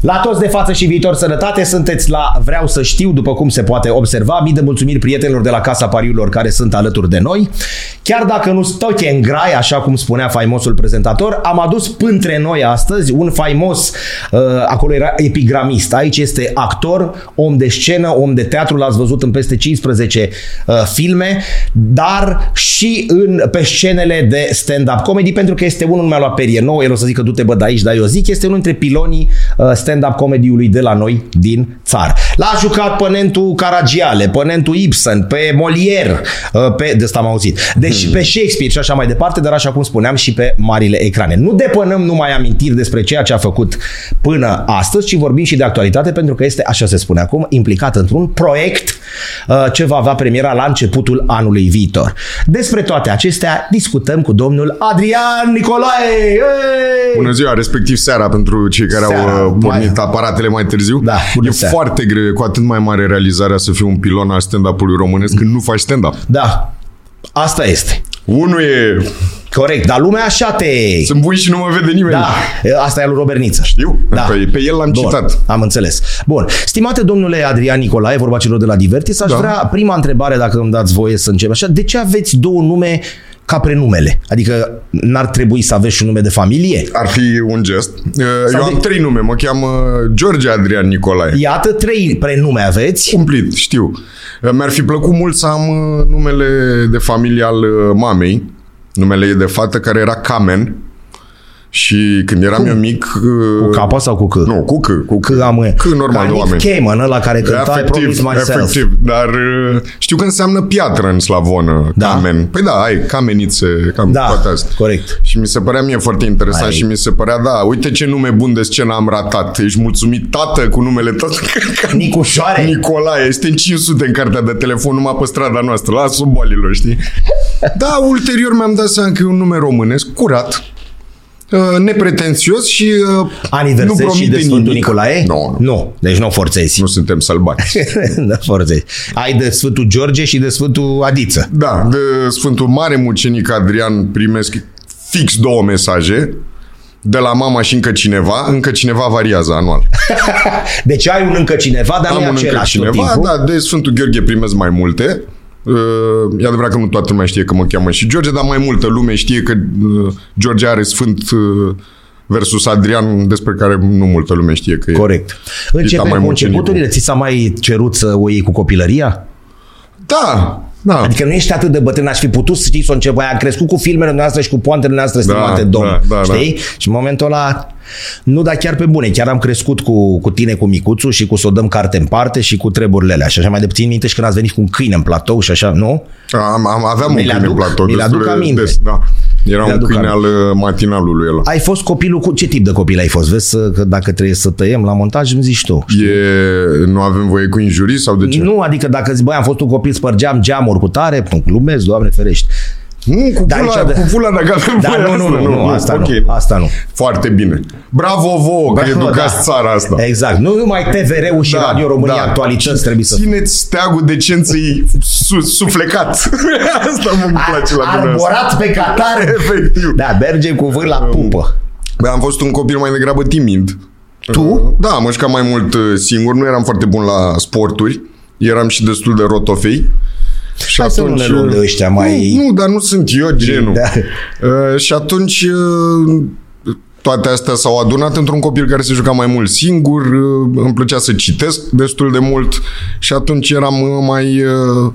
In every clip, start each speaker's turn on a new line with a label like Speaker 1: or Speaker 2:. Speaker 1: La toți de față și viitor sănătate sunteți la Vreau să știu, după cum se poate observa. Mii de mulțumiri prietenilor de la Casa Pariurilor care sunt alături de noi. Chiar dacă nu stoche în grai, așa cum spunea faimosul prezentator, am adus pântre noi astăzi un faimos, uh, acolo era epigramist. Aici este actor, om de scenă, om de teatru, l-ați văzut în peste 15 uh, filme, dar și în, pe scenele de stand-up comedy, pentru că este unul, mi-a luat perie nouă, el o să zică du-te bă de aici, dar eu zic, este unul dintre pilonii uh, stand-up comediului de la noi din țară. L-a jucat pe Nentu Caragiale, pe Nentu Ibsen, pe Molière, uh, pe, de asta am auzit, deci pe Shakespeare și așa mai departe, dar așa cum spuneam și pe marile ecrane. Nu depănăm numai amintiri despre ceea ce a făcut până astăzi, ci vorbim și de actualitate, pentru că este, așa se spune acum, implicat într-un proiect uh, ce va avea premiera la începutul anului viitor. Despre toate acestea discutăm cu domnul Adrian Nicolae! Ei!
Speaker 2: Bună ziua, respectiv seara pentru cei care
Speaker 1: Seara,
Speaker 2: au uh, pornit
Speaker 1: mai-
Speaker 2: aparatele mai târziu.
Speaker 1: Da, bună
Speaker 2: e
Speaker 1: seara.
Speaker 2: foarte greu, e cu atât mai mare realizarea să fii un pilon al stand-up-ului românesc când nu faci stand-up.
Speaker 1: Da, asta este.
Speaker 2: Unul e...
Speaker 1: Corect, dar lumea așa te...
Speaker 2: Sunt bun și nu mă vede nimeni.
Speaker 1: Da, asta e al lui Robert Niță.
Speaker 2: Știu?
Speaker 1: Da.
Speaker 2: Păi pe el l-am
Speaker 1: Bun,
Speaker 2: citat.
Speaker 1: am înțeles. Bun. Stimate domnule Adrian Nicolae, vorba celor de la Divertis, aș da.
Speaker 2: Da.
Speaker 1: vrea prima întrebare, dacă îmi dați voie să încep așa. De ce aveți două nume ca prenumele? Adică n-ar trebui să aveți și un nume de familie?
Speaker 2: Ar fi un gest. Uh, Eu
Speaker 1: de-
Speaker 2: am trei nume, mă cheamă George Adrian Nicolae.
Speaker 1: Iată, trei prenume aveți.
Speaker 2: Cumplit, știu. Uh, Mi-ar fi plăcut mult să am uh, numele de familie al uh, mamei, numele ei de fată, care era Camen. Și când eram eu mic... uh, Cu
Speaker 1: Capa sau cu C?
Speaker 2: Nu, cu C. Cu C.
Speaker 1: C am
Speaker 2: C, normal, de oameni.
Speaker 1: Cayman, la care cânta I Promise Myself.
Speaker 2: efectiv, dar uh, știu că înseamnă piatră în slavonă,
Speaker 1: Da.
Speaker 2: camen. Păi da, ai camenițe, cam
Speaker 1: Da,
Speaker 2: toate astea.
Speaker 1: corect.
Speaker 2: Și mi se părea mie foarte interesant
Speaker 1: Ai-
Speaker 2: și mi se părea, da, uite ce nume bun de scenă am ratat. Ești mulțumit, tată, cu numele tău.
Speaker 1: Nicușoare.
Speaker 2: Nicolae, este în 500 în cartea de telefon numai pe strada noastră, la sub bolilor, știi? Da, ulterior mi-am dat seama că e un nume românesc, curat, uh, nepretențios și uh, nu
Speaker 1: Aniversezi și
Speaker 2: promite
Speaker 1: de Sfântul
Speaker 2: nimic.
Speaker 1: Nicolae?
Speaker 2: Nu, nu,
Speaker 1: nu. Deci nu forțezi.
Speaker 2: nu suntem sălbati.
Speaker 1: da, forțezi. Ai de Sfântul George și de Sfântul Adiță.
Speaker 2: Da, de Sfântul Mare Mucenic Adrian primesc fix două mesaje de la mama și încă cineva, încă cineva variază anual.
Speaker 1: Deci ai un încă cineva, dar nu e
Speaker 2: Am un încă
Speaker 1: același tot
Speaker 2: cineva,
Speaker 1: timpul.
Speaker 2: da, de Sfântul Gheorghe primesc mai multe. Uh, E adevărat că nu toată lumea știe că mă cheamă și George, dar mai multă lume știe că uh, George are Sfânt uh, versus Adrian, despre care nu multă lume știe că e.
Speaker 1: Corect. Începem
Speaker 2: mai
Speaker 1: cu
Speaker 2: mult cenicul.
Speaker 1: începuturile. Ți s-a mai cerut să o iei cu copilăria?
Speaker 2: Da, da.
Speaker 1: Adică nu ești atât de bătrân, aș fi putut să știi să o începi. Ai crescut cu filmele noastre și cu poantele noastre, stimate domn.
Speaker 2: da, da, da.
Speaker 1: știi? Și în momentul ăla... Nu, dar chiar pe bune. Chiar am crescut cu, cu tine, cu micuțul și cu să o dăm carte în parte și cu treburile alea. Și așa mai de puțin minte și când ați venit cu un câine în platou și așa, nu?
Speaker 2: Am, am, aveam
Speaker 1: Mi-l
Speaker 2: un câine
Speaker 1: aduc-
Speaker 2: platou.
Speaker 1: mi-l
Speaker 2: destul
Speaker 1: aduc
Speaker 2: de
Speaker 1: aminte.
Speaker 2: Des, da. Era
Speaker 1: Mi-l
Speaker 2: un
Speaker 1: aduc
Speaker 2: câine al uh, matinalului ăla.
Speaker 1: Ai fost copilul cu... Ce tip de copil ai fost? Vezi să- că dacă trebuie să tăiem la montaj, îmi zici tu.
Speaker 2: E, nu avem voie cu injurii sau de ce?
Speaker 1: Nu, adică dacă zici, băi, am fost un copil, spărgeam geamuri cu tare, glumesc, doamne ferești.
Speaker 2: Nu, cu
Speaker 1: Dar
Speaker 2: pula,
Speaker 1: aici-
Speaker 2: cu pula dacă avem
Speaker 1: Dar
Speaker 2: voie
Speaker 1: nu, nu,
Speaker 2: asta,
Speaker 1: nu, nu, asta
Speaker 2: ok.
Speaker 1: nu, asta nu.
Speaker 2: Foarte bine. Bravo vouă că
Speaker 1: Bravo,
Speaker 2: educați
Speaker 1: da.
Speaker 2: țara asta.
Speaker 1: Exact. Nu numai TVR-ul și
Speaker 2: Da,
Speaker 1: Radio România
Speaker 2: da.
Speaker 1: Actualități trebuie să...
Speaker 2: Țineți steagul decenței su- suflecat. asta mă place la dumneavoastră.
Speaker 1: Arborat pe Qatar.
Speaker 2: Efectiv.
Speaker 1: Da, mergem cu vârf la pupă.
Speaker 2: Bă, Am fost un copil mai degrabă timid.
Speaker 1: Tu?
Speaker 2: Da, am jucat mai mult uh, singur, nu eram foarte bun la sporturi, eram și destul de rotofei. Și uh,
Speaker 1: Hai să nu ne luăm de ăștia mai-
Speaker 2: Nu, nu, dar nu sunt eu genul.
Speaker 1: Da.
Speaker 2: Uh, și atunci uh, toate astea s-au adunat într-un copil care se juca mai mult singur, uh, îmi plăcea să citesc destul de mult și atunci eram uh, mai uh,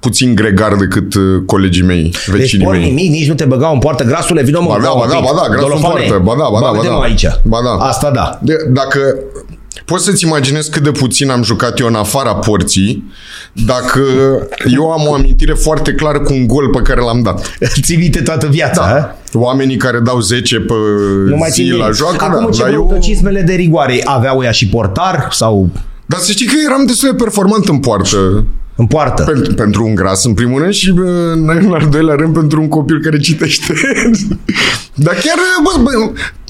Speaker 2: puțin gregar decât uh, colegii mei,
Speaker 1: Deci
Speaker 2: vecinii
Speaker 1: ori
Speaker 2: mei.
Speaker 1: nimic, nici nu te băgau în poartă. Grasule, vină mă.
Speaker 2: Ba da,
Speaker 1: dau un
Speaker 2: ba da,
Speaker 1: pic.
Speaker 2: ba da, grasul în
Speaker 1: Dolofane.
Speaker 2: poartă, ba da, ba da, ba
Speaker 1: uite-mă
Speaker 2: da.
Speaker 1: aici.
Speaker 2: Ba da.
Speaker 1: Asta da.
Speaker 2: De, dacă poți să-ți imaginezi cât de puțin am jucat eu în afara porții, dacă eu am o amintire foarte clară cu un gol pe care l-am dat.
Speaker 1: Ții minte toată viața, da.
Speaker 2: Oamenii care dau 10 pe
Speaker 1: Nu mai
Speaker 2: zi
Speaker 1: țin
Speaker 2: la
Speaker 1: minte.
Speaker 2: joacă,
Speaker 1: Acum
Speaker 2: da,
Speaker 1: ce
Speaker 2: dar eu...
Speaker 1: cismele de rigoare aveau ea și portar sau
Speaker 2: Dar să știi că eram destul de performant în poartă.
Speaker 1: în poartă?
Speaker 2: Pentru, pentru un gras, în primul rând, și bă, în, în al doilea rând pentru un copil care citește. Dar chiar, bă, bă,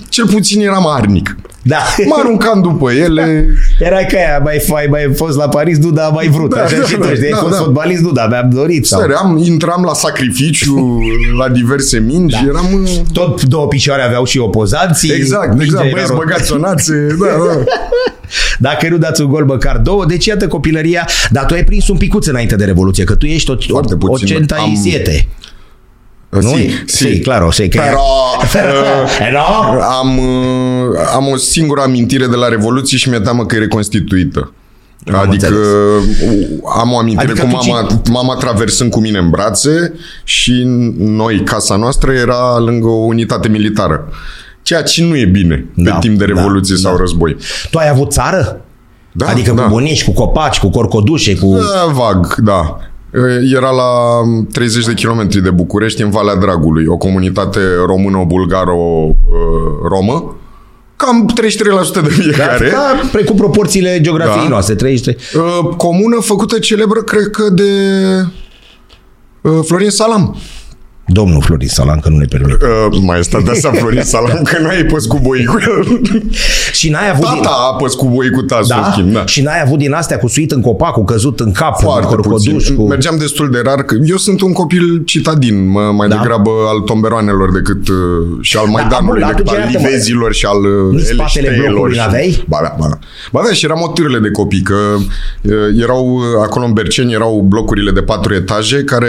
Speaker 2: cel puțin eram arnic.
Speaker 1: Da.
Speaker 2: Mă aruncam după ele.
Speaker 1: Era ca aia, mai, mai, mai fost la Paris, Duda a mai vrut. Da, așa da, și tu, știi, da, ai fost da. fotbalist, Duda, mi-am dorit. Sau...
Speaker 2: Săream, intram la sacrificiu, la diverse mingi, da. eram... uh,
Speaker 1: Tot două picioare aveau și opozanții.
Speaker 2: Exact,
Speaker 1: Mingea
Speaker 2: exact,
Speaker 1: era
Speaker 2: băieți
Speaker 1: rotată.
Speaker 2: băgați o nație, da, da.
Speaker 1: Dacă nu dați un gol, măcar două. Deci, iată copilăria. Dar tu ai prins un picuț înainte de Revoluție, că tu ești o,
Speaker 2: Foarte
Speaker 1: o, o
Speaker 2: puțin.
Speaker 1: centa
Speaker 2: Am-
Speaker 1: siete. Nu? sì, claro, sì. Che...
Speaker 2: Però, uh,
Speaker 1: Eh no?
Speaker 2: am, uh, am o singură amintire de la Revoluție și mi-e teamă că e reconstituită.
Speaker 1: Am
Speaker 2: Adică
Speaker 1: înțeles.
Speaker 2: uh, am o amintire
Speaker 1: Adică
Speaker 2: adică cu
Speaker 1: tu
Speaker 2: mama, mama traversând cu mine în brațe și noi, casa noastră era lângă o unitate militară. Ceea ce nu e bine
Speaker 1: Da,
Speaker 2: da, pe timp de
Speaker 1: da,
Speaker 2: revoluție
Speaker 1: da.
Speaker 2: da, sau da. război.
Speaker 1: Tu ai avut țară?
Speaker 2: Da,
Speaker 1: adică
Speaker 2: da.
Speaker 1: cu bunici, cu copaci, cu corcodușe, cu...
Speaker 2: Da, Vag, da. Era la 30 de kilometri de București, în Valea Dragului, o comunitate româno-bulgaro-romă. Cam 33% de fiecare.
Speaker 1: Da, precum proporțiile geografiei
Speaker 2: Da.
Speaker 1: noastre, 33.
Speaker 2: Uh, Comună făcută celebră, cred că, de uh, Florin Salam.
Speaker 1: Domnul Florin Salan, că nu ne permite.
Speaker 2: Uh, Mai stat de asta Florin Salam, că nu ai pus cu boi cu el.
Speaker 1: Și n-ai avut... din-
Speaker 2: Tata a pus cu boi cu tasul, în
Speaker 1: da?
Speaker 2: schimb, da.
Speaker 1: Și n-ai avut din astea cu suit în copac, cu căzut în cap,
Speaker 2: Foarte
Speaker 1: cu corcoduș,
Speaker 2: puțin.
Speaker 1: cu...
Speaker 2: Mergeam destul de rar. că- Eu sunt un copil citadin, mă, mai
Speaker 1: Da.
Speaker 2: da. degrabă al tomberoanelor decât uh, și al Maidanului,
Speaker 1: bun, dar
Speaker 2: decât
Speaker 1: da, atunci
Speaker 2: al
Speaker 1: iartă-mă.
Speaker 2: livezilor și al uh,
Speaker 1: Nici spatele
Speaker 2: eleșteilor
Speaker 1: blocului
Speaker 2: și-
Speaker 1: n-aveai?
Speaker 2: Ba da, ba da. Ba da, și eram o târle de copii, că uh, erau uh, acolo în Berceni, erau blocurile de patru etaje care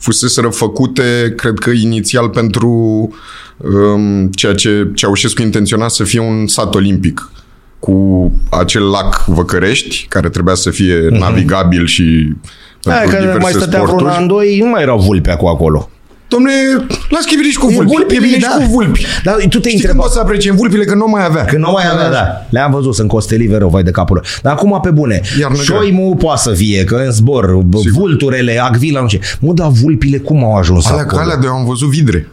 Speaker 2: fuseseră făcute, cred că inițial pentru um, ceea ce Ceaușescu intenționa să fie un sat olimpic cu acel lac Văcărești, care trebuia să fie navigabil și
Speaker 1: Da,
Speaker 2: pentru
Speaker 1: Mhm. că mai
Speaker 2: diverse
Speaker 1: stătea vreun
Speaker 2: sporturi.
Speaker 1: an, doi, nu mai erau vulpi acolo. acolo.
Speaker 2: Domne, las că veniți cu vulpi.
Speaker 1: vulpi,
Speaker 2: Veniți
Speaker 1: da.
Speaker 2: cu vulpi.
Speaker 1: Dar tu te
Speaker 2: Știi când
Speaker 1: întrebai...
Speaker 2: poți să apreciem vulpile? Că nu mai avea.
Speaker 1: Că nu mai avea, da. Le-am văzut, sunt costelive rău, vai de capul lor. Dar acum, pe bune,
Speaker 2: Iarnă grea.
Speaker 1: șoimul poate să vie, că în zbor, bă, vulturele, acvila, nu știu. Mă, dar vulpile cum au ajuns
Speaker 2: Alea,
Speaker 1: acolo?
Speaker 2: alea de eu am văzut vidre.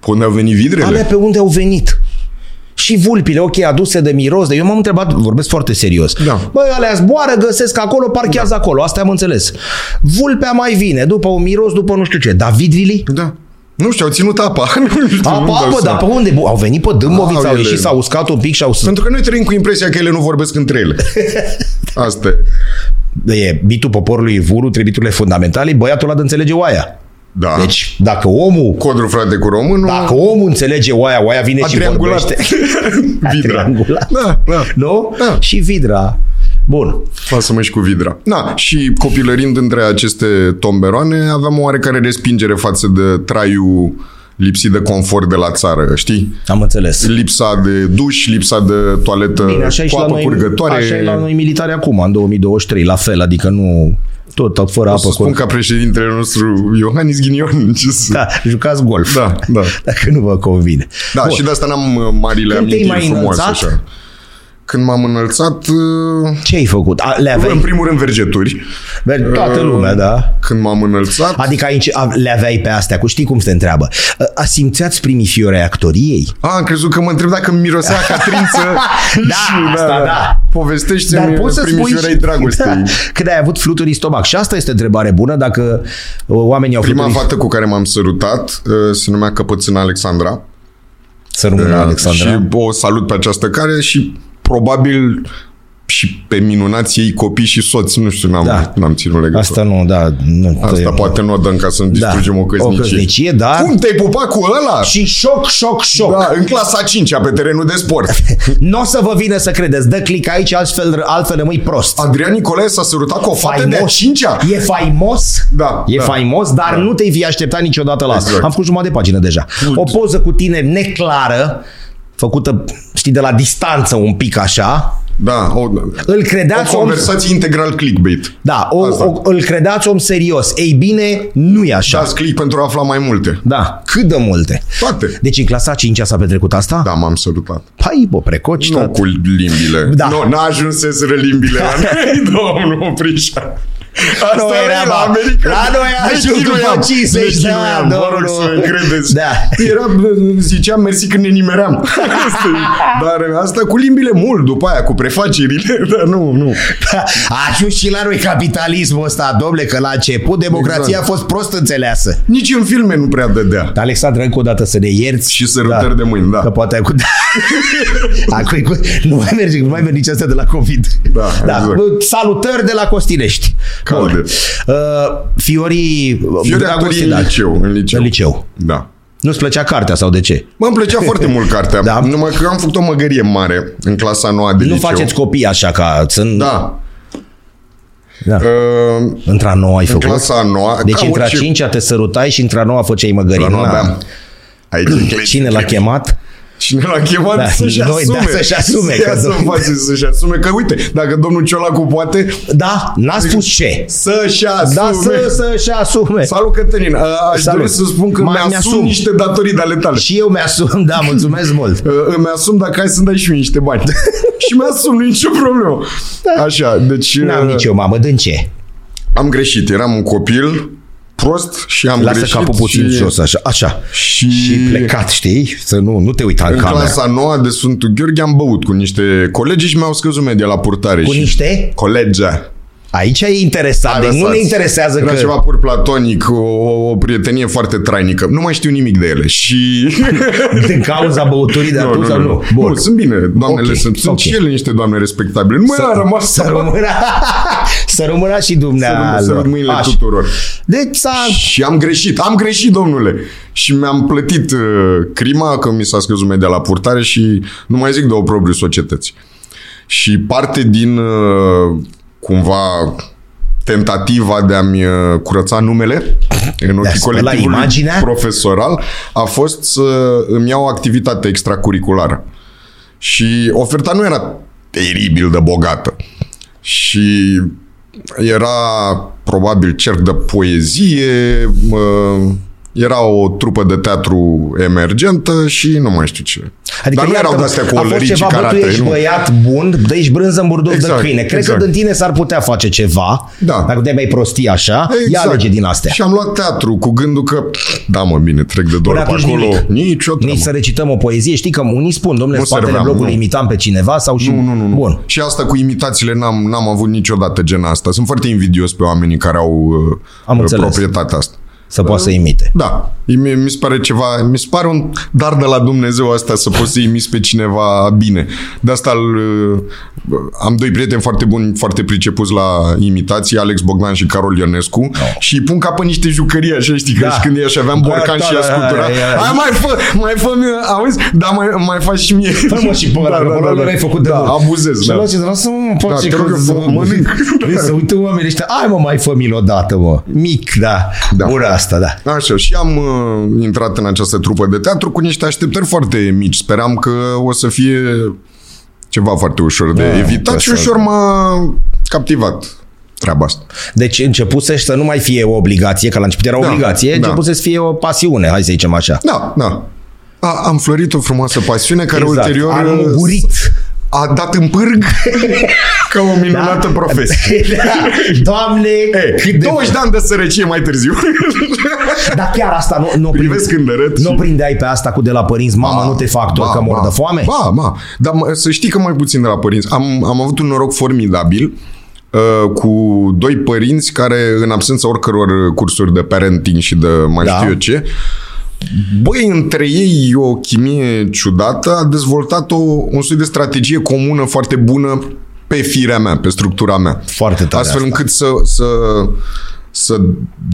Speaker 2: Până au venit vidrele?
Speaker 1: Alea pe unde au venit. Și vulpile, ok, aduse de miros, de eu m-am întrebat, vorbesc foarte serios.
Speaker 2: Da.
Speaker 1: Bă, alea zboară, găsesc acolo, parchează da. acolo, asta am înțeles. Vulpea mai vine, după un miros, după nu știu ce. Dar vidrilii?
Speaker 2: Da. Nu știu, au ținut apa. Nu știu, nu-mi
Speaker 1: Apa,
Speaker 2: dau
Speaker 1: apă,
Speaker 2: seama.
Speaker 1: dar pe unde? Au venit pe Dâmbovița,
Speaker 2: Au
Speaker 1: au
Speaker 2: ele-
Speaker 1: ieșit, s-au uscat un pic și au...
Speaker 2: Pentru că noi trăim cu impresia că ele nu vorbesc între ele. Asta e.
Speaker 1: E bitul poporului Ivuru, trei biturile fundamentale, băiatul ăla de înțelege oaia.
Speaker 2: Da.
Speaker 1: Deci, dacă omul,
Speaker 2: Codru frate cu românul.
Speaker 1: dacă omul înțelege oaia, oaia vine
Speaker 2: a
Speaker 1: și
Speaker 2: triangulat.
Speaker 1: vorbește.
Speaker 2: Vidra.
Speaker 1: triangulat.
Speaker 2: Da, da.
Speaker 1: Nu?
Speaker 2: Da.
Speaker 1: Și vidra. Bun.
Speaker 2: Lasă-mă și cu vidra. Da, și copilărind între aceste tomberoane, aveam o oarecare respingere față de traiul lipsit de confort de la țară, știi?
Speaker 1: Am înțeles.
Speaker 2: Lipsa de duș, lipsa de toaletă
Speaker 1: Bine, așa e și
Speaker 2: cu
Speaker 1: la
Speaker 2: apă
Speaker 1: noi,
Speaker 2: Uh, curgătoare.
Speaker 1: Așa e la noi militari acum, în 2023, la fel, adică nu tot fără
Speaker 2: Să
Speaker 1: apă.
Speaker 2: spun
Speaker 1: Cu...
Speaker 2: ca președintele nostru Iohannis Ghinion. Ce să...
Speaker 1: Da, jucați golf.
Speaker 2: da, da.
Speaker 1: Dacă nu vă convine.
Speaker 2: Da, și de asta n-am uh, marile
Speaker 1: Când te-ai
Speaker 2: amintiri
Speaker 1: mai
Speaker 2: frumoase.
Speaker 1: înălțat?
Speaker 2: Așa. Când m-am înălțat, uh,
Speaker 1: Ce ai făcut? A, le
Speaker 2: în
Speaker 1: aveai?
Speaker 2: primul rând vergeturi.
Speaker 1: Merg toată
Speaker 2: Uh,
Speaker 1: lumea, da.
Speaker 2: Când m-am înălțat,
Speaker 1: Adică ai înce- a- le aveai pe astea, cu știi cum se te întreabă. A- A simțeați primii fiore actoriei?
Speaker 2: A, am crezut că mă întreb dacă mi mirosea catrință.
Speaker 1: Da, asta da.
Speaker 2: Povestește-mi
Speaker 1: Dar poți să spui
Speaker 2: primișoarei dragostei.
Speaker 1: Da, când ai avut fluturi în stomac. Și asta este întrebare bună, dacă uh, oamenii au
Speaker 2: Prima
Speaker 1: fluturi
Speaker 2: fată cu care m-am sărutat uh, se numea Căpățâna Alexandra.
Speaker 1: să rămână, Da, Alexandra.
Speaker 2: Da, Și o salut pe această care și probabil și pe minunați ei copii și soți. Nu știu, n-am,
Speaker 1: Da.
Speaker 2: n-am ținut legătură.
Speaker 1: Asta nu, da. Nu,
Speaker 2: Asta
Speaker 1: că-
Speaker 2: poate nu o dăm ca să-mi distrugem o căsnicie.
Speaker 1: O căsnicie, da.
Speaker 2: Cum te-ai pupat cu ăla?
Speaker 1: Și șoc, șoc, șoc.
Speaker 2: Da, în clasa 5 pe terenul de sport.
Speaker 1: Nu o să vă vină să credeți. Dă click aici, altfel, altfel rămâi prost.
Speaker 2: Adrian Nicolae s-a sărutat cu o fată de 5-a.
Speaker 1: E faimos.
Speaker 2: Da,
Speaker 1: E
Speaker 2: da.
Speaker 1: faimos, dar nu te-ai fi așteptat niciodată la asta.
Speaker 2: Exact.
Speaker 1: Am făcut jumătate de pagină deja. O poză cu tine neclară, făcută, știi, de la distanță un pic așa.
Speaker 2: Da, o,
Speaker 1: Îl
Speaker 2: o
Speaker 1: credeați om...
Speaker 2: conversație integral clickbait.
Speaker 1: Da, o,
Speaker 2: Asta.
Speaker 1: o, îl credeați om serios. Ei bine, nu e așa.
Speaker 2: Dați click pentru a afla mai multe.
Speaker 1: Da, cât de multe.
Speaker 2: Toate.
Speaker 1: Deci în clasa 5 s-a petrecut asta?
Speaker 2: Da, m-am sărutat.
Speaker 1: Păi, bă, precoci.
Speaker 2: Nu
Speaker 1: tată.
Speaker 2: cu limbile.
Speaker 1: Da.
Speaker 2: Nu, n-a ajuns să limbile la noi, domnul Prișa. Asta
Speaker 1: Nu era,
Speaker 2: la
Speaker 1: bă.
Speaker 2: America.
Speaker 1: La noi ajung după 50 de ani,
Speaker 2: vă rog
Speaker 1: domnul.
Speaker 2: să credeți.
Speaker 1: Da.
Speaker 2: Era, ziceam, mersi când ne nimeream. Asta e. Dar asta cu limbile mult, după aia, cu prefacerile, dar nu, nu.
Speaker 1: A ajuns și la noi capitalismul ăsta, domnule, că la început democrația
Speaker 2: Exact.
Speaker 1: a fost prost înțeleasă.
Speaker 2: Nici în filme nu prea dădea.
Speaker 1: Alexandra, încă o dată să ne ierți.
Speaker 2: Și sărutări de mâini, da.
Speaker 1: Că poate ai cu... Acum, e cu... Nu mai merge, nu mai merge nici asta de la COVID.
Speaker 2: Da, exact.
Speaker 1: Salutări de la Costinești.
Speaker 2: Calde.
Speaker 1: Uh, Fiorii...
Speaker 2: Eu de
Speaker 1: Dragoste,
Speaker 2: actorie în
Speaker 1: da.
Speaker 2: liceu, în liceu.
Speaker 1: În liceu.
Speaker 2: Da.
Speaker 1: Nu-ți plăcea cartea sau de ce?
Speaker 2: Mă, îmi plăcea foarte mult cartea,
Speaker 1: Da.
Speaker 2: da. numai că am făcut o măgărie mare în clasa noua de
Speaker 1: Nu
Speaker 2: liceu.
Speaker 1: faceți copii așa ca sunt...
Speaker 2: Da.
Speaker 1: Da.
Speaker 2: Uh,
Speaker 1: Între a noua ai făcut.
Speaker 2: clasa noua,
Speaker 1: Deci
Speaker 2: ca
Speaker 1: între a
Speaker 2: orice
Speaker 1: cincea te sărutai și între a noua făceai măgării.
Speaker 2: La noua
Speaker 1: Na.
Speaker 2: aveam. Deci- Aici
Speaker 1: Da. Cine l-a chemat?
Speaker 2: Cine l-a chemat
Speaker 1: Da,
Speaker 2: da, să-și
Speaker 1: noi, da,
Speaker 2: asume.
Speaker 1: să-și asume,
Speaker 2: Ia
Speaker 1: că
Speaker 2: să
Speaker 1: domnul-
Speaker 2: face să-și asume. Că uite, dacă domnul Ciolacu poate,
Speaker 1: Da, n-a spus ce.
Speaker 2: să-și asume.
Speaker 1: Da, să, să-și asume.
Speaker 2: Salut, Cătălin. A, Aș
Speaker 1: Salut.
Speaker 2: Salut. dori să spun că
Speaker 1: Mai
Speaker 2: mi-asum,
Speaker 1: mi-asum.
Speaker 2: niște datorii de ale tale.
Speaker 1: Și eu mi-asum, da, mulțumesc mult.
Speaker 2: Uh, Îmi asum dacă ai să-mi dai și mie niște bani. și mi-asum, nu e nicio problemă. Așa, deci...
Speaker 1: Da. N-am
Speaker 2: uh,
Speaker 1: nici eu, mamă, din ce?
Speaker 2: Am greșit, eram un copil prost și am
Speaker 1: Lasă
Speaker 2: greșit
Speaker 1: capul puțin
Speaker 2: și,
Speaker 1: jos, așa, așa.
Speaker 2: și,
Speaker 1: Și plecat, știi? Să nu, nu te uita în,
Speaker 2: În
Speaker 1: cameră.
Speaker 2: clasa nouă de Sfântul Gheorghe am băut cu niște colegi și mi-au scăzut media la purtare.
Speaker 1: Cu
Speaker 2: și
Speaker 1: niște?
Speaker 2: Colegea.
Speaker 1: Aici e interesant, deci nu ne
Speaker 2: Lăsați.
Speaker 1: interesează
Speaker 2: Era
Speaker 1: că...
Speaker 2: ceva pur platonic, o, o, o prietenie foarte trainică. Nu mai știu nimic de ele și...
Speaker 1: Din cauza băuturii de atunci sau nu?
Speaker 2: Bun. nu sunt bine, doamnele
Speaker 1: Ok,
Speaker 2: sunt. Sunt
Speaker 1: ok.
Speaker 2: și ele niște doamne respectabile. Nu mai a rămas
Speaker 1: Să rămână, să rămână și
Speaker 2: să
Speaker 1: dumnealor.
Speaker 2: sărut mâinile
Speaker 1: Așa.
Speaker 2: tuturor.
Speaker 1: Deci s-a...
Speaker 2: Și am greșit, am greșit, domnule. Și mi-am plătit uh, crima că mi s-a scăzut media la purtare și nu mai zic de o propriu societăți. Și parte din uh, cumva tentativa de a-mi uh, curăța numele în ochii
Speaker 1: Da, să spăla
Speaker 2: colectivului
Speaker 1: imaginea?
Speaker 2: profesoral a fost să îmi iau o activitate extracurriculară. Și oferta nu era teribil de bogată. Și era probabil cerc de poezie, mă, era o trupă de teatru emergentă și nu mai știu ce. Adică Dar nu erau
Speaker 1: iartă-mă,
Speaker 2: de-astea cu
Speaker 1: a fost
Speaker 2: olărici,
Speaker 1: ceva, bă, tu
Speaker 2: karate,
Speaker 1: ești
Speaker 2: nu.
Speaker 1: băiat bun, dă ești brânză în burduf
Speaker 2: Exact,
Speaker 1: de câine. Cred
Speaker 2: exact.
Speaker 1: că din tine s-ar putea face ceva.
Speaker 2: Da.
Speaker 1: Dacă te mai prosti așa, ia alege din astea.
Speaker 2: Exact. Și am luat teatru cu gândul că, da mă, bine, trec de doar pe
Speaker 1: atunci
Speaker 2: acolo.
Speaker 1: nimic.
Speaker 2: Nicio
Speaker 1: Nici
Speaker 2: treabă.
Speaker 1: să recităm o poezie, știi că unii spun, domnule,
Speaker 2: Nu
Speaker 1: spatele
Speaker 2: serveam,
Speaker 1: blocului
Speaker 2: nu.
Speaker 1: imitam pe cineva sau și... Nu, nu, nu. Bun.
Speaker 2: Și asta cu imitațiile n-am, n-am avut niciodată genul asta. Sunt foarte invidios pe oamenii care au uh,
Speaker 1: Am
Speaker 2: uh,
Speaker 1: înțeles.
Speaker 2: proprietatea asta.
Speaker 1: Să poată să imite.
Speaker 2: Da, mi, mi se pare ceva, mi se pare un dar de la Dumnezeu asta să poți să imiți pe cineva bine. De asta îl, uh, am doi prieteni foarte buni, foarte pricepuți la imitații, Alex Bogdan și Carol Ionescu, și îi pun ca pe niște jucării așa, știi, că
Speaker 1: Da.
Speaker 2: și când ei așa aveam
Speaker 1: Da,
Speaker 2: borcan
Speaker 1: da,
Speaker 2: și
Speaker 1: da,
Speaker 2: ea scutura.
Speaker 1: da, da, da.
Speaker 2: Hai mai fă, mai fă, mie, auzi? Da, mai, mai faci și mie.
Speaker 1: Fă mă și pe ăla, că pe ăla l-ai făcut de
Speaker 2: da,
Speaker 1: mult.
Speaker 2: abuzez,
Speaker 1: Și
Speaker 2: da.
Speaker 1: la ce lasă mă, pot
Speaker 2: Da,
Speaker 1: și
Speaker 2: te rog,
Speaker 1: că
Speaker 2: eu
Speaker 1: să
Speaker 2: vă- mănânc.
Speaker 1: Vezi, Să uită oamenii ăștia, ai mă, mai fă mi odată, mă. Mic, da.
Speaker 2: Da.
Speaker 1: Bună asta, da.
Speaker 2: Așa, și am uh, intrat în această trupă de teatru cu niște așteptări foarte mici. Speram că o să fie ceva foarte ușor de
Speaker 1: Ah,
Speaker 2: evitat și
Speaker 1: interesant.
Speaker 2: ușor m-a captivat treaba asta.
Speaker 1: Deci începusești să nu mai fie o obligație, că la început era o
Speaker 2: Da,
Speaker 1: obligație,
Speaker 2: da.
Speaker 1: începuse să fie o pasiune, hai să zicem așa.
Speaker 2: Da, da. A, am florit o frumoasă pasiune care
Speaker 1: Exact.
Speaker 2: ulterior
Speaker 1: Am
Speaker 2: uh,
Speaker 1: mugurit.
Speaker 2: a dat în pârg ca o minunată profesie.
Speaker 1: Da. Doamne, cât
Speaker 2: E, deci-
Speaker 1: de...
Speaker 2: 20 de ani de sărăcie mai târziu.
Speaker 1: Dar chiar asta nu, nu, o prind-
Speaker 2: Privesc când arăt
Speaker 1: nu o
Speaker 2: și-
Speaker 1: prindeai pe asta cu de la părinți, mamă, nu te fac tot că mor de foame?
Speaker 2: Ba, ba. Dar mă, să știi că mai puțin de la părinți. Am, am avut un noroc formidabil uh, cu doi părinți care, în absența oricăror cursuri de parenting și de mai
Speaker 1: Da.
Speaker 2: da. știu eu ce, băi, între ei o chimie ciudată, a dezvoltat o, un soi de strategie comună foarte bună pe firea mea, pe structura mea.
Speaker 1: Foarte tare
Speaker 2: Astfel
Speaker 1: asta.
Speaker 2: încât să, să, să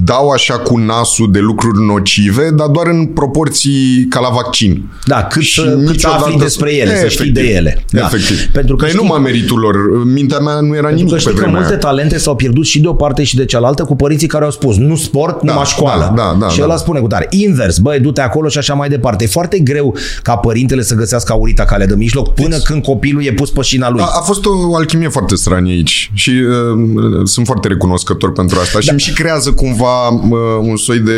Speaker 2: dau așa cu nasul de lucruri nocive, dar doar în proporții ca la vaccin.
Speaker 1: Da, cât,
Speaker 2: Și
Speaker 1: să- cât să
Speaker 2: niciodată-
Speaker 1: afli despre ele, să știi de
Speaker 2: Efectiv.
Speaker 1: ele. Da.
Speaker 2: Efectiv.
Speaker 1: Pentru că
Speaker 2: Păi
Speaker 1: știi-
Speaker 2: nu m-a meritul lor. Mintea mea nu era
Speaker 1: Pentru
Speaker 2: nimic
Speaker 1: că
Speaker 2: pe
Speaker 1: știi că
Speaker 2: vremea
Speaker 1: multe
Speaker 2: aia.
Speaker 1: talente s-au pierdut și de o parte și de cealaltă cu părinții care au spus nu sport, da, numai școală.
Speaker 2: da, da, da,
Speaker 1: și
Speaker 2: da.
Speaker 1: ăla spune cu tare. Invers, băi, du-te acolo și așa mai departe. E foarte greu ca părintele să găsească aurita calea de mijloc până când copilul e pus pe șina lui. Da.
Speaker 2: A, a fost o alchimie foarte stranie aici și uh, sunt foarte recunoscător pentru asta și mi și creează cumva uh, un soi de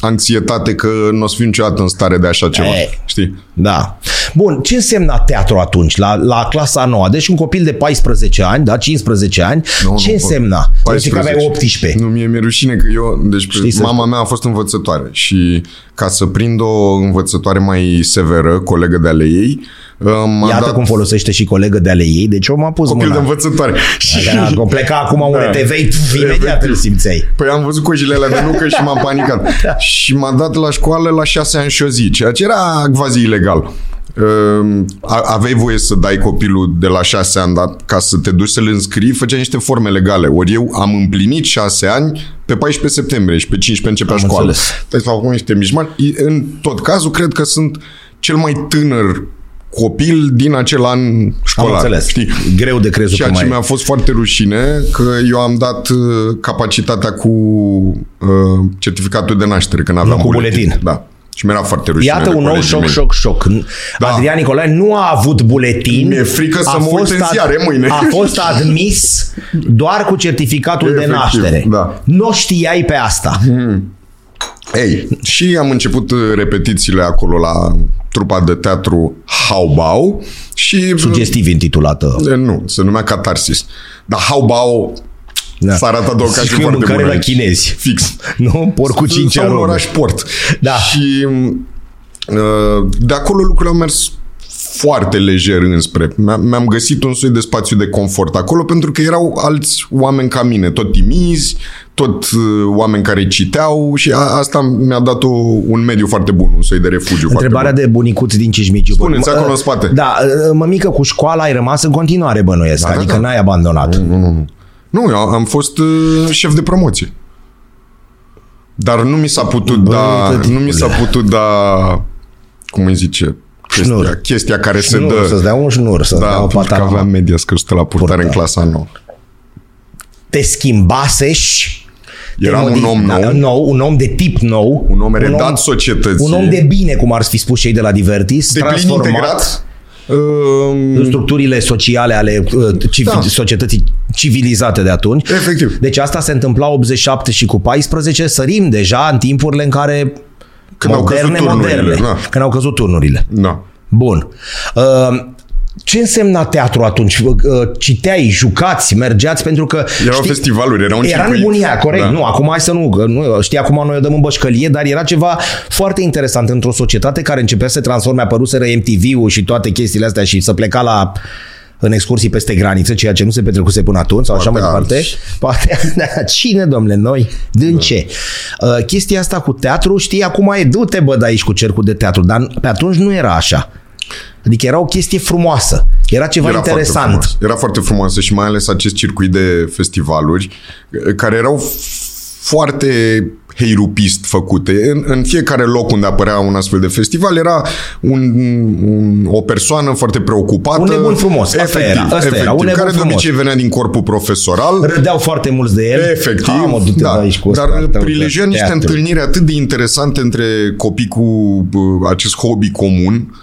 Speaker 2: anxietate că nu o să fiu niciodată în stare de așa ceva.
Speaker 1: Ei.
Speaker 2: Știi?
Speaker 1: Da. Bun, ce însemna teatru atunci, la, la clasa 9? Deci un copil de 14 ani, da, 15 ani,
Speaker 2: Nu,
Speaker 1: nu,
Speaker 2: nu,
Speaker 1: ce
Speaker 2: bă,
Speaker 1: nu, însemna? 14. Nu zic că aveai 18.
Speaker 2: Nu, mie mi-e rușine că eu... Deci
Speaker 1: Știi să-
Speaker 2: mama mea a fost învățătoare și ca să prind o învățătoare mai severă, colegă de ale ei, uh, m-a
Speaker 1: Iată
Speaker 2: dat
Speaker 1: cum folosește și colegă de ale ei, deci eu m-am pus
Speaker 2: copil de
Speaker 1: mâna.
Speaker 2: învățătoare. Și-
Speaker 1: Da, că pleca acum un
Speaker 2: Da.
Speaker 1: da. TV, imediat îl simțeai.
Speaker 2: Păi am văzut cojile alea de nucă și m-am panicat.
Speaker 1: Da.
Speaker 2: Și m-a dat la școală la șase ani și o zi, ceea ce era quasi ilegal. Um, a- Aveai voie să dai copilul de la șase ani, dar ca să te duci să-l înscrii, făceai niște forme legale. Ori eu am împlinit șase ani pe 14 septembrie și pe 15 începea
Speaker 1: Am
Speaker 2: școală.
Speaker 1: înțeles.
Speaker 2: Trebuie să fac Deci niște mișmari. I- În tot cazul, cred că sunt cel mai tânăr copil din acel an
Speaker 1: Am
Speaker 2: școlar.
Speaker 1: înțeles.
Speaker 2: Știi?
Speaker 1: Greu de crezut
Speaker 2: Ceea
Speaker 1: că
Speaker 2: ce
Speaker 1: mai...
Speaker 2: mi-a fost foarte rușine, că eu am dat uh, capacitatea cu uh, certificatul de naștere, când aveam
Speaker 1: Nu, cu buletin.
Speaker 2: Da. Și mi-era foarte rușine.
Speaker 1: Iată
Speaker 2: de
Speaker 1: un nou
Speaker 2: colegii
Speaker 1: șoc,
Speaker 2: mei.
Speaker 1: șoc, șoc.
Speaker 2: Da.
Speaker 1: Adrian Nicolae nu a avut buletin.
Speaker 2: Mi-e frică să
Speaker 1: a
Speaker 2: mă uit
Speaker 1: fost
Speaker 2: în ziare mâine.
Speaker 1: A fost admis doar cu certificatul de
Speaker 2: Efectiv,
Speaker 1: naștere.
Speaker 2: da.
Speaker 1: Nu știai pe asta.
Speaker 2: Ei, și am început uh, repetițiile acolo la trupa de teatru Haubau și...
Speaker 1: Sugestiv intitulată.
Speaker 2: Eh, Nu, se numea Catarsis. Dar Haubau
Speaker 1: Da.
Speaker 2: s-a ratat de o
Speaker 1: Și
Speaker 2: ocazie
Speaker 1: când
Speaker 2: foarte
Speaker 1: mâncare
Speaker 2: bună.
Speaker 1: la
Speaker 2: aici.
Speaker 1: chinezi.
Speaker 2: Fix.
Speaker 1: Nu? Porc cu cinci
Speaker 2: Sau un
Speaker 1: aromi.
Speaker 2: oraș port.
Speaker 1: Da.
Speaker 2: Și uh, de acolo lucrurile au mers foarte lejer înspre. Mi-a- Mi-am găsit un soi de spațiu de confort acolo pentru că erau alți oameni ca mine, tot timizi, tot uh, oameni care citeau și a, asta mi-a dat o, un mediu foarte bun, un soi de refugiu
Speaker 1: Întrebarea
Speaker 2: foarte
Speaker 1: de bunicuț din Cismigiu.
Speaker 2: Spuneți,
Speaker 1: Mă-
Speaker 2: acolo în spate.
Speaker 1: Da, mămică cu școala ai rămas în continuare, bănuiesc.
Speaker 2: da,
Speaker 1: adică
Speaker 2: da.
Speaker 1: n-ai abandonat.
Speaker 2: bun. Nu, eu am fost uh, șef de promoție. Dar nu mi s-a putut
Speaker 1: Bă,
Speaker 2: da, nu
Speaker 1: tăticule.
Speaker 2: mi s-a putut da, cum îi zice, chestia,
Speaker 1: Șnur.
Speaker 2: chestia care se
Speaker 1: Șnur,
Speaker 2: dă.
Speaker 1: Să-ți dea un șnur, să-ți
Speaker 2: Da,
Speaker 1: dea o
Speaker 2: pentru că
Speaker 1: patară.
Speaker 2: aveam media scăzută la purtare
Speaker 1: Purtare.
Speaker 2: în clasa 9.
Speaker 1: Te schimbaseși. te
Speaker 2: Eram un
Speaker 1: modific-
Speaker 2: om nou.
Speaker 1: da, nou. Un om de tip nou.
Speaker 2: Un om redat societății.
Speaker 1: Un om de bine, cum ar fi spus cei de la Divertis.
Speaker 2: de plin
Speaker 1: transformat
Speaker 2: integrat.
Speaker 1: în
Speaker 2: Um,
Speaker 1: structurile sociale ale uh, civi-
Speaker 2: Da.
Speaker 1: societății civilizate de atunci.
Speaker 2: efectiv.
Speaker 1: Deci asta se întâmpla 87 și cu 14, sărim deja în timpurile în care
Speaker 2: Când au căzut
Speaker 1: moderne,
Speaker 2: turnurile,
Speaker 1: moderne,
Speaker 2: da.
Speaker 1: când au căzut turnurile.
Speaker 2: Da.
Speaker 1: Bun. Uh, Ce însemna teatru atunci? Uh, Citeai, jucați, mergeați pentru că...
Speaker 2: Erau festivaluri, era un
Speaker 1: Era
Speaker 2: circuit.
Speaker 1: nebunia, corect.
Speaker 2: Da.
Speaker 1: Da. Nu, acum hai să nu, că nu. Știi, acum noi o dăm în bășcălie, dar era ceva foarte interesant într-o societate care începea să se transforme, apăruseră MTV-ul și toate chestiile astea și să pleca la în excursii peste graniță, ceea ce nu se petrecuse până atunci sau așa mai
Speaker 2: Partea
Speaker 1: departe.
Speaker 2: alți.
Speaker 1: Poate, da, cine, domnule, noi? Din da. ce? Uh, chestia asta cu teatru, știi, acum e du-te, bă, de aici cu cercul de teatru, dar pe atunci nu era așa. Adică era o chestie frumoasă, era ceva
Speaker 2: Era
Speaker 1: interesant.
Speaker 2: Foarte frumoasă. era foarte frumoasă și mai ales acest circuit de festivaluri eh, care erau foarte heirupist făcute. În, în fiecare loc unde apărea un astfel de festival era un, un, o persoană foarte preocupată.
Speaker 1: Un nebun frumos, asta
Speaker 2: Efectiv,
Speaker 1: era, asta era,
Speaker 2: efectiv,
Speaker 1: un nebun
Speaker 2: care de
Speaker 1: frumos.
Speaker 2: obicei venea din corpul profesoral.
Speaker 1: Râdeau foarte mulți de el.
Speaker 2: Efectiv,
Speaker 1: Ha, mă, du-te de
Speaker 2: da.
Speaker 1: aici cu ăsta,
Speaker 2: dar
Speaker 1: tău,
Speaker 2: prilejuia
Speaker 1: de
Speaker 2: niște
Speaker 1: teatru.
Speaker 2: întâlniri atât de interesante între copii cu bă, acest hobby comun.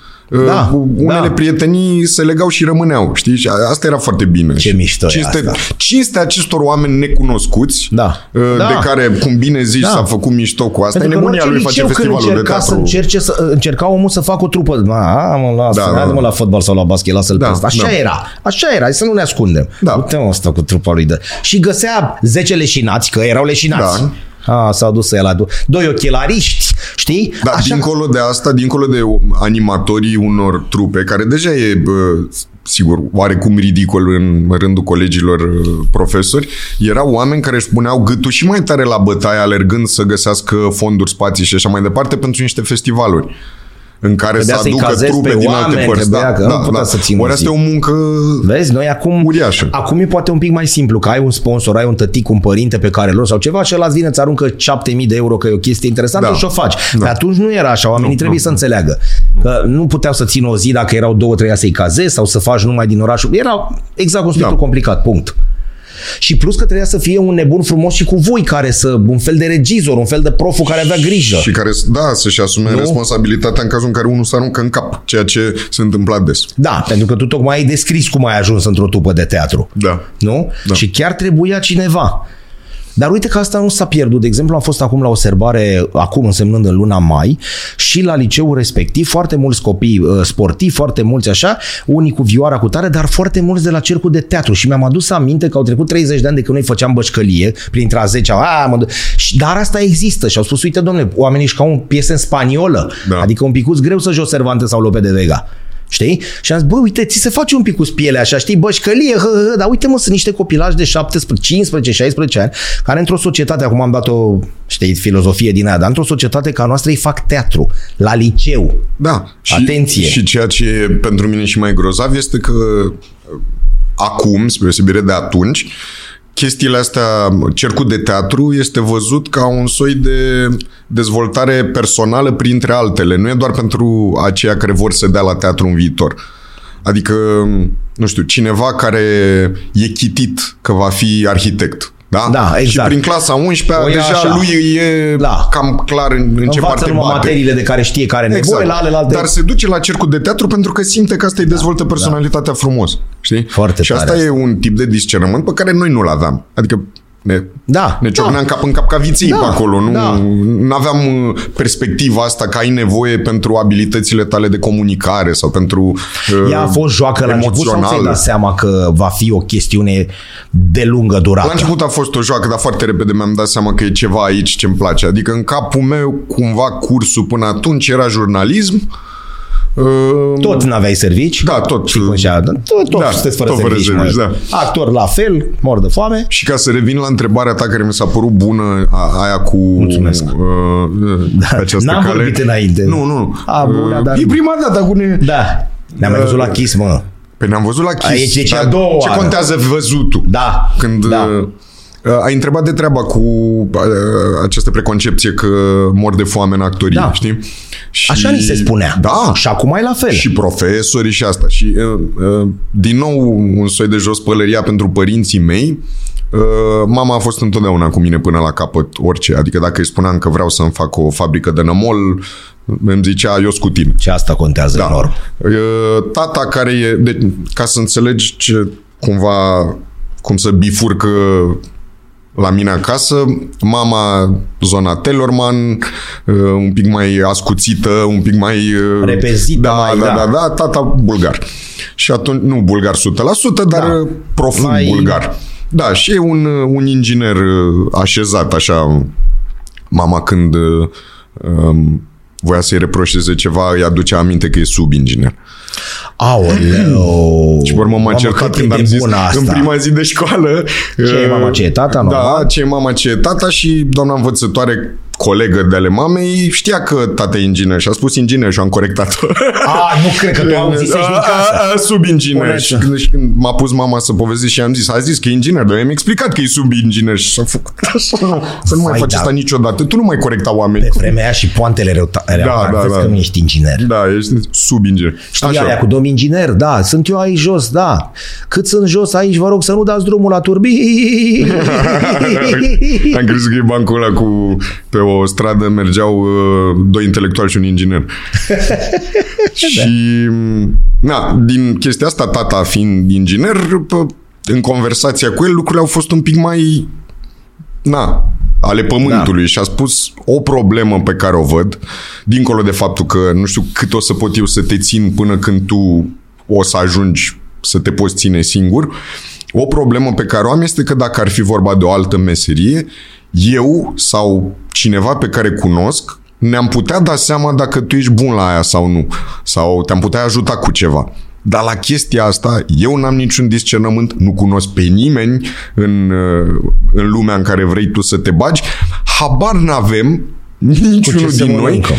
Speaker 1: Da,
Speaker 2: Uh, Unele
Speaker 1: da.
Speaker 2: prietenii se legau și rămâneau, știi? Și a- asta era foarte bine.
Speaker 1: Ce
Speaker 2: Și
Speaker 1: mișto e
Speaker 2: cinste,
Speaker 1: asta.
Speaker 2: Cinstea acestor oameni necunoscuți,
Speaker 1: Da.
Speaker 2: uh,
Speaker 1: Da.
Speaker 2: de care, cum bine zici,
Speaker 1: Da.
Speaker 2: s-a făcut mișto cu asta.
Speaker 1: Pentru
Speaker 2: e
Speaker 1: că în
Speaker 2: nebunia
Speaker 1: orice
Speaker 2: lui face
Speaker 1: liceu când
Speaker 2: festivalul de
Speaker 1: încerca
Speaker 2: teatru.
Speaker 1: să încerce să, încerca omul să facă o trupă. Ma, mă, lasă,
Speaker 2: Da,
Speaker 1: da,
Speaker 2: da,
Speaker 1: mă
Speaker 2: da.
Speaker 1: la fotbal sau la basket, lasă-l
Speaker 2: Da,
Speaker 1: da, pe ăsta. Așa
Speaker 2: da.
Speaker 1: era. Așa era, hai să nu ne ascundem.
Speaker 2: Da.
Speaker 1: Uite mă ăsta cu trupa lui. De... Și găsea 10 leșinați, că erau leșinați.
Speaker 2: Da.
Speaker 1: A, s-a dus ăia la du- doi ochelariști, știi?
Speaker 2: Dar Așa... dincolo de asta, dincolo de animatorii unor trupe, care deja e, bă, sigur, oarecum ridicol în rândul colegilor uh, profesori, erau oameni care își puneau gâtul și mai tare la bătaie, alergând să găsească fonduri, spații și așa mai departe pentru niște festivaluri în care să
Speaker 1: Trebuia să-i
Speaker 2: aducă
Speaker 1: cazezi
Speaker 2: trupe
Speaker 1: pe
Speaker 2: din alte
Speaker 1: oameni,
Speaker 2: părți. Da,
Speaker 1: trebuia că nu putea să țină
Speaker 2: Ori
Speaker 1: zi. Da,
Speaker 2: asta e o muncă...
Speaker 1: Vezi, noi acum...
Speaker 2: Uriașă.
Speaker 1: Acum e poate un pic mai simplu, că ai un sponsor, ai un tătic, un părinte pe care lor sau ceva și ăla îți vine, îți aruncă 7000 de euro, că e o chestie interesantă
Speaker 2: Da.
Speaker 1: da. și o faci. Da. Pe atunci nu era așa, oamenii trebuie să înțeleagă. Că nu puteau să țină o zi dacă erau două, trei să-i cazezi sau să faci numai din orașul. Era exact un spectru
Speaker 2: Da.
Speaker 1: da. complicat, punct. Și plus că trebuia să fie un nebun frumos și cu voi care să, un fel de regizor, un fel de profu care avea grijă.
Speaker 2: Și care, da, să-și asume nu? responsabilitatea în cazul în care unul se aruncă în cap, ceea ce se întâmpla des.
Speaker 1: Da, pentru că tu tocmai ai descris cum ai ajuns într-o tupă de teatru.
Speaker 2: Da.
Speaker 1: Nu?
Speaker 2: Da.
Speaker 1: Da. Și chiar trebuia cineva. Dar uite că asta nu s-a pierdut. De exemplu, am fost acum la o serbare, acum însemnând în luna mai, și la liceul respectiv, foarte mulți copii uh, sportivi, foarte mulți așa, unii cu vioara cu tare, dar foarte mulți de la cercul de teatru. Și mi-am adus aminte că au trecut 30 de ani de când noi făceam bășcălie, printre a 10 a, mă duc. Și- Dar asta există și au spus, uite, domnule, oamenii își ca un piesă în spaniolă, da.
Speaker 2: Da.
Speaker 1: adică un picuț greu să joci Cervantes sau Lope de Vega. Știi? Și am zis, bă, uite, ți se face un pic cu pielea așa, știi, bășcălie, hă, hă, hă, dar uite mă, sunt niște copilași de 17, 15, 16 ani, care într-o societate, acum am dat o, știi, filozofie din aia, dar într-o societate ca a noastră ei fac teatru, la liceu.
Speaker 2: Da. Și,
Speaker 1: Atenție!
Speaker 2: Și ceea ce e pentru mine și mai grozav este că uh, acum, spre deosebire de atunci, chestiile astea, cercul de teatru este văzut ca un soi de dezvoltare personală printre altele. Nu e doar pentru aceia care vor să dea la teatru în viitor. Adică, nu știu, cineva care e chitit că va fi arhitect. Da?
Speaker 1: Da,
Speaker 2: Și
Speaker 1: exact.
Speaker 2: prin clasa 11-a
Speaker 1: O ia
Speaker 2: deja
Speaker 1: așa.
Speaker 2: lui e
Speaker 1: Da.
Speaker 2: cam clar în, în ce
Speaker 1: Învață
Speaker 2: parte
Speaker 1: numai
Speaker 2: bate.
Speaker 1: materiile de care știe care are nevoie, la Da. alelalte.
Speaker 2: Exact. Dar se duce la cercul de teatru pentru că simte că asta îi dezvoltă personalitatea frumos. Știi?
Speaker 1: Foarte
Speaker 2: și asta
Speaker 1: tare
Speaker 2: e un tip de discernământ pe care noi nu-l aveam. Adică ne,
Speaker 1: Da,
Speaker 2: ne ciocneam cap în cap ca viței
Speaker 1: Da,
Speaker 2: pe acolo. Nu
Speaker 1: da.
Speaker 2: aveam perspectiva asta că ai nevoie pentru abilitățile tale de comunicare sau pentru uh,
Speaker 1: Ea a fost joacă la început sau ți-ai
Speaker 2: emoțională.
Speaker 1: dat seama că va fi o chestiune de lungă
Speaker 2: La
Speaker 1: durată?
Speaker 2: început a fost o joacă, dar foarte repede mi-am dat seama că e ceva aici ce-mi place. Adică în capul meu, cumva, cursul până atunci era jurnalism. Uh,
Speaker 1: Tot n-aveai servici?
Speaker 2: Da, tot.
Speaker 1: Știi cum și-a- Tot, tot
Speaker 2: Da,
Speaker 1: sunteți fără
Speaker 2: tot fără
Speaker 1: servici.
Speaker 2: servici, da.
Speaker 1: mă. Actor la fel, mor de foame.
Speaker 2: Și ca să revin la întrebarea ta care mi s-a părut bună, a, aia cu
Speaker 1: Mulțumesc.
Speaker 2: Uh, da, această
Speaker 1: n-am
Speaker 2: cale.
Speaker 1: vorbit înainte.
Speaker 2: Nu, nu, nu.
Speaker 1: A, bună,
Speaker 2: Uh,
Speaker 1: dar-
Speaker 2: E prima dată cu ne...
Speaker 1: Da. Ne-am mai văzut la Kiss, mă.
Speaker 2: Păi ne-am văzut la Kiss.
Speaker 1: Aici e cea
Speaker 2: dar
Speaker 1: a doua
Speaker 2: Ce
Speaker 1: oară.
Speaker 2: contează văzutul?
Speaker 1: Da.
Speaker 2: Când
Speaker 1: Da.
Speaker 2: uh, uh, ai întrebat de treaba cu uh, această preconcepție că mor de foame în actorie,
Speaker 1: Da.
Speaker 2: știi? Și...
Speaker 1: Așa ni se spunea.
Speaker 2: Da.
Speaker 1: Și acum e la fel.
Speaker 2: Și profesorii și asta. Și uh, uh, din nou un soi de jos pălăria pentru părinții mei. Uh, Mama a fost întotdeauna cu mine până la capăt orice. Adică dacă îi spuneam că vreau să-mi fac o fabrică de nămol, îmi zicea eu cu tine.
Speaker 1: Și asta contează da. enorm.
Speaker 2: Uh, Tata care e... De, ca să înțelegi ce, cumva cum să bifurcă la mine acasă, mama zona Telorman, uh, un pic mai ascuțită, un pic mai... uh,
Speaker 1: Repezită
Speaker 2: da,
Speaker 1: mai,
Speaker 2: da,
Speaker 1: da.
Speaker 2: da, da, tata bulgar. Și atunci, nu bulgar 100%, dar
Speaker 1: Da.
Speaker 2: da. profund
Speaker 1: Mai-
Speaker 2: mai... bulgar. Da, și e un, un inginer uh, așezat, așa, mama când uh, um, voia să-i reproșeze ceva, îi aducea aminte că e subinginer.
Speaker 1: Aoleu.
Speaker 2: Și pe urmă m-a
Speaker 1: Mamă,
Speaker 2: certat
Speaker 1: cât e
Speaker 2: când
Speaker 1: de
Speaker 2: am zis
Speaker 1: bună asta.
Speaker 2: în prima zi de școală.
Speaker 1: Ce e
Speaker 2: uh,
Speaker 1: mama, ce e tata, normal?
Speaker 2: Da, ce e mama, ce e tata și doamna învățătoare colegă de ale mamei știa că tata e inginer și a spus inginer și am corectat-o.
Speaker 1: A, nu cred că tu auzisești
Speaker 2: Da.
Speaker 1: din casă.
Speaker 2: A, a, Sub
Speaker 1: Bună
Speaker 2: inginer. Și când, și când m-a pus mama să povestesc și am zis, a zis că e inginer, dar mi-a explicat că e sub inginer și s-a făcut așa. nu, Să nu
Speaker 1: Vai,
Speaker 2: mai faci
Speaker 1: da.
Speaker 2: asta niciodată. Tu nu mai corecta oamenii.
Speaker 1: Vremea aia și poantele erau ta- erau
Speaker 2: Da,
Speaker 1: tari,
Speaker 2: da,
Speaker 1: vezi
Speaker 2: da.
Speaker 1: că nu ești inginer.
Speaker 2: Da, ești sub inginer.
Speaker 1: Știi aia cu domn inginer, da, sunt eu aici jos, da. Cât sunt jos aici, vă rog să nu dați drumul la turbii.
Speaker 2: Am crezut că e bancul ăla cu... Pe o stradă mergeau uh, doi intelectuali și un inginer. și... Na, din chestia asta, tata fiind inginer, pă, în conversația cu el, lucrurile au fost un pic mai... Na, ale pământului da. și a spus o problemă pe care o văd, dincolo de faptul că nu știu cât o să pot eu să te țin până când tu o să ajungi să te poți ține singur, o problemă pe care o am este că dacă ar fi vorba de o altă meserie, eu sau cineva pe care cunosc ne-am putea da seama dacă tu ești bun la aia sau nu, sau te-am putea ajuta cu ceva. Dar la chestia asta, eu n-am niciun discernământ, nu cunosc pe nimeni în, uh, în lumea în care vrei tu să te bagi, habar n-avem niciunul
Speaker 1: se
Speaker 2: din noi
Speaker 1: mănâncă?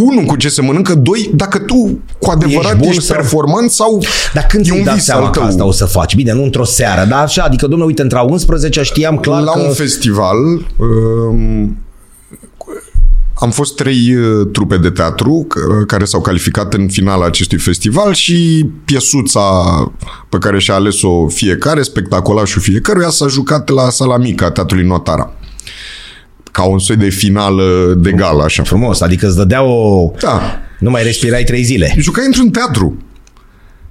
Speaker 2: unul cu ce se mănâncă, doi, dacă tu cu adevărat
Speaker 1: Ești
Speaker 2: ești,
Speaker 1: bun
Speaker 2: ești
Speaker 1: sau-
Speaker 2: performant sau
Speaker 1: Dar când
Speaker 2: e
Speaker 1: ți-ai
Speaker 2: un
Speaker 1: dat
Speaker 2: vis
Speaker 1: seama
Speaker 2: al
Speaker 1: că
Speaker 2: tău.
Speaker 1: asta o să faci? Bine, nu într-o seară, dar așa, adică, domnule, uite, într-a 11 știam clar
Speaker 2: la
Speaker 1: că...
Speaker 2: un festival um, am fost trei uh, trupe de teatru c- care s-au calificat în finala acestui festival și piesuța pe care și-a ales-o fiecare, spectacolașul fiecăruia, s-a jucat la sala mică a Teatrului Notara. Ca un soi de finală de gală, așa.
Speaker 1: Frumos, adică îți dădea o...
Speaker 2: Da.
Speaker 1: Nu mai respirai trei zile.
Speaker 2: Jucai într-un teatru.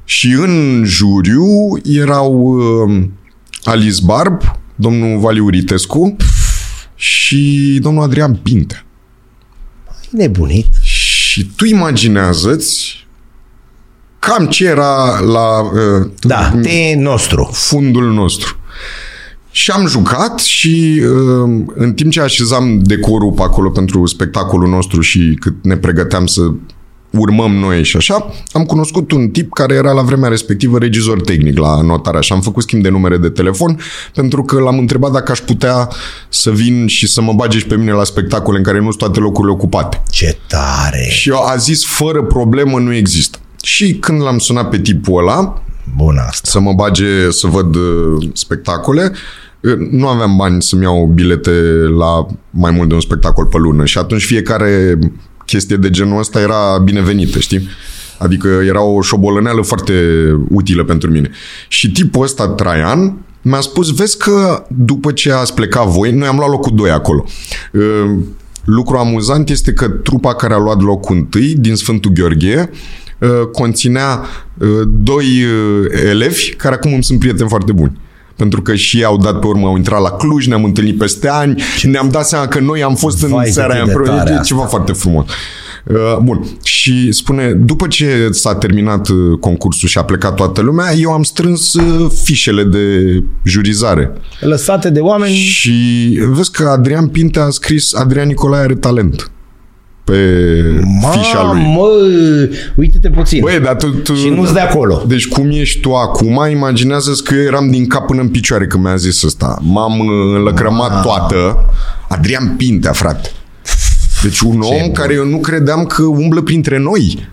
Speaker 2: Și în juriu erau uh, Alice Barb, domnul Valiu Ritescu și domnul Adrian Pintea.
Speaker 1: Nebunit.
Speaker 2: Și tu imaginează-ți cam ce era la uh,
Speaker 1: Da, te nostru.
Speaker 2: fundul nostru. Și am jucat și uh, în timp ce așezam decorul pe acolo pentru spectacolul nostru și cât ne pregăteam să urmăm noi și așa, am cunoscut un tip care era la vremea respectivă regizor tehnic la notarea și am făcut schimb de numere de telefon pentru că l-am întrebat dacă aș putea să vin și să mă bage și pe mine la spectacole în care nu sunt toate locurile ocupate.
Speaker 1: Ce tare.
Speaker 2: Și eu a zis, fără problemă, nu există. Și când l-am sunat pe tipul ăla,
Speaker 1: Bun asta.
Speaker 2: să mă bage să văd uh, spectacole. Uh, Nu aveam bani să-mi iau bilete la mai mult de un spectacol pe lună și atunci fiecare chestie de genul ăsta era binevenită, știi? Adică era o șobolăneală foarte utilă pentru mine. Și tipul ăsta, Traian, mi-a spus, vezi că după ce ați plecat voi, noi am luat locul 2 acolo. Uh, Lucru amuzant este că trupa care a luat locul întâi din Sfântul Gheorghe uh, conținea uh, doi uh, elevi care acum îmi sunt prieteni foarte buni. Pentru că și ei au dat pe urmă, au intrat la Cluj, ne-am întâlnit peste ani, ne-am dat seama că noi am fost în
Speaker 1: Vai, cât
Speaker 2: țara
Speaker 1: e
Speaker 2: aia
Speaker 1: de
Speaker 2: împreună.
Speaker 1: tare
Speaker 2: E
Speaker 1: asta.
Speaker 2: ceva foarte frumos. Uh, Bun. Și spune, după ce s-a terminat uh, concursul și a plecat toată lumea, eu am strâns uh, fișele de jurizare.
Speaker 1: Lăsate de oameni.
Speaker 2: Și vezi că Adrian Pintea a scris Adrian Nicolae are talent pe fișa lui.
Speaker 1: Mamă, uite-te puțin.
Speaker 2: Băi, dar tu, tu...
Speaker 1: și nu-ți de acolo.
Speaker 2: Deci cum ești tu acum, imaginează-ți că eu eram din cap până în picioare când mi-a zis asta. M-am uh, înlăcrămat toată. Adrian Pintea, frate. Deci un om care eu nu credeam că umblă printre noi.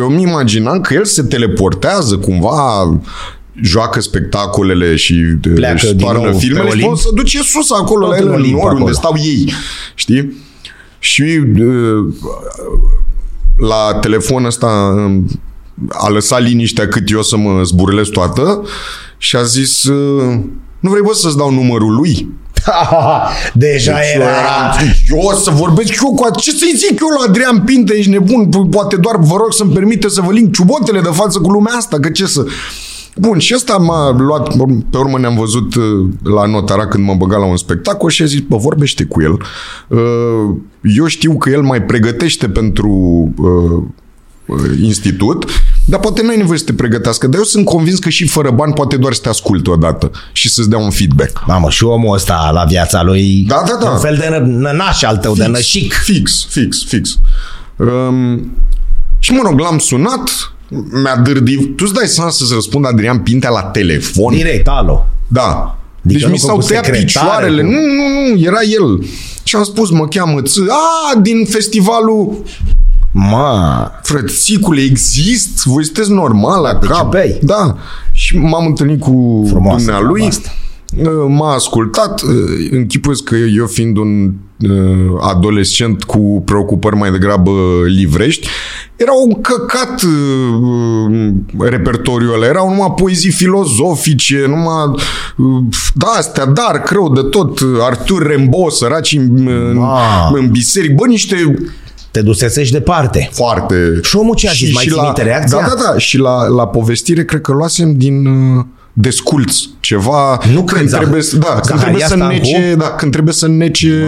Speaker 2: Eu mi imaginam că el se teleportează cumva joacă spectacolele și
Speaker 1: Pleacă
Speaker 2: își
Speaker 1: din nou
Speaker 2: toarnă
Speaker 1: pe
Speaker 2: filmele și
Speaker 1: Olimp.
Speaker 2: tot se duce sus acolo
Speaker 1: Tot
Speaker 2: la ele
Speaker 1: în
Speaker 2: în
Speaker 1: Olimp
Speaker 2: nor, unde
Speaker 1: acolo.
Speaker 2: stau ei. Știi? Și uh, la telefon ăsta um, a lăsat liniștea cât eu să mă zburlesc toată și a zis uh, nu vrei bă să-ți dau numărul lui?
Speaker 1: Da, Deja
Speaker 2: Deci eu,
Speaker 1: era.
Speaker 2: eram, eu o să vorbesc și eu cu ce să-i zic eu la Adrian Pinte, ești nebun, Po- poate doar vă rog să-mi permite să vă ling ciubotele de față cu lumea asta, că ce să... Bun, și ăsta m-a luat, pe urmă ne-am văzut uh, la notara când mă băga la un spectacol și a zis, bă, vorbește cu el. Uh, Eu știu că el mai pregătește pentru uh, uh, institut, dar poate n-ai nevoie să te pregătească, dar eu sunt convins că și fără bani poate doar să te asculte odată și să-ți dea un feedback.
Speaker 1: Mamă, și omul ăsta la viața lui
Speaker 2: Da, da, da.
Speaker 1: Un fel de nă- nănaș al tău, de nășic
Speaker 2: Fix, fix, fix. Um, și mă rog, l-am sunat, mi-a dârdit. Tu îți dai seama să-ți răspund Adrian Pintea la telefon?
Speaker 1: Direct, alo
Speaker 2: Da.
Speaker 1: Adică
Speaker 2: Deci
Speaker 1: nu
Speaker 2: mi
Speaker 1: că
Speaker 2: s-au
Speaker 1: cu
Speaker 2: tăiat
Speaker 1: secretare,
Speaker 2: picioarele.
Speaker 1: cu-
Speaker 2: Nu, nu, nu, era el. Și am spus, mă cheamă ți, a, din festivalul
Speaker 1: Ma,
Speaker 2: frățicule, exist? Voi sunteți normal la cap?
Speaker 1: Participei.
Speaker 2: Da. Și m-am întâlnit cu
Speaker 1: Frumoasă
Speaker 2: dumnealui. Uh,
Speaker 1: treaba asta.
Speaker 2: M-a ascultat. uh, Închipuiesc că eu fiind un uh, adolescent cu preocupări mai degrabă livrești, era un căcat uh, repertoriul ăla. Erau numai poezii filozofice, numai uh, da, astea, dar rău de tot. uh, Artur Rembo, săraci în, în,
Speaker 1: Ma.
Speaker 2: în biserică. Bă, niște
Speaker 1: te dusesești departe
Speaker 2: foarte...
Speaker 1: Și omul ce a zis? Mai ții minte reacția?
Speaker 2: Da, da, da. Și la, la povestire cred că luasem din uh, desculț ceva
Speaker 1: Nu cred,
Speaker 2: când
Speaker 1: Zah-
Speaker 2: trebuie, să- da, când
Speaker 1: Zaharia
Speaker 2: trebuie să
Speaker 1: Stancu?
Speaker 2: nece, da, când trebuie să nece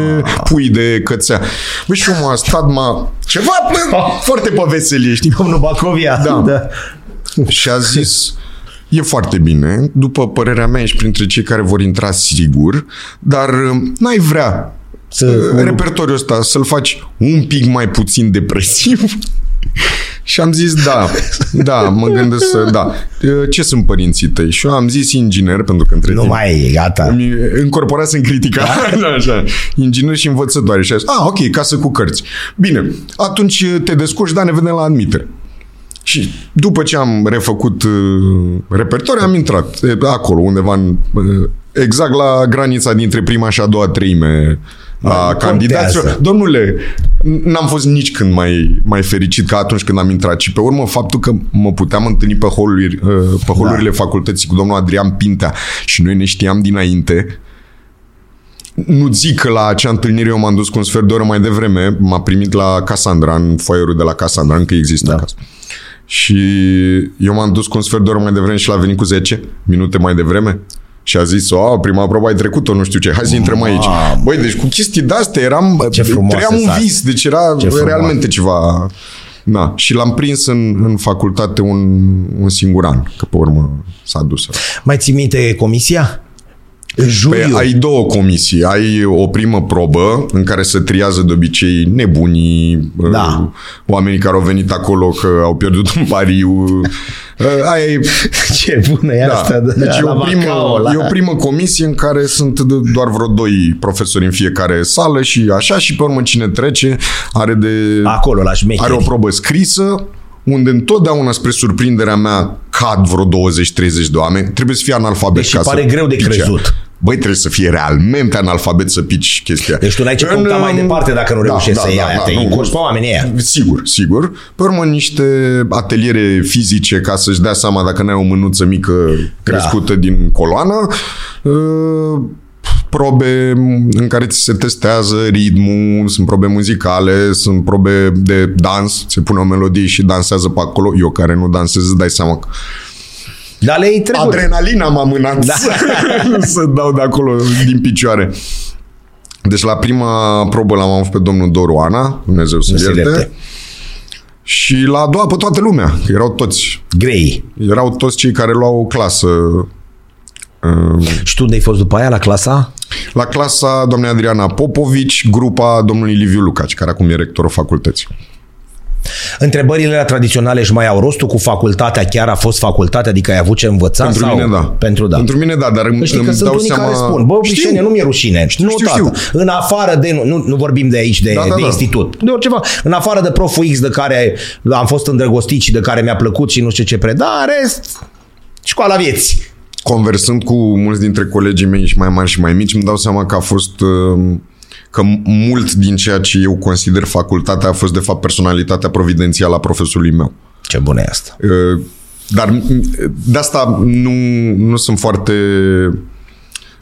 Speaker 2: pui de cățea. Bă, și omul a stat, m-a, ceva bă, foarte pe veselie, știi?
Speaker 1: Domnul Bacovia
Speaker 2: Da.
Speaker 1: da.
Speaker 2: Și a zis, e foarte bine, după părerea mea ești printre cei care vor intra sigur, dar uh, n-ai vrea Eh,
Speaker 1: Să,
Speaker 2: repertoriul ăsta, să-l faci un pic mai puțin depresiv. Și am zis, da, da, mă gândesc să, da. Ce sunt părinții tăi? Și eu am zis inginer, pentru că între
Speaker 1: nu
Speaker 2: timp
Speaker 1: mai e, gata
Speaker 2: îmi încorporat în critica. Da? Așa. Inginer și învățătoare. Și a zis, a, ok, casă cu cărți. Bine, atunci te descurci, dar ne vedem la admitere. Și după ce am refăcut uh, repertoriu, am intrat e, acolo, undeva în, uh, exact la granița dintre prima și a doua treime a candidaților.
Speaker 1: contează.
Speaker 2: Domnule, n- n-am fost nici când mai, mai fericit ca atunci când am intrat. Și pe urmă, faptul că mă puteam întâlni pe, holuri, uh, pe holurile da. facultății cu domnul Adrian Pintea și noi ne știam dinainte, nu zic că la acea întâlnire eu m-am dus cu un sfert de oră mai devreme, m-a primit la Cassandra, în foierul de la Cassandra, încă există da. acasă. Și eu m-am dus cu un sfert de oră mai devreme și l-a venit cu 10 minute mai devreme. Și a zis, a, prima probă ai trecut-o, nu știu ce, hai să intrăm aici. Băi, deci cu chestii de-astea eram,
Speaker 1: Ce frumoase
Speaker 2: trăiam un
Speaker 1: sate.
Speaker 2: vis, deci era
Speaker 1: Ce frumoase.
Speaker 2: realmente ceva. Na, și l-am prins în, în facultate un, un singur an, că pe urmă s-a dus.
Speaker 1: Mai ții minte comisia? În
Speaker 2: Păi,
Speaker 1: juliu.
Speaker 2: ai două comisii. Ai o primă probă în care se triază de obicei nebunii,
Speaker 1: Da.
Speaker 2: uh, oamenii care au venit acolo că au pierdut un pariu. Uh, Aia e
Speaker 1: Ce bună e
Speaker 2: Da.
Speaker 1: asta.
Speaker 2: Deci e
Speaker 1: la
Speaker 2: o, primă,
Speaker 1: Bacău, la...
Speaker 2: e o primă comisie în care sunt de- doar vreo doi profesori în fiecare sală și așa și pe urmă cine trece are de
Speaker 1: Acolo, la șmecheri.
Speaker 2: are o probă scrisă unde întotdeauna spre surprinderea mea cad vreo 20-30 de oameni. Trebuie să fie analfabet
Speaker 1: Deci
Speaker 2: ca
Speaker 1: pare
Speaker 2: să
Speaker 1: greu de
Speaker 2: pice.
Speaker 1: crezut.
Speaker 2: Băi, trebuie să fie realmente analfabet să pici chestia.
Speaker 1: Deci tu n-ai ce
Speaker 2: În,
Speaker 1: căuta mai
Speaker 2: um,
Speaker 1: departe dacă nu
Speaker 2: da,
Speaker 1: reușești
Speaker 2: da,
Speaker 1: să iei
Speaker 2: da,
Speaker 1: aia.
Speaker 2: da,
Speaker 1: Te
Speaker 2: nu.
Speaker 1: încurci pe oamenii aia.
Speaker 2: Sigur, sigur. Pe urmă niște ateliere fizice ca să-și dea seama dacă n-ai o mânuță mică crescută din coloană. Uh, Probe în care ți se testează ritmul, sunt probe muzicale, sunt probe de dans, se pune o melodie și dansează pe acolo. Eu care nu dansez, îți dai seama că
Speaker 1: Dar le-ai trecut.
Speaker 2: adrenalina m-a mânat da. să, să dau de acolo din picioare. Deci la prima probă l-am avut pe domnul Doruana, Dumnezeu să-l
Speaker 1: Să-l
Speaker 2: ierte.
Speaker 1: ierte.
Speaker 2: Și la a doua pe toată lumea, că erau toți.
Speaker 1: Grei.
Speaker 2: Erau toți cei care luau o clasă. Um,
Speaker 1: Și tu unde ai fost după aia, la clasa?
Speaker 2: La clasa doamnei Adriana Popovici, grupa domnului Liviu Lucaci, care acum e rectorul facultății.
Speaker 1: Da, Întrebările alea tradiționale își mai au rostul cu facultatea, chiar a fost facultatea, adică ai avut ce învăța?
Speaker 2: Pentru
Speaker 1: sau?
Speaker 2: mine, da.
Speaker 1: Pentru da.
Speaker 2: Pentru mine, da, dar îmi,
Speaker 1: Că Știi
Speaker 2: îmi
Speaker 1: că
Speaker 2: dau
Speaker 1: sunt unii
Speaker 2: seama...
Speaker 1: care spun, bă, Cristiane, nu mi-e rușine. Știu, nu,
Speaker 2: Știu,
Speaker 1: tată. În afară de, nu- nu, nu vorbim de aici, de, da,
Speaker 2: Da,
Speaker 1: da,
Speaker 2: da,
Speaker 1: de
Speaker 2: da.
Speaker 1: institut, de oriceva. În afară de proful X de care am fost îndrăgostit și de care mi-a plăcut și nu știu ce preda, în rest, școala vieții.
Speaker 2: conversând cu mulți dintre colegii mei și mai mari și mai mici, îmi dau seama că a fost uh, că mult din ceea ce eu consider facultatea a fost de fapt personalitatea providențială a profesorului meu.
Speaker 1: Ce bună e asta.
Speaker 2: Uh, Dar m- de asta nu, nu sunt foarte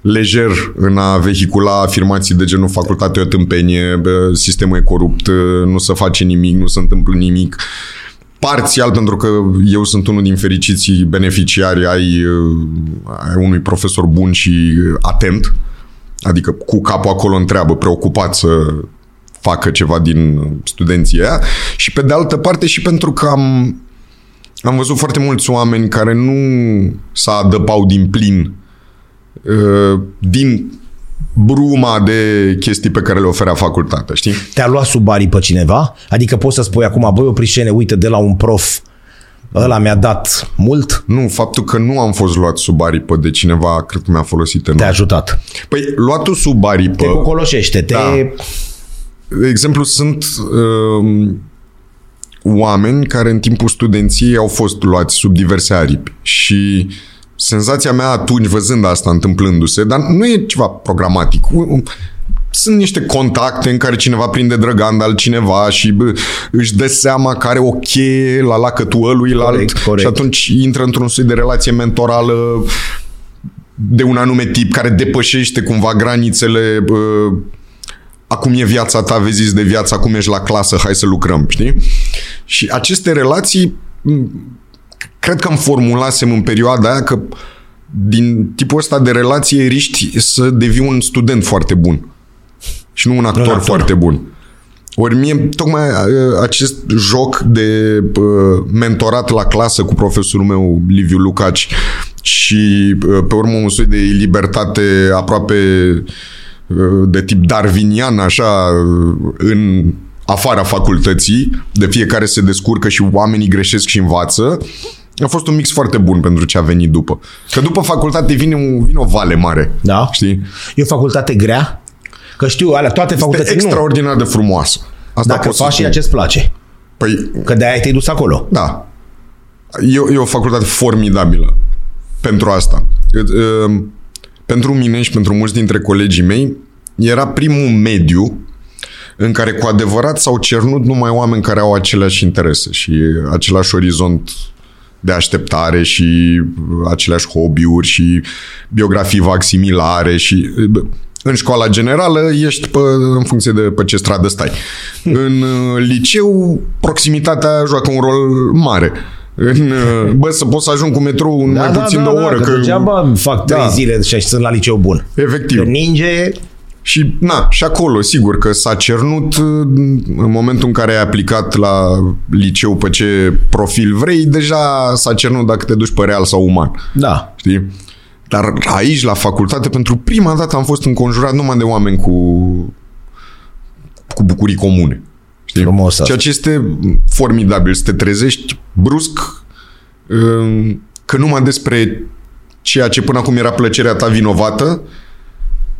Speaker 2: lejer în a vehicula afirmații de genul facultatea e o tâmpenie, bă, sistemul e corupt, uh, nu se face nimic, nu se întâmplă nimic. Parțial pentru că eu sunt unul din fericiții beneficiari ai, uh, ai unui profesor bun și uh, atent, adică cu capul acolo întreabă, preocupat să facă ceva din studenții aia și pe de altă parte și pentru că am am văzut foarte mulți oameni care nu s-a adăpau din plin uh, din bruma de chestii pe care le oferea facultatea, știi?
Speaker 1: Te-a luat sub aripi pe cineva? Adică poți să spui acum, băi, oprișene, uite, de la un prof, ăla mi-a dat mult,
Speaker 2: Nu, faptul că nu am fost luat sub aripă de cineva, cred că mi-a folosit în...
Speaker 1: te-a ajutat.
Speaker 2: Păi, luatul sub aripă...
Speaker 1: Te cocoloșește, te...
Speaker 2: Da. De exemplu, sunt uh, oameni care în timpul studenției au fost luați sub diverse aripi și senzația mea atunci, văzând asta întâmplându-se, dar nu e ceva programatic. U- u- Sunt niște contacte în care cineva prinde drăganda al cineva și bă, își dă seama că are o cheie la lacătul ăluilalt
Speaker 1: Corect, corect.
Speaker 2: și atunci intră într-un soi de relație mentorală de un anume tip care depășește cumva granițele bă, acum e viața ta, vezi zi de viață, acum ești la clasă, hai să lucrăm, știi? Și aceste relații m, cred că îmi formulasem în perioada aia că din tipul ăsta de relație riști să devii un student foarte bun și nu un actor,
Speaker 1: actor.
Speaker 2: foarte bun. Ori mie, tocmai uh, acest joc de uh, mentorat la clasă cu profesorul meu, Liviu Lucaci, și uh, pe urmă un soi de libertate aproape uh, de tip darwinian, așa, uh, în afara facultății, de fiecare se descurcă și oamenii greșesc și învață, a fost un mix foarte bun pentru ce a venit după. Că după facultate vine, un, vine o vale mare.
Speaker 1: Da.
Speaker 2: Știi?
Speaker 1: E o facultate grea? Că știu, alea, toate
Speaker 2: Este
Speaker 1: facultățile nu.
Speaker 2: extraordinar de frumoasă. Asta
Speaker 1: Dacă
Speaker 2: pot să
Speaker 1: faci
Speaker 2: spun.
Speaker 1: ceea ce îți place.
Speaker 2: Păi,
Speaker 1: Că de-aia te-ai dus acolo.
Speaker 2: Da. E, e o facultate formidabilă pentru asta. E, e, Pentru mine și pentru mulți dintre colegii mei, era primul mediu în care cu adevărat s-au cernut numai oameni care au aceleași interese și același orizont de așteptare și uh, aceleași hobby-uri și biografii vag similare și bă, în școala generală ești pe, în funcție de pe ce stradă Hm. stai. În uh, liceu proximitatea joacă un rol mare. În, uh, bă, să pot să ajung cu metrou în da, mai puțin de o oră.
Speaker 1: că,
Speaker 2: că
Speaker 1: degeaba fac trei
Speaker 2: Da.
Speaker 1: zile și sunt la liceu bun.
Speaker 2: Efectiv.
Speaker 1: Ninge,
Speaker 2: Și, na, și acolo, sigur că s-a cernut uh, în momentul în care ai aplicat la liceu pe ce profil vrei, deja s-a cernut dacă te duci pe real sau uman.
Speaker 1: da.
Speaker 2: Știi? Dar aici, la facultate, pentru prima dată am fost înconjurat numai de oameni cu, cu bucurii comune. Știi?
Speaker 1: Frumos asta.
Speaker 2: Ceea ce este formidabil, să te trezești brusc um, că numai despre ceea ce până acum era plăcerea ta vinovată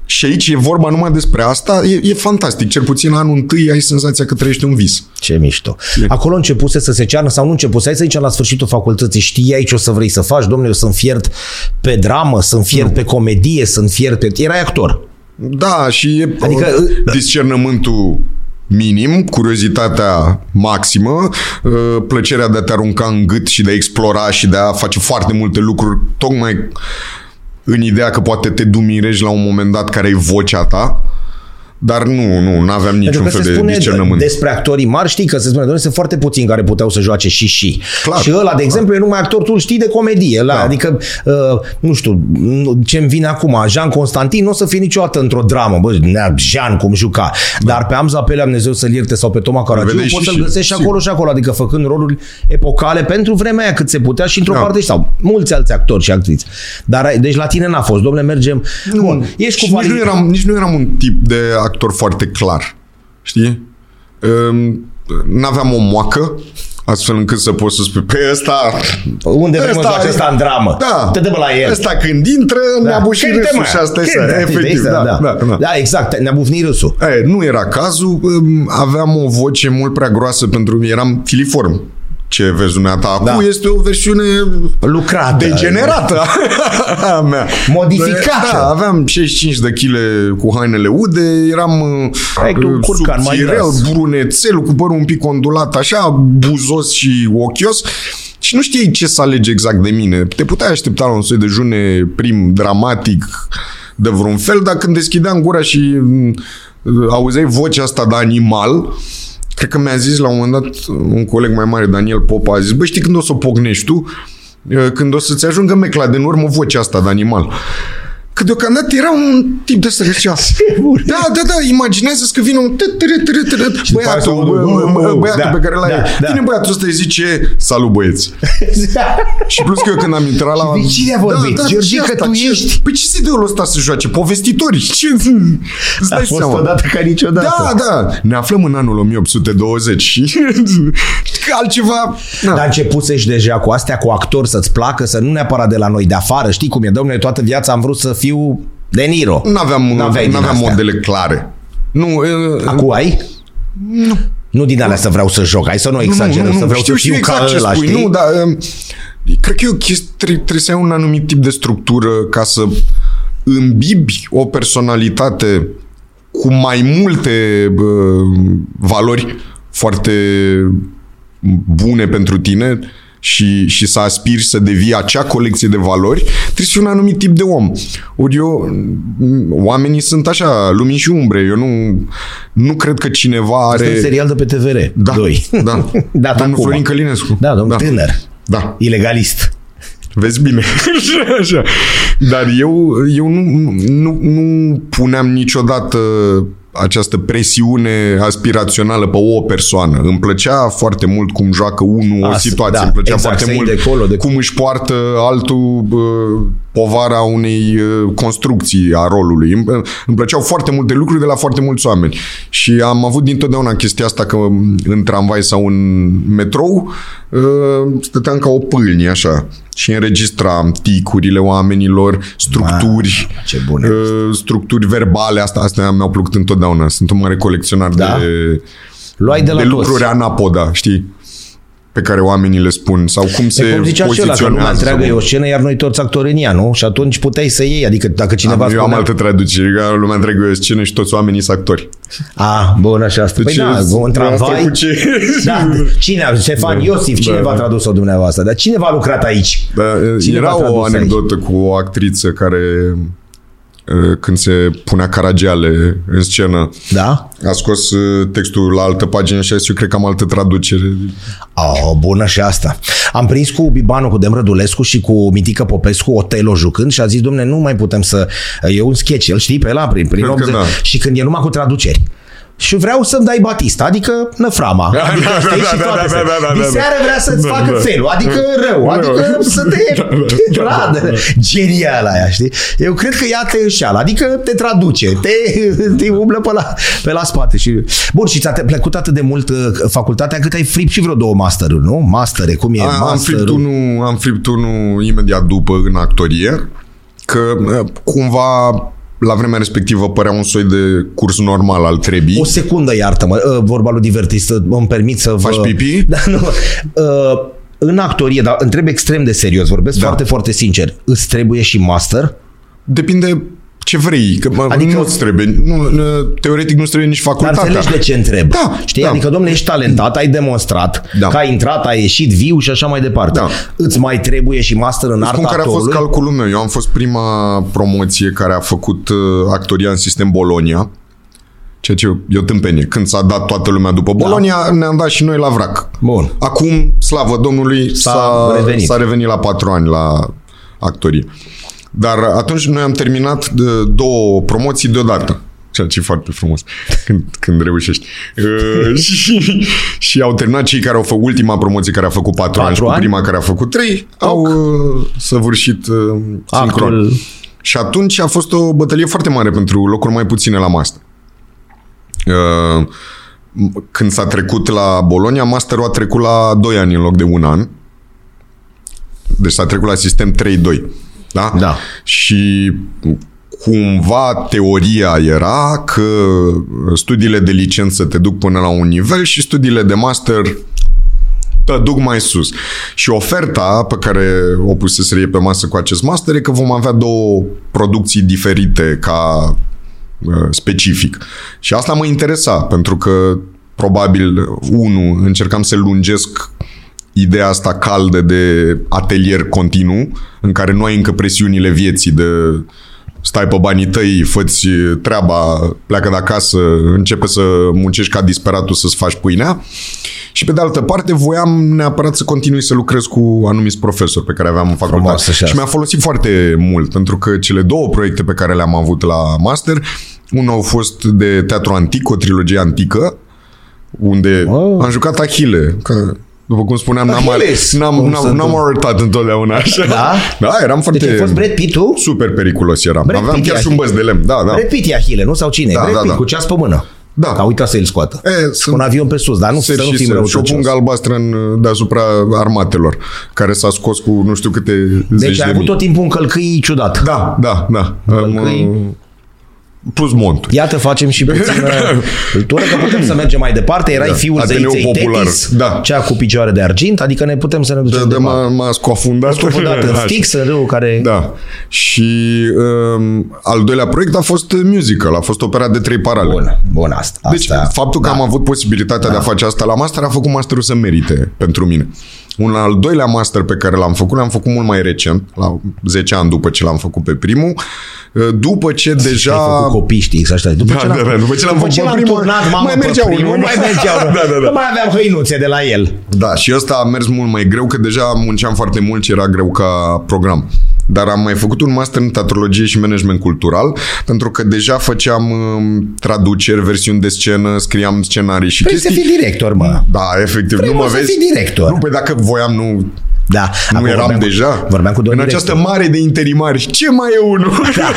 Speaker 2: și aici e vorba numai despre asta, e, e fantastic. Cel puțin anul întâi ai senzația că trăiești un vis.
Speaker 1: Ce mișto. Acolo începuse să se cearnă sau nu începuse? Hai să zicem la sfârșitul facultății, știai ce o să vrei să faci? Domnule, eu sunt fiert pe dramă, sunt fiert pe comedie, sunt fiert pe... Erai actor.
Speaker 2: Da, și e
Speaker 1: Adică,
Speaker 2: adică, discernământul minim, curiozitatea maximă, uh, plăcerea de a te arunca în gât și de a explora și de a face foarte multe lucruri, tocmai în ideea că poate te dumirești la un moment dat care e vocea ta, dar nu, nu, nu aveam
Speaker 1: Pentru
Speaker 2: niciun
Speaker 1: că
Speaker 2: fel
Speaker 1: se
Speaker 2: de
Speaker 1: spune
Speaker 2: discernământ.
Speaker 1: despre actorii mari, știi că se spune, doamne, sunt foarte puțini care puteau să joace și și.
Speaker 2: Clar. Da.
Speaker 1: și ăla, de exemplu, e numai actor, tu îl știi de comedie. La, Adică, uh, nu știu, nu- ce-mi vine acum, Jean Constantin nu o să fie niciodată într-o dramă. Bă, nea, Jean, cum juca. Dar pe Amza Pelea, Dumnezeu să-l ierte, sau pe Toma Caragiu,
Speaker 2: vedeai
Speaker 1: poți
Speaker 2: Da.
Speaker 1: să-l
Speaker 2: și- și-
Speaker 1: găsești și
Speaker 2: sigur.
Speaker 1: acolo și acolo, adică făcând roluri epocale pentru vremea aia cât se putea și într-o
Speaker 2: Da.
Speaker 1: parte sau mulți alți actori și actriți. Dar, ai- deci la tine n-a fost, domnule, mergem. Bun, ești
Speaker 2: și
Speaker 1: cu
Speaker 2: nici nu,
Speaker 1: valid-
Speaker 2: eram, nici nu eram un tip de actor foarte clar, știi? Um, N-aveam o moacă, astfel încât să pot să spui pe ăsta
Speaker 1: Unde vrem să
Speaker 2: Ăsta-
Speaker 1: joace ăsta în dramă?
Speaker 2: Da,
Speaker 1: Te dă bă la el.
Speaker 2: Ăsta când intră, da. ne-a bușit
Speaker 1: Cânte,
Speaker 2: râsul
Speaker 1: mă!
Speaker 2: și asta e
Speaker 1: Cânte,
Speaker 2: seara.
Speaker 1: știi,
Speaker 2: Efectiv,
Speaker 1: de
Speaker 2: da, da, da. da.
Speaker 1: da, exact, ne-a bufnit râsul.
Speaker 2: E, nu era cazul, îm, aveam o voce mult prea groasă pentru mine, eram filiform. Ce vezi dumneata acum
Speaker 1: Da.
Speaker 2: da. este o versiune
Speaker 1: Lucrată.
Speaker 2: degenerată a mea.
Speaker 1: Modificată.
Speaker 2: Da, aveam 65 de kg cu hainele ude, eram uh,
Speaker 1: Ai tu un curcan mai
Speaker 2: subțirel,
Speaker 1: gras.
Speaker 2: brunețel, cu părul un pic ondulat, așa, buzos și ochios. Și nu știai ce să alegi exact de mine. Te puteai aștepta la un soi de june prim, dramatic, de vreun fel, dar când deschideam gura și m, auzeai vocea asta de animal, cred că mi-a zis la un moment dat un coleg mai mare, Daniel Popa, a zis, bă, știi când o să o pocnești tu? Eh, Când o să-ți ajungă mecla din urmă vocea asta de animal. Că deocamdată era un tip de ăsta că zicea, da, da, da, imaginează-ți că vine un tă, tă, tă, tă, tă, tă,
Speaker 1: după aia se
Speaker 2: băiatul,
Speaker 1: aude,
Speaker 2: bă, bă, bă,
Speaker 1: bă, bă,
Speaker 2: băiatul
Speaker 1: da,
Speaker 2: pe care l-ai.
Speaker 1: da, da.
Speaker 2: Vine băiatul ăsta și zice, salut băieți. Și plus că eu când am intrat la...
Speaker 1: De cine a vorbit? Georgica,
Speaker 2: ce asta?
Speaker 1: tu
Speaker 2: Ce-
Speaker 1: ești?
Speaker 2: Păi ce se dă ăsta să joace? Povestitori. Ce? Îți dai seama.
Speaker 1: ca niciodată.
Speaker 2: Da, da. Ne aflăm în anul 1820 și că altceva... Na.
Speaker 1: Dar începusești deja cu astea, cu actor, să-ți placă, să nu neapărat de la noi de afară. Știi cum e, domnule, toată viața am vrut să fiu De Niro.
Speaker 2: N-aveam,
Speaker 1: N-aveai din
Speaker 2: n-aveam
Speaker 1: astea.
Speaker 2: modele clare. Nu, e,
Speaker 1: Acum ai? Nu. Nu din alea să vreau să joc, hai să nu exagerăm, să vreau
Speaker 2: știu,
Speaker 1: să fiu
Speaker 2: știu
Speaker 1: ca
Speaker 2: exact ce
Speaker 1: ăla,
Speaker 2: spui.
Speaker 1: știi?
Speaker 2: Nu, dar um, cred că e o chestie, tre- trebuie să ai un anumit tip de structură ca să îmbibi o personalitate cu mai multe uh, valori foarte bune pentru tine și, și să aspiri să devii acea colecție de valori, trebuie să fii un anumit tip de om. Ori eu, m- oamenii sunt așa, lumini și umbre. Eu nu, nu cred că cineva are...
Speaker 1: Sunt serial de pe TVR.
Speaker 2: Da,
Speaker 1: Doi.
Speaker 2: da.
Speaker 1: Da,
Speaker 2: Domnul
Speaker 1: acum.
Speaker 2: Florin Călinescu.
Speaker 1: Da, domn
Speaker 2: da.
Speaker 1: tânăr.
Speaker 2: Da,
Speaker 1: Ilegalist.
Speaker 2: vezi bine. Așa. Dar eu, eu nu, nu, nu puneam niciodată această presiune aspirațională pe o persoană. Îmi plăcea foarte mult cum joacă unul o
Speaker 1: Asta,
Speaker 2: situație,
Speaker 1: da,
Speaker 2: îmi plăcea
Speaker 1: exact, să
Speaker 2: foarte
Speaker 1: iei
Speaker 2: mult
Speaker 1: de acolo, de-
Speaker 2: cum își poartă altul bă, povara unei uh, construcții a rolului. Îmi, îmi plăceau foarte multe lucruri de la foarte mulți oameni. Și am avut dintotdeauna chestia asta că în tramvai sau în metrou uh, stăteam ca o pâlnie așa și înregistram ticurile oamenilor, structuri,
Speaker 1: Ma, ce bune.
Speaker 2: uh, structuri verbale, asta, astea mi-au plăcut întotdeauna. Sunt un mare colecționar
Speaker 1: Da?
Speaker 2: de,
Speaker 1: Luai de la
Speaker 2: de
Speaker 1: toți.
Speaker 2: lucruri anapoda, știi? pe care oamenii le spun sau cum se
Speaker 1: Pe cum zicea și ăla, că lumea
Speaker 2: poziționează.
Speaker 1: întreagă e o scenă, iar noi toți actori în ea, nu? Și atunci puteai să iei, adică dacă cineva
Speaker 2: Am, Da, eu
Speaker 1: spunea...
Speaker 2: am altă traducere, că lumea întreagă e o scenă și toți oamenii sunt actori.
Speaker 1: A, bun, așa asta. Păi
Speaker 2: Ce-
Speaker 1: da, un
Speaker 2: asta Cu
Speaker 1: tramvai...
Speaker 2: ce?
Speaker 1: Da, cine a, Ștefan Iosif, cine
Speaker 2: Da.
Speaker 1: v-a tradus-o dumneavoastră? Dar cine v-a lucrat aici?
Speaker 2: Da,
Speaker 1: Cine v-a
Speaker 2: era
Speaker 1: tradus
Speaker 2: o
Speaker 1: aici?
Speaker 2: anecdotă cu o actriță care uh, când se punea Caragiale în scenă.
Speaker 1: Da?
Speaker 2: A scos uh, textul la altă pagină și a zis, eu cred că am altă traducere.
Speaker 1: Oh, bună și asta. Am prins cu Bibanu, cu Demrădulescu și cu Mitică Popescu Otelo jucând și a zis, domne, nu mai putem să... E un sketch, îl știi pe la prin, prin
Speaker 2: Cred că
Speaker 1: 80.
Speaker 2: da.
Speaker 1: Și când e numai cu traduceri. Și vreau să-mi dai Batista, adică năframa.
Speaker 2: Da,
Speaker 1: Adică,
Speaker 2: da,
Speaker 1: știi,
Speaker 2: da,
Speaker 1: și
Speaker 2: da,
Speaker 1: toate
Speaker 2: da,
Speaker 1: astea.
Speaker 2: da, da, da, da.
Speaker 1: Diseară vrea să-ți
Speaker 2: Da,
Speaker 1: facă
Speaker 2: da.
Speaker 1: felul, adică rău,
Speaker 2: Rău.
Speaker 1: adică să te
Speaker 2: Da, da.
Speaker 1: radă. Genial aia, știi? Eu cred că ea te înșeală, adică te traduce, te, te umblă pe la, pe la spate. Și... Bun, și ți-a plăcut atât de mult uh, facultatea cât ai fript și vreo două masteruri, nu? Mastere, cum e?
Speaker 2: A, am, fript unul, am fript unul imediat după în actorie, că uh, cumva la vremea respectivă părea un soi de curs normal al trebii.
Speaker 1: O secundă, iartă-mă, uh, vorba lui Divertist, uh, îmi permit să vă...
Speaker 2: Faci pipi?
Speaker 1: Da, nu. Uh, În actorie, dar întreb extrem de serios, vorbesc da.
Speaker 2: Da.
Speaker 1: foarte, foarte sincer. Îți trebuie și master?
Speaker 2: Depinde ce vrei, că
Speaker 1: Adică-
Speaker 2: adică, nu-ți trebuie, nu, nu, teoretic nu-ți trebuie nici
Speaker 1: Dar
Speaker 2: facultatea.
Speaker 1: înțelegi de ce întreb.
Speaker 2: Da,
Speaker 1: Știi?
Speaker 2: da.
Speaker 1: Adică, domnule, ești talentat, ai demonstrat
Speaker 2: Da.
Speaker 1: că ai intrat, ai ieșit viu și așa mai departe.
Speaker 2: Da.
Speaker 1: Îți mai trebuie și master în
Speaker 2: Spun
Speaker 1: arta
Speaker 2: care a fost
Speaker 1: actorului?
Speaker 2: calculul meu. Eu am fost prima promoție care a făcut uh, actoria în sistem Bolonia, ceea ce e o tâmpenie. Când s-a dat toată lumea după
Speaker 1: Da.
Speaker 2: Bolonia, ne-am dat și noi la vrac.
Speaker 1: Bun.
Speaker 2: Acum, slavă Domnului, s-a,
Speaker 1: revenit.
Speaker 2: s-a revenit la patru ani la actorie. Dar atunci noi am terminat de două promoții deodată. Ceea ce e foarte frumos când, când reușești. Uh, și, și au terminat cei care au făcut ultima promoție care a făcut patru ani și cu
Speaker 1: ani?
Speaker 2: prima care a făcut trei, au uh, săvârșit uh, sincron.
Speaker 1: Actul.
Speaker 2: Și atunci a fost o bătălie foarte mare pentru locuri mai puține la master. Uh, m- Când s-a trecut la Bologna, masterul a trecut la 2 ani în loc de un an. Deci s-a trecut la sistem 3-2. Da?
Speaker 1: Da.
Speaker 2: Și cumva teoria era că studiile de licență te duc până la un nivel și studiile de master te duc mai sus. Și oferta pe care o puseseră ei pe masă cu acest master e că vom avea două producții diferite ca uh, specific. Și asta mă interesa, pentru că probabil, unu, încercam să lungesc ideea asta caldă de atelier continuu, în care nu ai încă presiunile vieții de stai pe banii tăi, făți treaba, pleacă de acasă, începe să muncești ca disperatul să-ți faci pâinea. Și pe de altă parte, voiam neapărat să continui să lucrez cu anumiți profesori pe care aveam în facultate.
Speaker 1: Frumos, așa.
Speaker 2: și mi-a folosit foarte mult, pentru că cele două proiecte pe care le-am avut la master, unul au fost de teatru antic, o trilogie antică, unde
Speaker 1: Wow.
Speaker 2: am jucat Achille, că, după cum spuneam, n-am,
Speaker 1: Achilles,
Speaker 2: ar- n-am,
Speaker 1: cum
Speaker 2: n-am,
Speaker 1: sunt.
Speaker 2: n-am arătat întotdeauna așa.
Speaker 1: Da?
Speaker 2: Da, eram foarte...
Speaker 1: Deci ai fost Brad Pitt tu?
Speaker 2: Super periculos eram.
Speaker 1: Brad
Speaker 2: Aveam
Speaker 1: Pitt e
Speaker 2: chiar și un
Speaker 1: Achille.
Speaker 2: băț de lemn. Da, da.
Speaker 1: Da. Brad Pitt e Ahile, nu? Sau cine?
Speaker 2: Da,
Speaker 1: Brad
Speaker 2: da,
Speaker 1: Pitt,
Speaker 2: da.
Speaker 1: cu ceas pe mână.
Speaker 2: Da.
Speaker 1: Ca uita să-l scoată.
Speaker 2: E,
Speaker 1: Cu un
Speaker 2: sunt
Speaker 1: avion pe sus, dar nu să nu
Speaker 2: serși
Speaker 1: fim
Speaker 2: serși. Și o
Speaker 1: răutăcioși.
Speaker 2: pungă albastră în, uh, deasupra armatelor, care s-a scos cu nu știu câte zeci
Speaker 1: Deci
Speaker 2: de
Speaker 1: ai
Speaker 2: mii.
Speaker 1: avut tot timpul un călcâi ciudat.
Speaker 2: Da, da, da. Am,
Speaker 1: Călcâi.
Speaker 2: plus montul.
Speaker 1: Iată, facem și puțină cultură, că putem să mergem mai departe. Erai
Speaker 2: Da,
Speaker 1: fiul
Speaker 2: Ateneu
Speaker 1: zeiței
Speaker 2: Popular.
Speaker 1: Tetis,
Speaker 2: Da.
Speaker 1: cea cu picioare de argint, adică ne putem să ne ducem
Speaker 2: Da, da,
Speaker 1: departe.
Speaker 2: m-a, m-a scofundat.
Speaker 1: scufundat în
Speaker 2: Așa.
Speaker 1: fix, în râul care...
Speaker 2: Da. Și um, al doilea proiect a fost uh, musical, a fost opera de trei parale.
Speaker 1: Bun, bun, asta. asta. Da.
Speaker 2: Deci faptul că am avut posibilitatea de a face asta la master a făcut masterul să merite pentru mine. Un al doilea master pe care l-am făcut, l-am făcut mult mai recent, la 10 ani după ce l-am făcut pe primul, Ă, după ce deja...
Speaker 1: Ai făcut copii, știi, exact așa. După
Speaker 2: Da,
Speaker 1: ce
Speaker 2: da,
Speaker 1: l-am,
Speaker 2: da, după ce l-am făcut pe primul,
Speaker 1: turnat, mamă,
Speaker 2: mai mergea
Speaker 1: pe primul,
Speaker 2: unul.
Speaker 1: mai mergea unul.
Speaker 2: Da, da, da.
Speaker 1: Nu mai aveam hăinuțe de la el.
Speaker 2: Da, și ăsta a mers mult mai greu, că deja munceam foarte mult și era greu ca program. Dar am mai făcut un master în teatrologie și management cultural, pentru că deja făceam um, traduceri, versiuni de scenă, scriam scenarii și
Speaker 1: Trebuie Păi să
Speaker 2: chestii.
Speaker 1: fii director, mă.
Speaker 2: Da, efectiv, nu
Speaker 1: Trebuie
Speaker 2: mă
Speaker 1: să
Speaker 2: vezi.
Speaker 1: fii director.
Speaker 2: Nu, pe dacă voiam, nu, nu
Speaker 1: Da. Acum
Speaker 2: eram
Speaker 1: vorbeam cu-
Speaker 2: deja.
Speaker 1: Vorbeam cu
Speaker 2: În
Speaker 1: domnul
Speaker 2: această
Speaker 1: director.
Speaker 2: mare de interimari, ce mai e unul? Da.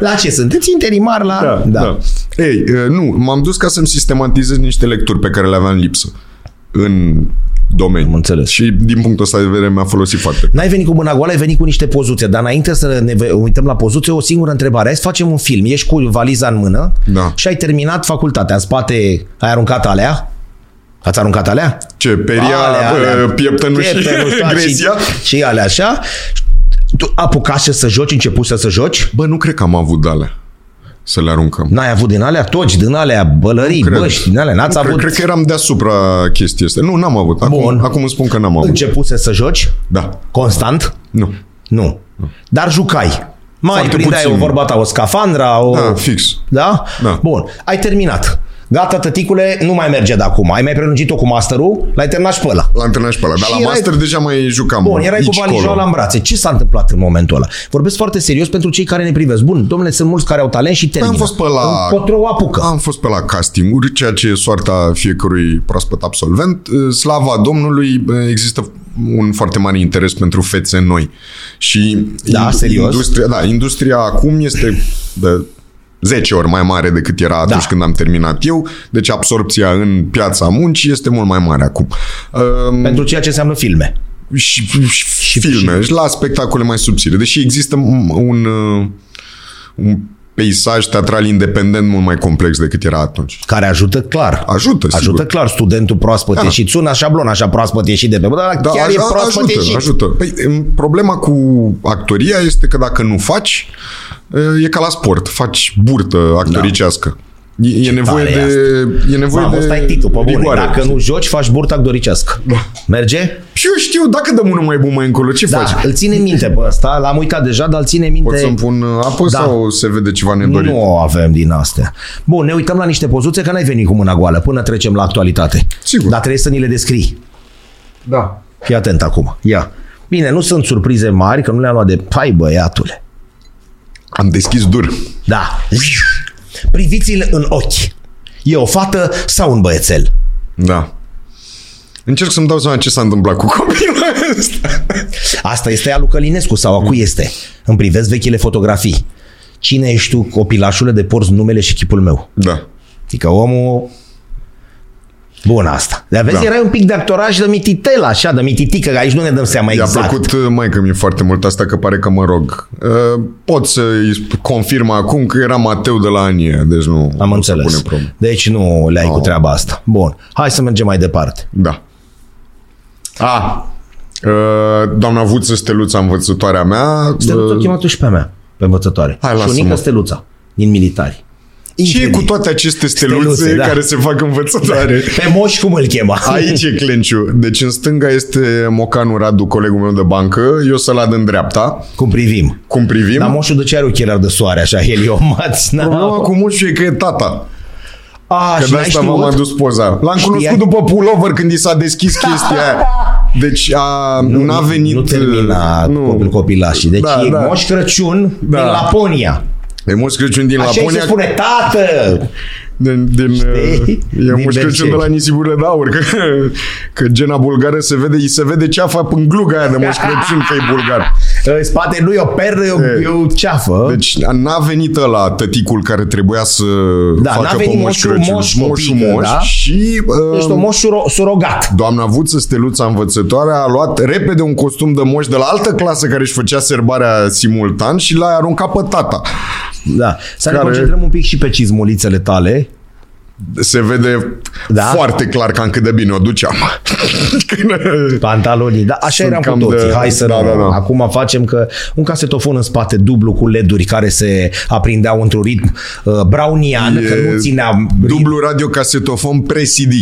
Speaker 1: La ce sunteți interimar la...
Speaker 2: Da, da. Ei, uh, nu, m-am dus ca să-mi sistematizez niște lecturi pe care le aveam lipsă în domeniu.
Speaker 1: Am înțeles.
Speaker 2: Și din punctul ăsta de vedere mi-a folosit foarte.
Speaker 1: N-ai venit cu mâna goală, ai venit cu niște pozuțe, dar înainte să ne ve- uităm la pozuțe, o singură întrebare. Hai să facem un film. Ești cu valiza în mână
Speaker 2: Da.
Speaker 1: și ai terminat facultatea. În spate ai aruncat alea? Ați aruncat alea?
Speaker 2: Ce, peria,
Speaker 1: Alea, alea.
Speaker 2: uh, pieptănul și
Speaker 1: Pieptănul, toate
Speaker 2: gresia?
Speaker 1: Și, și alea așa. Tu apucase să joci, începuse să joci?
Speaker 2: Bă, nu cred că am avut de alea să le aruncăm.
Speaker 1: N-ai avut din alea toci, din alea bălării,
Speaker 2: cred.
Speaker 1: băști, din alea. N-ați
Speaker 2: Nu
Speaker 1: avut...
Speaker 2: Cred, cred că eram deasupra chestia asta. Nu, n-am avut. Acum,
Speaker 1: Bun. Deci-
Speaker 2: acum îmi spun că n-am avut.
Speaker 1: Începuse să joci?
Speaker 2: Da.
Speaker 1: Constant?
Speaker 2: Nu.
Speaker 1: Nu. Dar jucai. Mai
Speaker 2: Foarte
Speaker 1: prindeai
Speaker 2: puțin.
Speaker 1: o vorba ta, o scafandra, o...
Speaker 2: Da, fix.
Speaker 1: Da?
Speaker 2: Da.
Speaker 1: Bun. Ai terminat. Gata, tăticule, nu mai merge de acum. Ai mai prelungit-o cu masterul, l-ai terminat și pe ăla.
Speaker 2: La antrenaj pe ăla. Dar
Speaker 1: Și
Speaker 2: la
Speaker 1: erai-
Speaker 2: master deja mai jucam.
Speaker 1: Bun, erai cu
Speaker 2: aici,
Speaker 1: valijoala
Speaker 2: colo.
Speaker 1: în brațe. Ce s-a întâmplat în momentul ăla? Vorbesc foarte serios pentru cei care ne privesc. Bun, domnule, sunt mulți care au talent și termină.
Speaker 2: Păi Am fost pe la...
Speaker 1: Încotro o apucă.
Speaker 2: Am fost pe la castinguri, ceea ce e soarta fiecărui proaspăt absolvent. Slava Domnului, există un foarte mare interes pentru fețe noi. Și
Speaker 1: Da, serios?
Speaker 2: Industria, da, industria acum este de 10 ori mai mare decât era atunci
Speaker 1: Da.
Speaker 2: când am terminat eu, deci absorpția în piața muncii este mult mai mare acum. Um,
Speaker 1: Pentru ceea ce înseamnă filme.
Speaker 2: și, și, și filme, și la spectacole mai subțire. Deși există un, un, uh, un peisaj teatral independent mult mai complex decât era atunci.
Speaker 1: Care ajută clar.
Speaker 2: Ajută, sigur.
Speaker 1: Ajută clar studentul proaspăt da. ieșit. Sună șablon așa proaspăt ieșit de pe bă, dar da, chiar
Speaker 2: aj-
Speaker 1: e proaspăt
Speaker 2: ajută,
Speaker 1: ieșit.
Speaker 2: ajută. Păi, în- problema cu actoria este că dacă nu faci, uh, e ca la sport. Faci burtă actoricească. Da. E, e, nevoie
Speaker 1: tare e
Speaker 2: de, e nevoie
Speaker 1: Mamă,
Speaker 2: de
Speaker 1: ăsta e titlul, pe bune.
Speaker 2: rigoare.
Speaker 1: Dacă nu joci, faci burta actoricească. Da. Merge?
Speaker 2: Și eu știu, dacă dăm unul mai bun mai încolo, ce
Speaker 1: Da,
Speaker 2: faci?
Speaker 1: îl ține minte pe ăsta. L-am uitat deja, dar îl ține minte.
Speaker 2: Pot să-mi pun uh, apă
Speaker 1: Da.
Speaker 2: sau se vede ceva nedorit?
Speaker 1: Nu avem din astea. Bun, ne uităm la niște pozuțe, că n-ai venit cu mâna goală, până trecem la actualitate.
Speaker 2: Sigur.
Speaker 1: Dar trebuie să ni le descrii.
Speaker 2: Da.
Speaker 1: Fii atent acum. Ia. Bine, nu sunt surprize mari, că nu le-am luat de... Hai, băiatule.
Speaker 2: Am deschis dur.
Speaker 1: Da. Priviți-l în ochi. E o fată sau un băiețel?
Speaker 2: Da. Încerc să-mi dau seama ce s-a întâmplat cu copilul ăsta.
Speaker 1: Asta este a lui Călinescu sau a cui este? Îmi privesc vechile fotografii. Cine ești tu, copilașule, de porți numele și chipul meu?
Speaker 2: Da.
Speaker 1: Adică omul... Bun asta. Dar vezi, da.
Speaker 2: Da.
Speaker 1: erai un pic de actoraj de mititel, așa, de mititică, că aici nu ne dăm seama
Speaker 2: I-a
Speaker 1: exact.
Speaker 2: plăcut uh, mai că mi foarte mult asta că pare că mă rog. Uh, Pot să confirm acum că era Mateu de la Anie, deci nu
Speaker 1: Am
Speaker 2: nu se pune Oh.
Speaker 1: înțeles.
Speaker 2: problemă.
Speaker 1: Deci nu le-ai cu
Speaker 2: Au.
Speaker 1: treaba asta. Bun. Hai să mergem mai departe.
Speaker 2: Da. A, uh, doamna Vuță Steluța, învățătoarea mea.
Speaker 1: Steluța a
Speaker 2: uh,
Speaker 1: chemat și pe a mea, pe învățătoare.
Speaker 2: Hai,
Speaker 1: și
Speaker 2: lasă-mă.
Speaker 1: unică Steluța, din militari.
Speaker 2: Ce e
Speaker 1: Incredibil.
Speaker 2: cu toate aceste steluțe,
Speaker 1: Steluțe, da.
Speaker 2: care se fac învățătoare?
Speaker 1: Pe moș cum îl chema?
Speaker 2: Aici e clenciu. Deci în stânga este Mocanu Radu, colegul meu de bancă. Eu să-l ad în dreapta.
Speaker 1: Cum privim.
Speaker 2: Cum privim?
Speaker 1: Dar moșul de ce are ochelari de soare, așa, heliomați? Na.
Speaker 2: Problema cu mușul e că e tata.
Speaker 1: A, Da,
Speaker 2: Că
Speaker 1: și
Speaker 2: de
Speaker 1: n-ai
Speaker 2: asta m-am
Speaker 1: știut?
Speaker 2: adus poza. L-am
Speaker 1: Știai?
Speaker 2: cunoscut după pullover când i s-a deschis chestia aia. Deci a, nu, n-a venit... uh,
Speaker 1: Nu termina
Speaker 2: nu.
Speaker 1: nu. copilașii. Deci da,
Speaker 2: Da,
Speaker 1: e da.
Speaker 2: da.
Speaker 1: moș Crăciun da.
Speaker 2: Da.
Speaker 1: din Laponia.
Speaker 2: E Moș Crăciun din
Speaker 1: Așa îi se
Speaker 2: Laponia.
Speaker 1: spune, tată!
Speaker 2: Din, din, uh,
Speaker 1: Din
Speaker 2: e Moș
Speaker 1: Berceni.
Speaker 2: Crăciun de la nisipurile de aur. Că, că gena bulgară se vede, îi se vede ceafa pângluga aia de Moș Crăciun că e bulgar.
Speaker 1: În spate nu e o perlă, e o,
Speaker 2: E.
Speaker 1: e o ceafă.
Speaker 2: Deci a- n-a venit ăla tăticul care trebuia să
Speaker 1: Da,
Speaker 2: facă
Speaker 1: n-a
Speaker 2: pe
Speaker 1: venit
Speaker 2: Moș
Speaker 1: moșul
Speaker 2: Crăciun.
Speaker 1: moș,
Speaker 2: moșul
Speaker 1: copică,
Speaker 2: moș
Speaker 1: da?
Speaker 2: și... uh,
Speaker 1: Ești un moș suro- surogat.
Speaker 2: Doamna Vuță, steluța învățătoare, a luat repede un costum de moș de la altă clasă care își făcea serbarea simultan și l-a aruncat pe tata.
Speaker 1: Da. Să ne
Speaker 2: Care-
Speaker 1: concentrăm un pic și pe cizmulițele tale.
Speaker 2: Se vede
Speaker 1: Da.
Speaker 2: da? foarte clar cam cât de bine o duceam.
Speaker 1: Pantalonii, da, așa
Speaker 2: Sunt
Speaker 1: eram cu
Speaker 2: cam
Speaker 1: toții.
Speaker 2: de-
Speaker 1: Hai să
Speaker 2: da,
Speaker 1: nu.
Speaker 2: da, da.
Speaker 1: Acum facem că un casetofon în spate dublu cu leduri care se aprindeau într-un ritm uh, brownian,
Speaker 2: E
Speaker 1: că nu ținea ritm,
Speaker 2: Dublu radio casetofon pre-CD.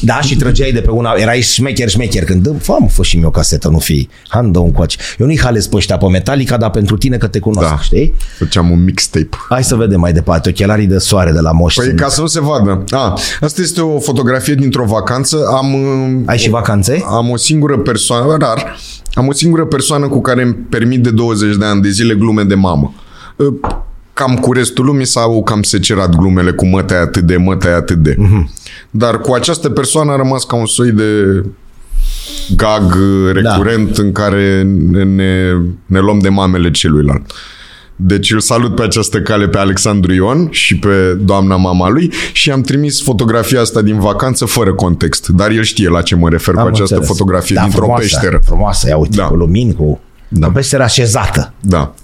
Speaker 1: da, și trăgeai de pe una, erai șmecher, șmecher, când dă, fă, mă, fă și mie o casetă, nu fi, han, dă un coace. Eu nu-i halez pe ăștia pe Metallica, dar pentru tine că te cunosc, da.
Speaker 2: Da.
Speaker 1: știi?
Speaker 2: Făceam un mixtape.
Speaker 1: Hai să vedem mai departe, ochelarii de soare de la Moș.
Speaker 2: Păi
Speaker 1: sunt.
Speaker 2: ca să nu se vadă. A, asta este o fotografie dintr-o vacanță. Am, uh,
Speaker 1: Ai și vacanțe?
Speaker 2: am o singură persoană, rar, am o singură persoană cu care îmi permit de 20 de ani de zile glume de mamă. Uh, Cam cu restul lumii s-au cam secerat glumele cu mătai atât de, mătai atât de. Dar cu această persoană a rămas ca un soi de gag uh, recurent da. în care ne, ne, ne luăm de mamele celuilalt. Deci îl salut pe această cale pe Alexandru Ion și pe doamna mama lui și am trimis fotografia asta din vacanță fără context, dar el știe la ce mă refer cu
Speaker 1: Am
Speaker 2: această
Speaker 1: înțeles.
Speaker 2: fotografie da, dintr-o
Speaker 1: frumoasă,
Speaker 2: peșteră.
Speaker 1: Frumoasă, ia uite, da.
Speaker 2: Da.
Speaker 1: cu lumini, cu da.
Speaker 2: Da.
Speaker 1: o peșteră așezată.
Speaker 2: Da.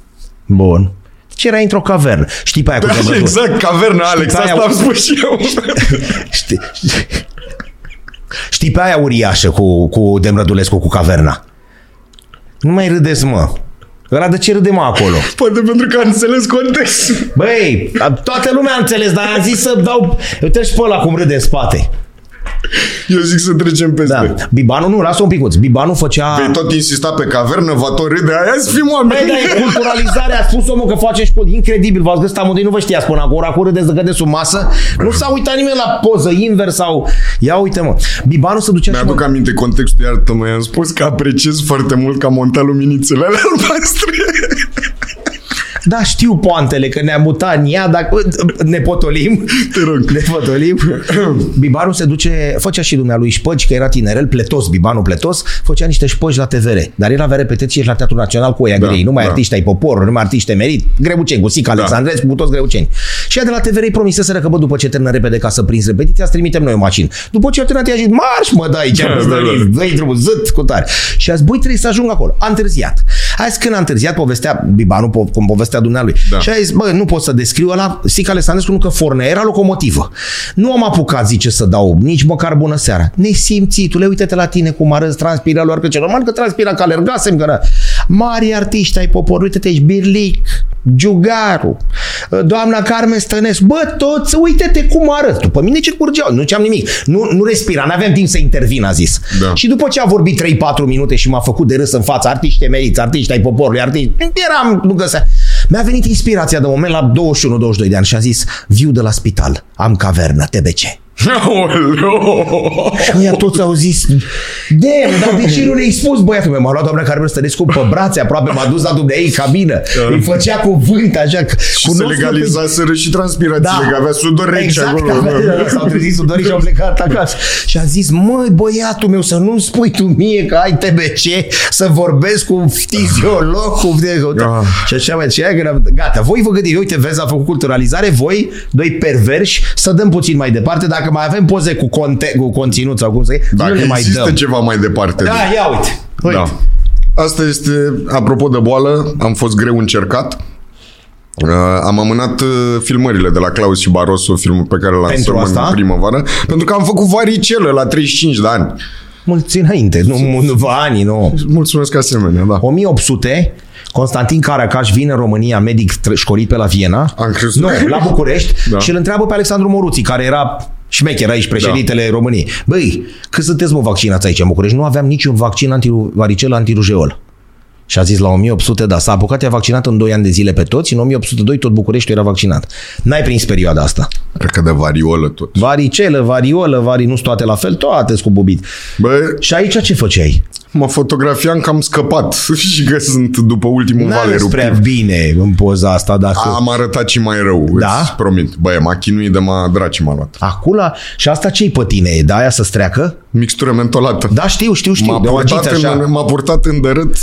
Speaker 1: Bun. Deci era într-o cavernă. Știi pe aia cu zăbrături.
Speaker 2: Exact, caverna Alex,
Speaker 1: pe aia-
Speaker 2: asta am spus și eu.
Speaker 1: Știi, știi pe aia uriașă cu, cu Demrădulescu cu caverna. Nu mai râdeți, mă. Ăla de ce râde, mă, acolo?
Speaker 2: Poate pentru că a înțeles contextul.
Speaker 1: Băi, a- toată lumea a înțeles, dar am zis să dau... Uite și pe ăla cum râde în spate.
Speaker 2: Eu zic să trecem peste.
Speaker 1: Da.
Speaker 2: Da.
Speaker 1: Bibanu nu, lasă un picuț. Bibanu făcea...
Speaker 2: Vei tot insista pe cavernă, va tot râde, aia să fim
Speaker 1: Băi,
Speaker 2: oameni.
Speaker 1: da, e culturalizare, a spus omul că face școli. Incredibil, v-ați găsit amândoi, nu vă știați până acum, ora râdeți de cădeți sub masă. Nu s-a uitat nimeni la poză invers sau... Ia uite, mă. Bibanu se ducea și mă-
Speaker 2: Mi-aduc aminte contextul, iartă mă, i-am spus că apreciez foarte mult că am montat luminițele alea albastre.
Speaker 1: Da, știu poantele, că ne-am mutat în ea, dar ne potolim.
Speaker 2: Te rog.
Speaker 1: Ne potolim. Bibanu se duce, făcea și dumnealui șpăci, că era tinerel, pletos, Bibanu pletos, făcea niște șpăci la TVR. Dar el avea repetiții și la Teatrul Național cu oia da,
Speaker 2: Da,
Speaker 1: grei. Numai
Speaker 2: da.
Speaker 1: artiști ai poporului, numai artiști emerit, greuceni, cu Sica Alexandrescu, cu toți greuceni. Și ea de la TVR îi promiseseră că, bă, după ce termină repede ca să prinzi repetiția, îți trimitem noi o mașină. După ce a terminat, i-a zis, marș, mă, dai, ce
Speaker 2: Da,
Speaker 1: am
Speaker 2: da, da.
Speaker 1: zdrălit, dă-i drumul, zât cu tare. Și a zis, băi, trebuie să ajung acolo. A întârziat. A zis, când a întârziat, povestea Bibanu, po- cum povestea dumnealui.
Speaker 2: Da.
Speaker 1: Și a zis, bă, nu pot să descriu ăla, Sica Alexandrescu, nu că Fornea era locomotivă. Nu am apucat, zice, să dau nici măcar bună seara. Nesimțitule, uite-te la tine cum arăți, transpira lor, că ce normal că transpira, că alergasem, că na. Mari artiști ai poporului, uite-te, ești Birlic, Giugaru, doamna Carmen Stănescu, bă, toți, uite-te cum arăți. După mine ce curgeau, nu ce am nimic. Nu, nu respira, n-aveam timp să intervin, a zis.
Speaker 2: Da.
Speaker 1: Și după ce a vorbit 3-4 minute și m-a făcut de râs în fața artiști emeriți, artiști ai poporului, artiști, eram, nu găsea. Mi-a venit inspirația de moment la 21-22 de ani și a zis, viu de la spital, am cavernă, TBC.
Speaker 2: Aoleo!
Speaker 1: Ăia toți au zis, damn, dar de ce nu ne-ai spus băiatul meu? M-a luat doamna Carmen Stănescu pe brațe aproape, m-a dus la dumneai în cabină. Îi făcea cuvânt așa.
Speaker 2: Și se legalizaseră și transpirațiile, da. că avea sudor rece
Speaker 1: exact,
Speaker 2: acolo.
Speaker 1: Că avea, s-au trezit sudorii și au plecat acasă. Și a zis, măi băiatul meu, să nu-mi spui tu mie că ai TBC, să vorbesc cu un fiziolog, cu...
Speaker 2: Ah.
Speaker 1: Și așa mai, și aia când am- gata, voi vă gândiți, uite, vezi, a făcut culturalizare, voi, doi perverși, să dăm puțin mai departe, dacă mai avem poze cu, conte, cu conținut sau cum să
Speaker 2: Dacă
Speaker 1: nu le mai
Speaker 2: există
Speaker 1: dăm.
Speaker 2: ceva mai departe. deci.
Speaker 1: Da, ia uite. uite.
Speaker 2: da. Asta este, apropo de boală, am fost greu încercat. Uh, am amânat uh, filmările de la Claus și Barroso, filmul pe care
Speaker 1: Pentru
Speaker 2: l-am
Speaker 1: asta?
Speaker 2: în primăvară, pentru că am făcut varicelă la 35 de ani.
Speaker 1: Mulți înainte, nu, nu vă anii, nu.
Speaker 2: Mulțumesc asemenea, da.
Speaker 1: 1800, Constantin Caracaș vine în România, medic tr- școlit pe la Viena.
Speaker 2: Am crezut
Speaker 1: Nu,
Speaker 2: că-
Speaker 1: la București da.
Speaker 2: Da.
Speaker 1: și îl întreabă pe Alexandru Moruții, care era șmecher aici, președintele da. României. Băi, cât sunteți mă vaccinați aici în București? Nu aveam niciun vaccin antivaricel, antirujeol. Și a zis la 1800, da, s-a apucat, i-a vaccinat în 2 ani de zile pe toți, în 1802 tot Bucureștiul era vaccinat. N-ai prins perioada asta.
Speaker 2: Cred că de variolă tot.
Speaker 1: Varicelă, variolă, vari, nu toate la fel, toate sunt cu bubit.
Speaker 2: Bă,
Speaker 1: Și aici ce făceai?
Speaker 2: mă fotografiam că am scăpat și că sunt după ultimul
Speaker 1: N-a
Speaker 2: vale
Speaker 1: ales
Speaker 2: rupt.
Speaker 1: prea bine în poza asta, dacă...
Speaker 2: Am arătat și mai rău,
Speaker 1: Da?
Speaker 2: îți promit. Băi, m-a chinuit de m-a draci m-a luat.
Speaker 1: Acula, și asta ce-i pe tine? E de aia să streacă?
Speaker 2: Mixtură mentolată.
Speaker 1: Da, știu, știu, știu.
Speaker 2: m-a,
Speaker 1: de o agiță
Speaker 2: purtat
Speaker 1: așa.
Speaker 2: în, m-a purtat în dărât.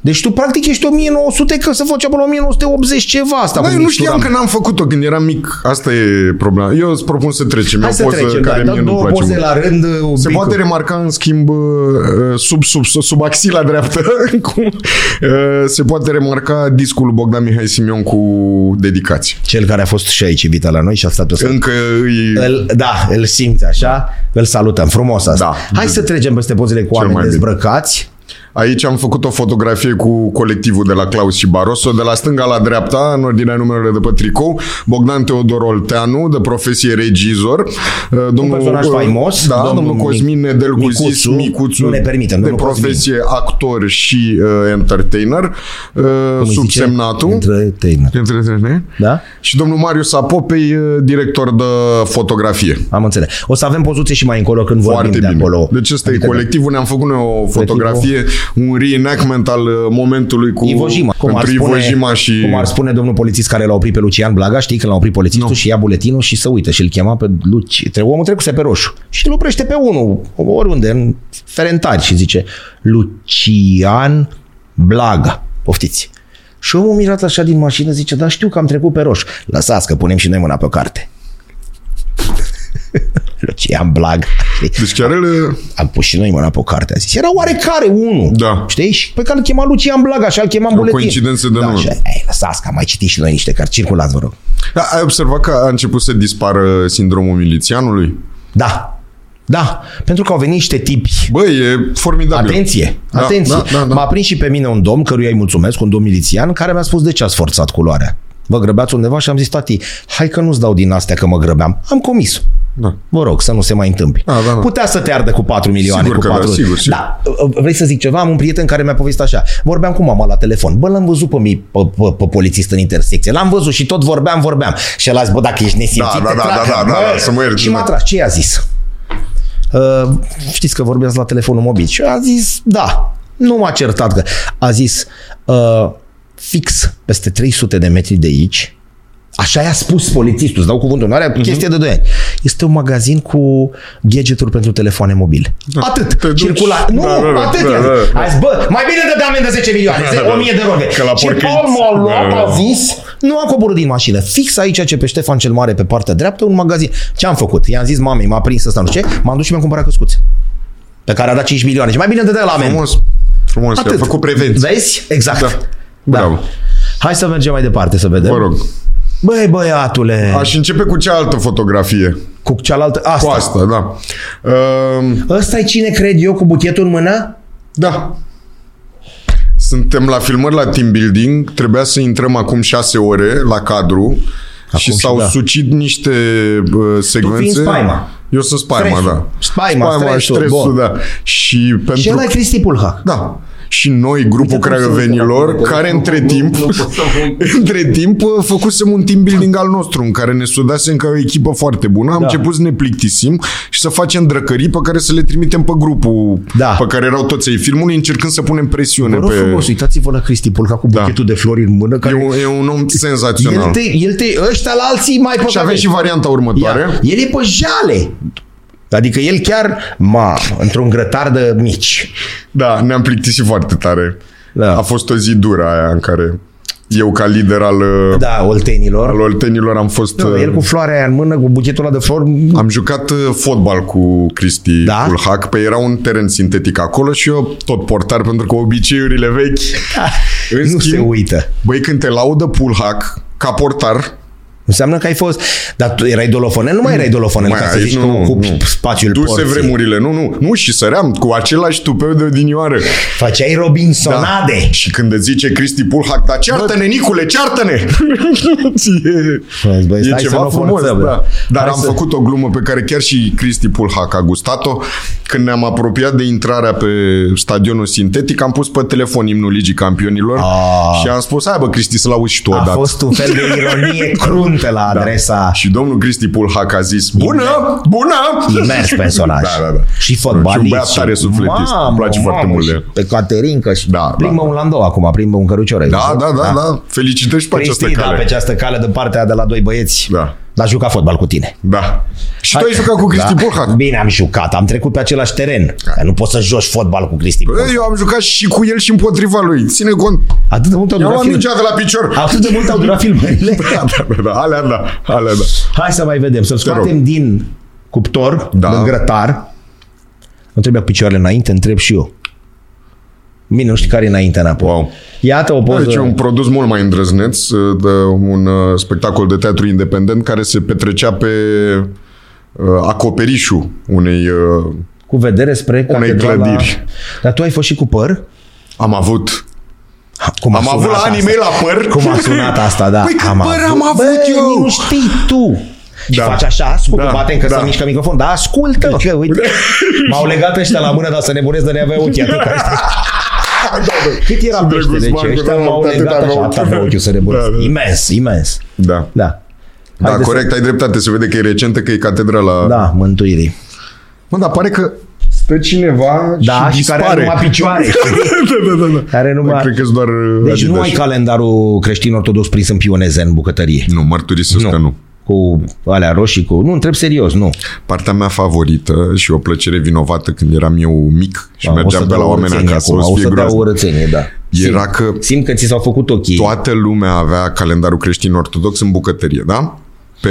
Speaker 1: Deci tu practic ești 1900, că se făcea până la 1980 ceva asta.
Speaker 2: Da,
Speaker 1: cu
Speaker 2: eu nu
Speaker 1: mixtura.
Speaker 2: știam că n-am făcut-o când eram mic. Asta e problema. Eu îți propun să trecem.
Speaker 1: Hai
Speaker 2: E o
Speaker 1: să
Speaker 2: poză
Speaker 1: trecem, da,
Speaker 2: care
Speaker 1: da,
Speaker 2: mie nu-mi
Speaker 1: două
Speaker 2: place
Speaker 1: poze
Speaker 2: mult.
Speaker 1: la rând. uh,
Speaker 2: Se
Speaker 1: Bicu.
Speaker 2: poate remarca, în schimb, uh, uh, sub, sub, sub, sub axila dreaptă, cum, uh, se poate remarca discul lui Bogdan Mihai Simion cu dedicație.
Speaker 1: Cel care a fost și aici invitat la noi și a stat pe scaun.
Speaker 2: Încă îi...
Speaker 1: îl, da, îl simți așa, îl salutăm. Frumos asta.
Speaker 2: Da.
Speaker 1: Hai să trecem peste pozele cu oameni
Speaker 2: mai bine.
Speaker 1: dezbrăcați.
Speaker 2: Aici am făcut o fotografie cu colectivul de la Claus și Barroso, de la stânga la dreapta, în ordinea numerelor de pe tricou, Bogdan Teodor Olteanu, de profesie regizor, uh, domnul,
Speaker 1: personaj
Speaker 2: uh,
Speaker 1: faimos,
Speaker 2: da,
Speaker 1: domnul
Speaker 2: domnul, Cosmin
Speaker 1: Mi-
Speaker 2: Nedelcu
Speaker 1: Micuțu.
Speaker 2: Zis Micuțu,
Speaker 1: Nu ne permitem,
Speaker 2: de
Speaker 1: domnul Cosmin.
Speaker 2: profesie actor și uh, entertainer, uh,
Speaker 1: Cum îi zice?
Speaker 2: subsemnatul,
Speaker 1: Entertainer.
Speaker 2: Entertainer.
Speaker 1: Da?
Speaker 2: și domnul Marius Apopei, uh, director de fotografie.
Speaker 1: Am înțeles. O să avem pozuțe și mai încolo când vorbim
Speaker 2: Foarte
Speaker 1: de
Speaker 2: bine.
Speaker 1: acolo.
Speaker 2: Deci ăsta
Speaker 1: Adică Deci,
Speaker 2: e colectivul, ne-am făcut noi o fotografie, un reenactment al uh, momentului cu
Speaker 1: Ivo Jima. Cum ar,
Speaker 2: între
Speaker 1: spune,
Speaker 2: Ivo Jima și
Speaker 1: cum ar spune domnul polițist care l-a oprit pe Lucian Blaga, știi că l-a oprit polițistul nu. și ia buletinul și se uită și îl chema pe Luci. tre- Omul trecuse pe roșu și îl oprește pe unul, oriunde, în Ferentari și zice Lucian Blaga. Poftiți. Și omul mirat așa din mașină zice, da știu că am trecut pe roșu. Lăsați că punem și noi mâna pe o carte. Lucian Blaga. știi?
Speaker 2: Deci chiar el,
Speaker 1: Am pus și noi mâna pe o carte, a zis. Era oarecare unul,
Speaker 2: Da.
Speaker 1: știi? Și pe care îl chema Lucian Blaga și îl chema în buletin.
Speaker 2: coincidență de
Speaker 1: da,
Speaker 2: nume.
Speaker 1: și, ei, lăsați că am mai citit și noi niște cărți. Circulați, vă rog.
Speaker 2: da, ai observat că a început să dispară sindromul milițianului?
Speaker 1: Da. Da. Pentru că au venit niște tipi
Speaker 2: Băi, e formidabil.
Speaker 1: Atenție,
Speaker 2: Da,
Speaker 1: atenție.
Speaker 2: da, da, da.
Speaker 1: M-a prins și pe mine un domn, căruia îi mulțumesc, un domn milițian, care mi-a spus de ce ați forțat culoarea. Vă grăbeați undeva și am zis, tati, hai că nu-ți dau din astea că mă grăbeam. Am comis
Speaker 2: Da.
Speaker 1: Vă rog, să nu se mai întâmple.
Speaker 2: Da, da, da.
Speaker 1: Putea să te ardă cu 4 milioane,
Speaker 2: Sigur
Speaker 1: cu
Speaker 2: că da,
Speaker 1: 4...
Speaker 2: sigur, sigur.
Speaker 1: Da, vrei să zic ceva? Am un prieten care mi-a povestit așa. Vorbeam cu mama la telefon. Bă, l-am văzut pe, mi, pe, pe, pe polițist în intersecție. L-am văzut și tot vorbeam, vorbeam. Și el a zis, bă, dacă ești nesimțit,
Speaker 2: Da,
Speaker 1: te
Speaker 2: da, da,
Speaker 1: trag.
Speaker 2: da, da,
Speaker 1: Bă,
Speaker 2: da, da, să mă ierți,
Speaker 1: Și m-a
Speaker 2: da.
Speaker 1: tras. Ce i-a zis? Uh, știți că vorbeați la telefonul mobil. Și eu am zis, da, nu m-a certat că... A zis, uh, fix peste 300 de metri de aici, Așa i-a spus polițistul, îți dau cuvântul, nu are uh-huh. chestie de 2 ani. Este un magazin cu gadgeturi pentru telefoane mobile.
Speaker 2: te
Speaker 1: Da. Atât.
Speaker 2: duci.
Speaker 1: Circula. Nu,
Speaker 2: Da, da, da,
Speaker 1: atât.
Speaker 2: da,
Speaker 1: i-a zis.
Speaker 2: da, da.
Speaker 1: A zis, bă, mai bine dă de amendă 10 milioane,
Speaker 2: Da, da,
Speaker 1: 1000 de rode.
Speaker 2: că la
Speaker 1: Și
Speaker 2: porcăriți.
Speaker 1: omul a
Speaker 2: Da,
Speaker 1: luat,
Speaker 2: da.
Speaker 1: a zis, nu a coborât din mașină. Fix aici ce pe Ștefan cel Mare pe partea dreaptă, un magazin. Ce am făcut? I-am zis mamei, m-a prins ăsta, nu știu ce, m-am dus și mi-am cumpărat căscuți. Pe care a dat 5 milioane. Și mai bine dădea la amendă.
Speaker 2: Frumos. Frumos. Atât. A făcut prevenție.
Speaker 1: Vezi? Exact.
Speaker 2: Da. Bravo.
Speaker 1: Hai să mergem mai departe să vedem.
Speaker 2: Vă rog.
Speaker 1: Băi, băiatule.
Speaker 2: Aș începe cu cealaltă fotografie.
Speaker 1: Cu cealaltă... Asta.
Speaker 2: Cu asta, da. Uh,
Speaker 1: Ăsta e cine cred eu cu buchetul în mână?
Speaker 2: da. Suntem la filmări la team building. Trebuia să intrăm acum șase ore la cadru. Acum și
Speaker 1: și
Speaker 2: s-au
Speaker 1: da.
Speaker 2: sucit niște uh, secvențe.
Speaker 1: spaima.
Speaker 2: Eu sunt spaima,
Speaker 1: Stresul.
Speaker 2: da.
Speaker 1: Spaima, stresul, bun.
Speaker 2: da. Și pentru
Speaker 1: Și ăla e Cristi Pulha.
Speaker 2: Da. Și noi, grupul
Speaker 1: Uite cum se
Speaker 2: Craiovenilor,
Speaker 1: uită la
Speaker 2: care
Speaker 1: grupul,
Speaker 2: între
Speaker 1: Exact, nu-
Speaker 2: timp,
Speaker 1: nu pot să mă
Speaker 2: între timp uh, făcusem un team building al nostru în care ne sudasem ca o echipă foarte bună. Am
Speaker 1: Da.
Speaker 2: început să ne plictisim și să facem drăcării pe care să le trimitem pe grupul
Speaker 1: Da.
Speaker 2: pe care erau toți ei filmului, încercând să punem presiune
Speaker 1: Vă rog
Speaker 2: pe... Da.
Speaker 1: frumos, uitați-vă la Cristi Pulha cu buchetul de flori în mână.
Speaker 2: E
Speaker 1: Care...
Speaker 2: un, e un om
Speaker 1: el
Speaker 2: senzațional.
Speaker 1: te, el te, ăștia la alții mai pot
Speaker 2: Și avem și varianta următoare.
Speaker 1: El e pe jale. Adică el chiar, ma, într-un grătar de mici.
Speaker 2: Da, ne-am plictisit foarte tare.
Speaker 1: Da.
Speaker 2: A fost o zi dură aia în care eu ca lider al,
Speaker 1: Da, oltenilor.
Speaker 2: al oltenilor am fost... uh,
Speaker 1: Da, El cu floarea aia în mână, cu buchetul ăla de flori,
Speaker 2: Am jucat uh, fotbal cu Cristi
Speaker 1: Da?
Speaker 2: da? Ulhac, pe era un teren sintetic acolo și eu tot portar pentru că obiceiurile vechi. În
Speaker 1: Da. nu se
Speaker 2: schimb,
Speaker 1: uită.
Speaker 2: Băi, când te laudă Pulhac ca portar,
Speaker 1: Înseamnă că ai fost... Dar tu erai dolofonel? Nu mai erai dolofonel,
Speaker 2: Mai,
Speaker 1: ca să
Speaker 2: aici
Speaker 1: zici
Speaker 2: nu,
Speaker 1: tu
Speaker 2: nu,
Speaker 1: cu
Speaker 2: nu.
Speaker 1: spațiul
Speaker 2: duse
Speaker 1: porții.
Speaker 2: vremurile. Nu, nu, nu, și săream cu același tupeu de odinioară.
Speaker 1: Făceai Robinsonade.
Speaker 2: Da. Și când îți zice Cristi Pulhac, da ceartă-ne, Nicule, ceartă-ne! e
Speaker 1: Băi, băi,
Speaker 2: e
Speaker 1: stai să
Speaker 2: ceva
Speaker 1: nu
Speaker 2: frumos,
Speaker 1: forțăm,
Speaker 2: da.
Speaker 1: bă.
Speaker 2: Dar
Speaker 1: Hai
Speaker 2: am
Speaker 1: să-
Speaker 2: făcut o glumă pe care chiar și Cristi Pulhac a gustat-o. Când ne-am apropiat de intrarea pe stadionul sintetic, am pus pe telefon imnul Ligii Campionilor
Speaker 1: Ah.
Speaker 2: și am spus, hai bă, Cristi, să-l auzi și tu
Speaker 1: A
Speaker 2: odată.
Speaker 1: fost un fel de ironie
Speaker 2: Da.
Speaker 1: cruntă la adresa
Speaker 2: Și domnul Cristi Pulhac a zis, bună, bună!
Speaker 1: imers personaj.
Speaker 2: Da, da, da.
Speaker 1: Și
Speaker 2: Și
Speaker 1: fotbalist.
Speaker 2: un băiat tare
Speaker 1: și-
Speaker 2: sufletist.
Speaker 1: Mamă,
Speaker 2: Îmi place
Speaker 1: mamă,
Speaker 2: foarte mult de el.
Speaker 1: și Pe Caterinca și...
Speaker 2: Da, da,
Speaker 1: plimbă un landou acum, plimbă un cărucior. ai
Speaker 2: Da,
Speaker 1: văzut?
Speaker 2: da, da, da. Felicitări și pe această
Speaker 1: Cristi, da, pe
Speaker 2: cale.
Speaker 1: această cale de partea de la doi băieți.
Speaker 2: Da.
Speaker 1: Dar juca fotbal cu tine.
Speaker 2: Da. Și tu
Speaker 1: Hai- Da.
Speaker 2: ai jucat cu Cristi Da. Pulhac.
Speaker 1: Bine am jucat, am trecut pe același teren. Dar nu poți să joci fotbal cu Cristi Pulha.
Speaker 2: Eu am jucat și cu el și împotriva lui. Ține cont.
Speaker 1: Atât de mult au
Speaker 2: Eu
Speaker 1: durat
Speaker 2: am
Speaker 1: film.
Speaker 2: mingea de la picior.
Speaker 1: Atât de mult au durat filmările.
Speaker 2: Da, da, da, da, alea da, alea da.
Speaker 1: Hai să mai vedem. Să-l scoatem
Speaker 2: rog.
Speaker 1: din cuptor,
Speaker 2: Da.
Speaker 1: din grătar. Nu trebuie cu picioarele înainte, întreb și eu. Bine, nu știu care e înainte înapoi.
Speaker 2: Wow.
Speaker 1: Iată o poză.
Speaker 2: Deci e un produs mult mai îndrăzneț, de un uh, spectacol de teatru independent care se petrecea pe uh, acoperișul unei... uh,
Speaker 1: Cu vedere spre catedrala-
Speaker 2: clădiri.
Speaker 1: Dar tu ai fost și cu păr?
Speaker 2: Am avut.
Speaker 1: Cum a
Speaker 2: Am
Speaker 1: sunat
Speaker 2: avut la
Speaker 1: asta?
Speaker 2: anii mei la păr.
Speaker 1: Cum a sunat asta, da.
Speaker 2: Păi cât păr am avut
Speaker 1: Bă,
Speaker 2: eu?
Speaker 1: nu știi tu. Și
Speaker 2: Da.
Speaker 1: faci așa, ascultă,
Speaker 2: Da,
Speaker 1: bate încă
Speaker 2: da.
Speaker 1: să mișcă microfon, dar ascultă, că uite, m-au legat ăștia la mână, dar să nebunesc de neavea ochii atâta. da, Cât era
Speaker 2: Sunt
Speaker 1: pește,
Speaker 2: drăguț,
Speaker 1: deci
Speaker 2: mă,
Speaker 1: ăștia
Speaker 2: da,
Speaker 1: m-au
Speaker 2: atât
Speaker 1: legat
Speaker 2: aveau
Speaker 1: așa,
Speaker 2: ochi.
Speaker 1: atât aveau ochiul să nebunesc.
Speaker 2: Da, da.
Speaker 1: Imens, imens.
Speaker 2: Da.
Speaker 1: Da.
Speaker 2: Da,
Speaker 1: Haideți
Speaker 2: corect, ai dreptate. Se vede că e recentă, că e catedrala.
Speaker 1: să- Da, mântuirii.
Speaker 2: Mă, dar pare că stă cineva
Speaker 1: Da, și, care are
Speaker 2: dispare.
Speaker 1: numai picioare.
Speaker 2: da, da, da, da.
Speaker 1: Care numai...
Speaker 2: Cred că doar uh,
Speaker 1: Deci nu
Speaker 2: Adidas.
Speaker 1: ai calendarul creștin ortodox prins în pioneze în bucătărie.
Speaker 2: Nu, mărturisesc că nu.
Speaker 1: Cu alea roșii, cu... Nu, întreb serios, nu.
Speaker 2: Partea mea favorită și o plăcere vinovată când eram eu mic și
Speaker 1: Da, o
Speaker 2: mergeam
Speaker 1: să
Speaker 2: pe la
Speaker 1: dau
Speaker 2: oameni
Speaker 1: urățenie
Speaker 2: acasă,
Speaker 1: acum,
Speaker 2: o să fie
Speaker 1: o să dau
Speaker 2: groaznic.
Speaker 1: urățenie, da.
Speaker 2: Era
Speaker 1: simt,
Speaker 2: că
Speaker 1: simt că ți s-au făcut ochii.
Speaker 2: toată lumea avea calendarul creștin ortodox în bucătărie, da? Pe...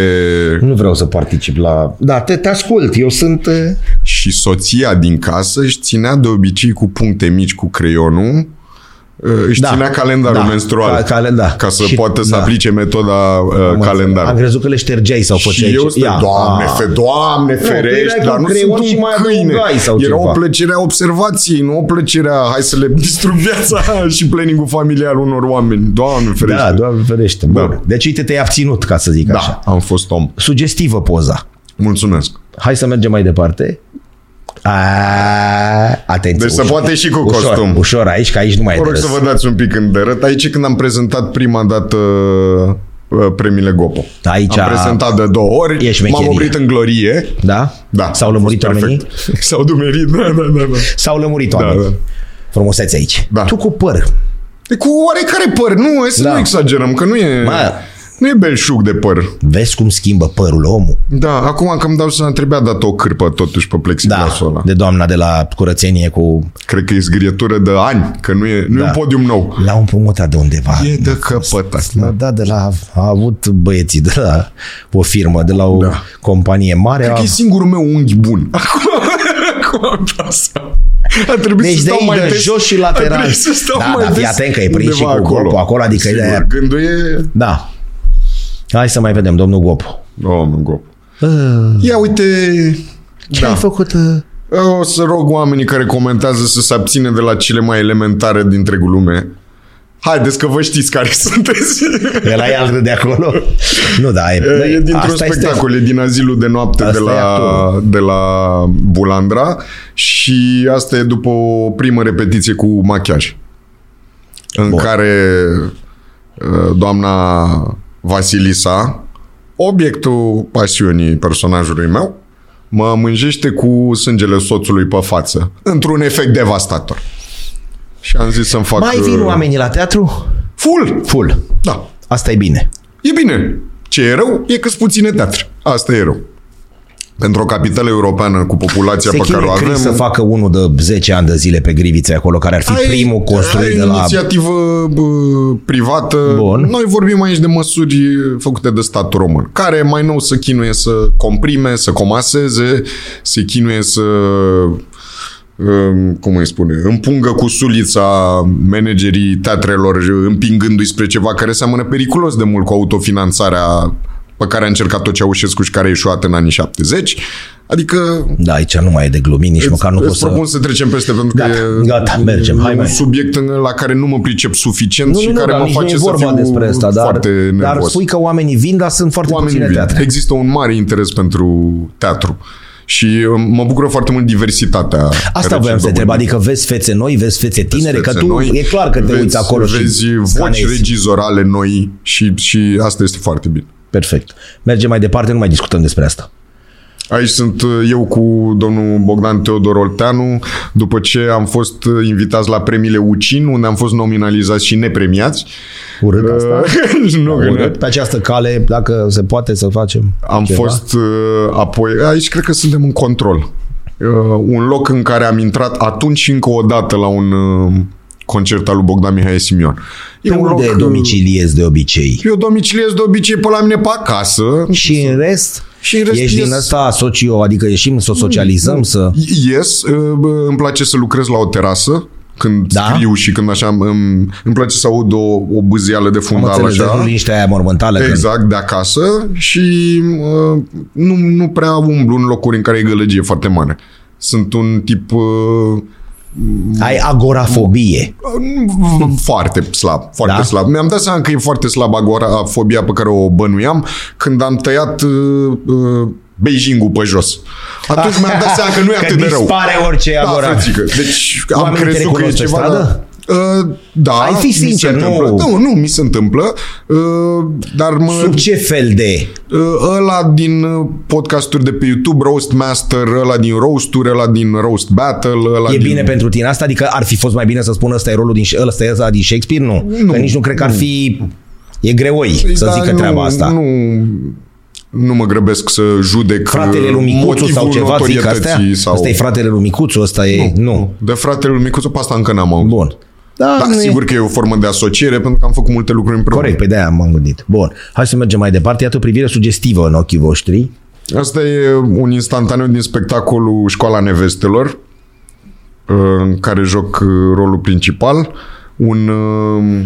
Speaker 1: Nu vreau să particip la... Da, te, te ascult, eu sunt... uh,
Speaker 2: Și soția din casă își ținea de obicei cu puncte mici cu creionul, își
Speaker 1: Da.
Speaker 2: ținea calendarul
Speaker 1: Da.
Speaker 2: menstrual.
Speaker 1: Ca- cale- da.
Speaker 2: ca să
Speaker 1: Și-
Speaker 2: poată să
Speaker 1: da.
Speaker 2: aplice metoda uh,
Speaker 1: Am
Speaker 2: calendar.
Speaker 1: crezut că le ștergeai sau făceai
Speaker 2: Și eu
Speaker 1: ce- Ah.
Speaker 2: stăteam, doamne,
Speaker 1: a.
Speaker 2: fe, doamne,
Speaker 1: tu erai
Speaker 2: ferești,
Speaker 1: cu
Speaker 2: dar nu
Speaker 1: creion
Speaker 2: sunt
Speaker 1: și
Speaker 2: un
Speaker 1: mai
Speaker 2: câine.
Speaker 1: adăugai sau
Speaker 2: Era
Speaker 1: ceva.
Speaker 2: o plăcere a observației, nu o plăcere a hai să le distrug viața și planning familial unor oameni. Doamne, ferește.
Speaker 1: Da, doamne ferește. Bun.
Speaker 2: Da.
Speaker 1: Deci uite, te-ai abținut, ca să zic
Speaker 2: da
Speaker 1: așa.
Speaker 2: am fost om.
Speaker 1: Sugestivă poza.
Speaker 2: Mulțumesc.
Speaker 1: Hai să mergem mai departe. A, atenție.
Speaker 2: Deci se poate și cu
Speaker 1: ușor,
Speaker 2: costum.
Speaker 1: Ușor aici, că aici nu mai e
Speaker 2: Vă
Speaker 1: de
Speaker 2: rog
Speaker 1: râs.
Speaker 2: să vă dați un pic în derăt. Aici e când am prezentat prima dată uh, premiile Gopo.
Speaker 1: Aici
Speaker 2: Am
Speaker 1: a-
Speaker 2: prezentat de două
Speaker 1: E
Speaker 2: ori,
Speaker 1: șmecherie.
Speaker 2: m-am oprit în glorie.
Speaker 1: Da?
Speaker 2: Da.
Speaker 1: S-au
Speaker 2: a fost
Speaker 1: lămurit oamenii?
Speaker 2: perfect. S-au dumerit, da, da, da. da.
Speaker 1: S-au lămurit oamenii.
Speaker 2: da.
Speaker 1: Frumusețe aici.
Speaker 2: Da.
Speaker 1: Tu cu păr.
Speaker 2: E cu oarecare păr, nu, hai să
Speaker 1: Da.
Speaker 2: nu exagerăm, că nu e,
Speaker 1: Mă.
Speaker 2: nu e belșug de păr.
Speaker 1: Vezi cum schimbă părul omul?
Speaker 2: Da, acum că îmi dau să trebuia dat o cârpă totuși pe
Speaker 1: Da,
Speaker 2: plexiglasul ăla.
Speaker 1: de doamna de la curățenie cu...
Speaker 2: Cred că e zgârietură de ani, că nu e, nu da. e un podium nou.
Speaker 1: La un împrumutat de undeva.
Speaker 2: E de căpătat.
Speaker 1: Da, da, de la, a avut băieții de la o firmă, de la o da. companie mare.
Speaker 2: Cred
Speaker 1: a-
Speaker 2: că e singurul meu unghi bun. Acum, acum am dat seama. A trebuit
Speaker 1: Deci
Speaker 2: să
Speaker 1: de
Speaker 2: stau
Speaker 1: aici
Speaker 2: mai
Speaker 1: de
Speaker 2: des.
Speaker 1: jos și
Speaker 2: A
Speaker 1: lateral.
Speaker 2: trebuit să stau
Speaker 1: Da,
Speaker 2: mai
Speaker 1: da, fii
Speaker 2: des
Speaker 1: atent că e prins și
Speaker 2: undeva
Speaker 1: cu gopul acolo, adică
Speaker 2: Sigur,
Speaker 1: e-
Speaker 2: Gândul e...
Speaker 1: Da. Hai să mai vedem, domnul Gop.
Speaker 2: Domnul Gop. Ia uite...
Speaker 1: Ce da. ai făcut? uh?
Speaker 2: O să rog oamenii care comentează să se abțină de la cele mai elementare dintre glume. Haideți că vă știți care sunteți.
Speaker 1: Ăla e al de acolo? Nu, da, e,
Speaker 2: E, e dintr-un
Speaker 1: asta este-
Speaker 2: spectacol, e din azilul de noapte
Speaker 1: Asta
Speaker 2: de
Speaker 1: e
Speaker 2: la,
Speaker 1: actorul.
Speaker 2: de la Bulandra și asta e după o primă repetiție cu machiaj în
Speaker 1: Bun.
Speaker 2: care uh, doamna Vasilisa, obiectul pasiunii personajului meu, mă mânjește cu sângele soțului pe față, într-un efect devastator. Și am zis să-mi fac...
Speaker 1: Mai vin
Speaker 2: uh,
Speaker 1: oamenii la teatru?
Speaker 2: Full!
Speaker 1: Full.
Speaker 2: Da.
Speaker 1: Asta e bine.
Speaker 2: E bine. Ce e rău e că puține teatre. Asta e rău. Pentru o capitală europeană cu populația
Speaker 1: Se
Speaker 2: pe care o
Speaker 1: chinuie
Speaker 2: avem...
Speaker 1: Chris să facă unul de 10 ani de zile pe grivițe acolo, care ar fi
Speaker 2: Ai-
Speaker 1: primul construit
Speaker 2: ai
Speaker 1: de la...
Speaker 2: inițiativă bă, privată.
Speaker 1: Bun.
Speaker 2: Noi vorbim aici de măsuri făcute de statul român, care mai nou să chinuie să comprime, să comaseze, se chinuie să um, cum îi spune, împungă cu sulița managerii teatrelor, împingându-i spre ceva care seamănă periculos de mult cu autofinanțarea pe care a încercat-o Ceaușescu și care a ieșuat în anii 70. Adică
Speaker 1: Da, aici nu mai e de glumit, nici măcar nu pot
Speaker 2: Îți propun
Speaker 1: să...
Speaker 2: să trecem peste pentru
Speaker 1: Gata,
Speaker 2: că e
Speaker 1: gata, mergem, hai
Speaker 2: un
Speaker 1: mai.
Speaker 2: subiect în- la care nu mă pricep suficient
Speaker 1: Nu,
Speaker 2: și
Speaker 1: nu, nu,
Speaker 2: care
Speaker 1: dar
Speaker 2: mă
Speaker 1: nici nu
Speaker 2: face
Speaker 1: e
Speaker 2: să
Speaker 1: vorba
Speaker 2: fiu
Speaker 1: despre asta, dar,
Speaker 2: foarte nervos.
Speaker 1: dar spui că oamenii vin, dar sunt foarte
Speaker 2: Oamenii
Speaker 1: puține
Speaker 2: vin.
Speaker 1: teatre.
Speaker 2: Există un mare interes pentru teatru și uh, mă bucură foarte mult diversitatea.
Speaker 1: Asta voiam să te întreb, adică vezi fețe noi, vezi fețe tinere, că tu, e clar că te
Speaker 2: vezi,
Speaker 1: uiți acolo
Speaker 2: vezi
Speaker 1: și
Speaker 2: voci
Speaker 1: scanezi.
Speaker 2: regizorale noi și, și asta este foarte bine.
Speaker 1: Perfect. Mergem mai departe, nu mai discutăm despre asta.
Speaker 2: Aici sunt uh, eu cu domnul Bogdan Teodor Olteanu, după ce am fost uh, invitați la premiile UCIN, unde am fost nominalizați și nepremiați.
Speaker 1: Urât asta.
Speaker 2: Uh, nu, că
Speaker 1: Urât. Pe această cale, dacă se poate să facem
Speaker 2: am
Speaker 1: ceva.
Speaker 2: fost uh, apoi... Aici cred că suntem în control. Uh, Un loc în care am intrat atunci și încă o dată la un uh, concert al lui Bogdan Mihai Simion. E
Speaker 1: Pe unde
Speaker 2: uh,
Speaker 1: domiciliez de obicei?
Speaker 2: Eu domiciliez de obicei pe la mine pe acasă.
Speaker 1: Și în rest,
Speaker 2: Și în rest Da,
Speaker 1: ești din
Speaker 2: ies-
Speaker 1: ăsta socio, adică ieșim să socializăm, să...
Speaker 2: Yes, uh, îmi place să lucrez la o terasă când
Speaker 1: Da?
Speaker 2: da? scriu și când așa îmi, îmi place să aud o, o bâzială de
Speaker 1: Mă
Speaker 2: fundal
Speaker 1: înțelegi,
Speaker 2: așa.
Speaker 1: nu liniștea aia mormântală. când-
Speaker 2: Exact, de acasă și uh, nu, nu prea umblu în locuri în care e gălăgie foarte mare. Sunt un tip uh,
Speaker 1: Ai agorafobie.
Speaker 2: foarte slab, foarte
Speaker 1: Da?
Speaker 2: da? slab. Mi-am dat seama că e foarte slab agorafobia pe care o bănuiam când am tăiat uh, uh, Beijing-ul pe jos. Atunci mi-am dat seama că nu e atât de rău.
Speaker 1: dispare orice
Speaker 2: Da,
Speaker 1: agora.
Speaker 2: frățică. Deci am
Speaker 1: Oamenii te
Speaker 2: crezut că e
Speaker 1: recunosc pe
Speaker 2: ceva...
Speaker 1: stradă?
Speaker 2: Uh, da,
Speaker 1: Ai fi
Speaker 2: mi se
Speaker 1: sincer, nu.
Speaker 2: întâmplă. Nu, nu, mi se întâmplă, uh, dar mă,
Speaker 1: Sub ce fel de...
Speaker 2: uh, ăla din uh, podcasturi de pe YouTube, Roast Master, ăla din roasturi, ăla din Roast Battle, ăla
Speaker 1: E
Speaker 2: din...
Speaker 1: bine pentru tine asta? Adică ar fi fost mai bine să spun ăsta e rolul din, ăsta e ăsta din Shakespeare? Nu. nu. Că nici nu cred că ar fi... E greoi să
Speaker 2: Dar
Speaker 1: zică
Speaker 2: Păi da, nu,
Speaker 1: treaba asta.
Speaker 2: Nu, nu mă grăbesc să judec
Speaker 1: Fratele
Speaker 2: uh,
Speaker 1: lui Micuțu
Speaker 2: motivul
Speaker 1: sau ceva zic astea?
Speaker 2: notorietății
Speaker 1: Sau...
Speaker 2: Sau...
Speaker 1: Asta e fratele lui Micuțu, ăsta e... Nu. nu.
Speaker 2: De fratele lui Micuțu, pe asta încă n-am auzit.
Speaker 1: Bun. Da,
Speaker 2: Dar
Speaker 1: nu e-
Speaker 2: sigur că e o formă de asociere, pentru că am făcut multe lucruri împreună.
Speaker 1: Corect, păi pe de-aia m-am gândit. Bun, hai să mergem mai departe. Iată o privire sugestivă în ochii voștri.
Speaker 2: Asta e un instantaneu din spectacolul Școala Nevestelor, uh, în care joc uh, rolul principal. Un, uh,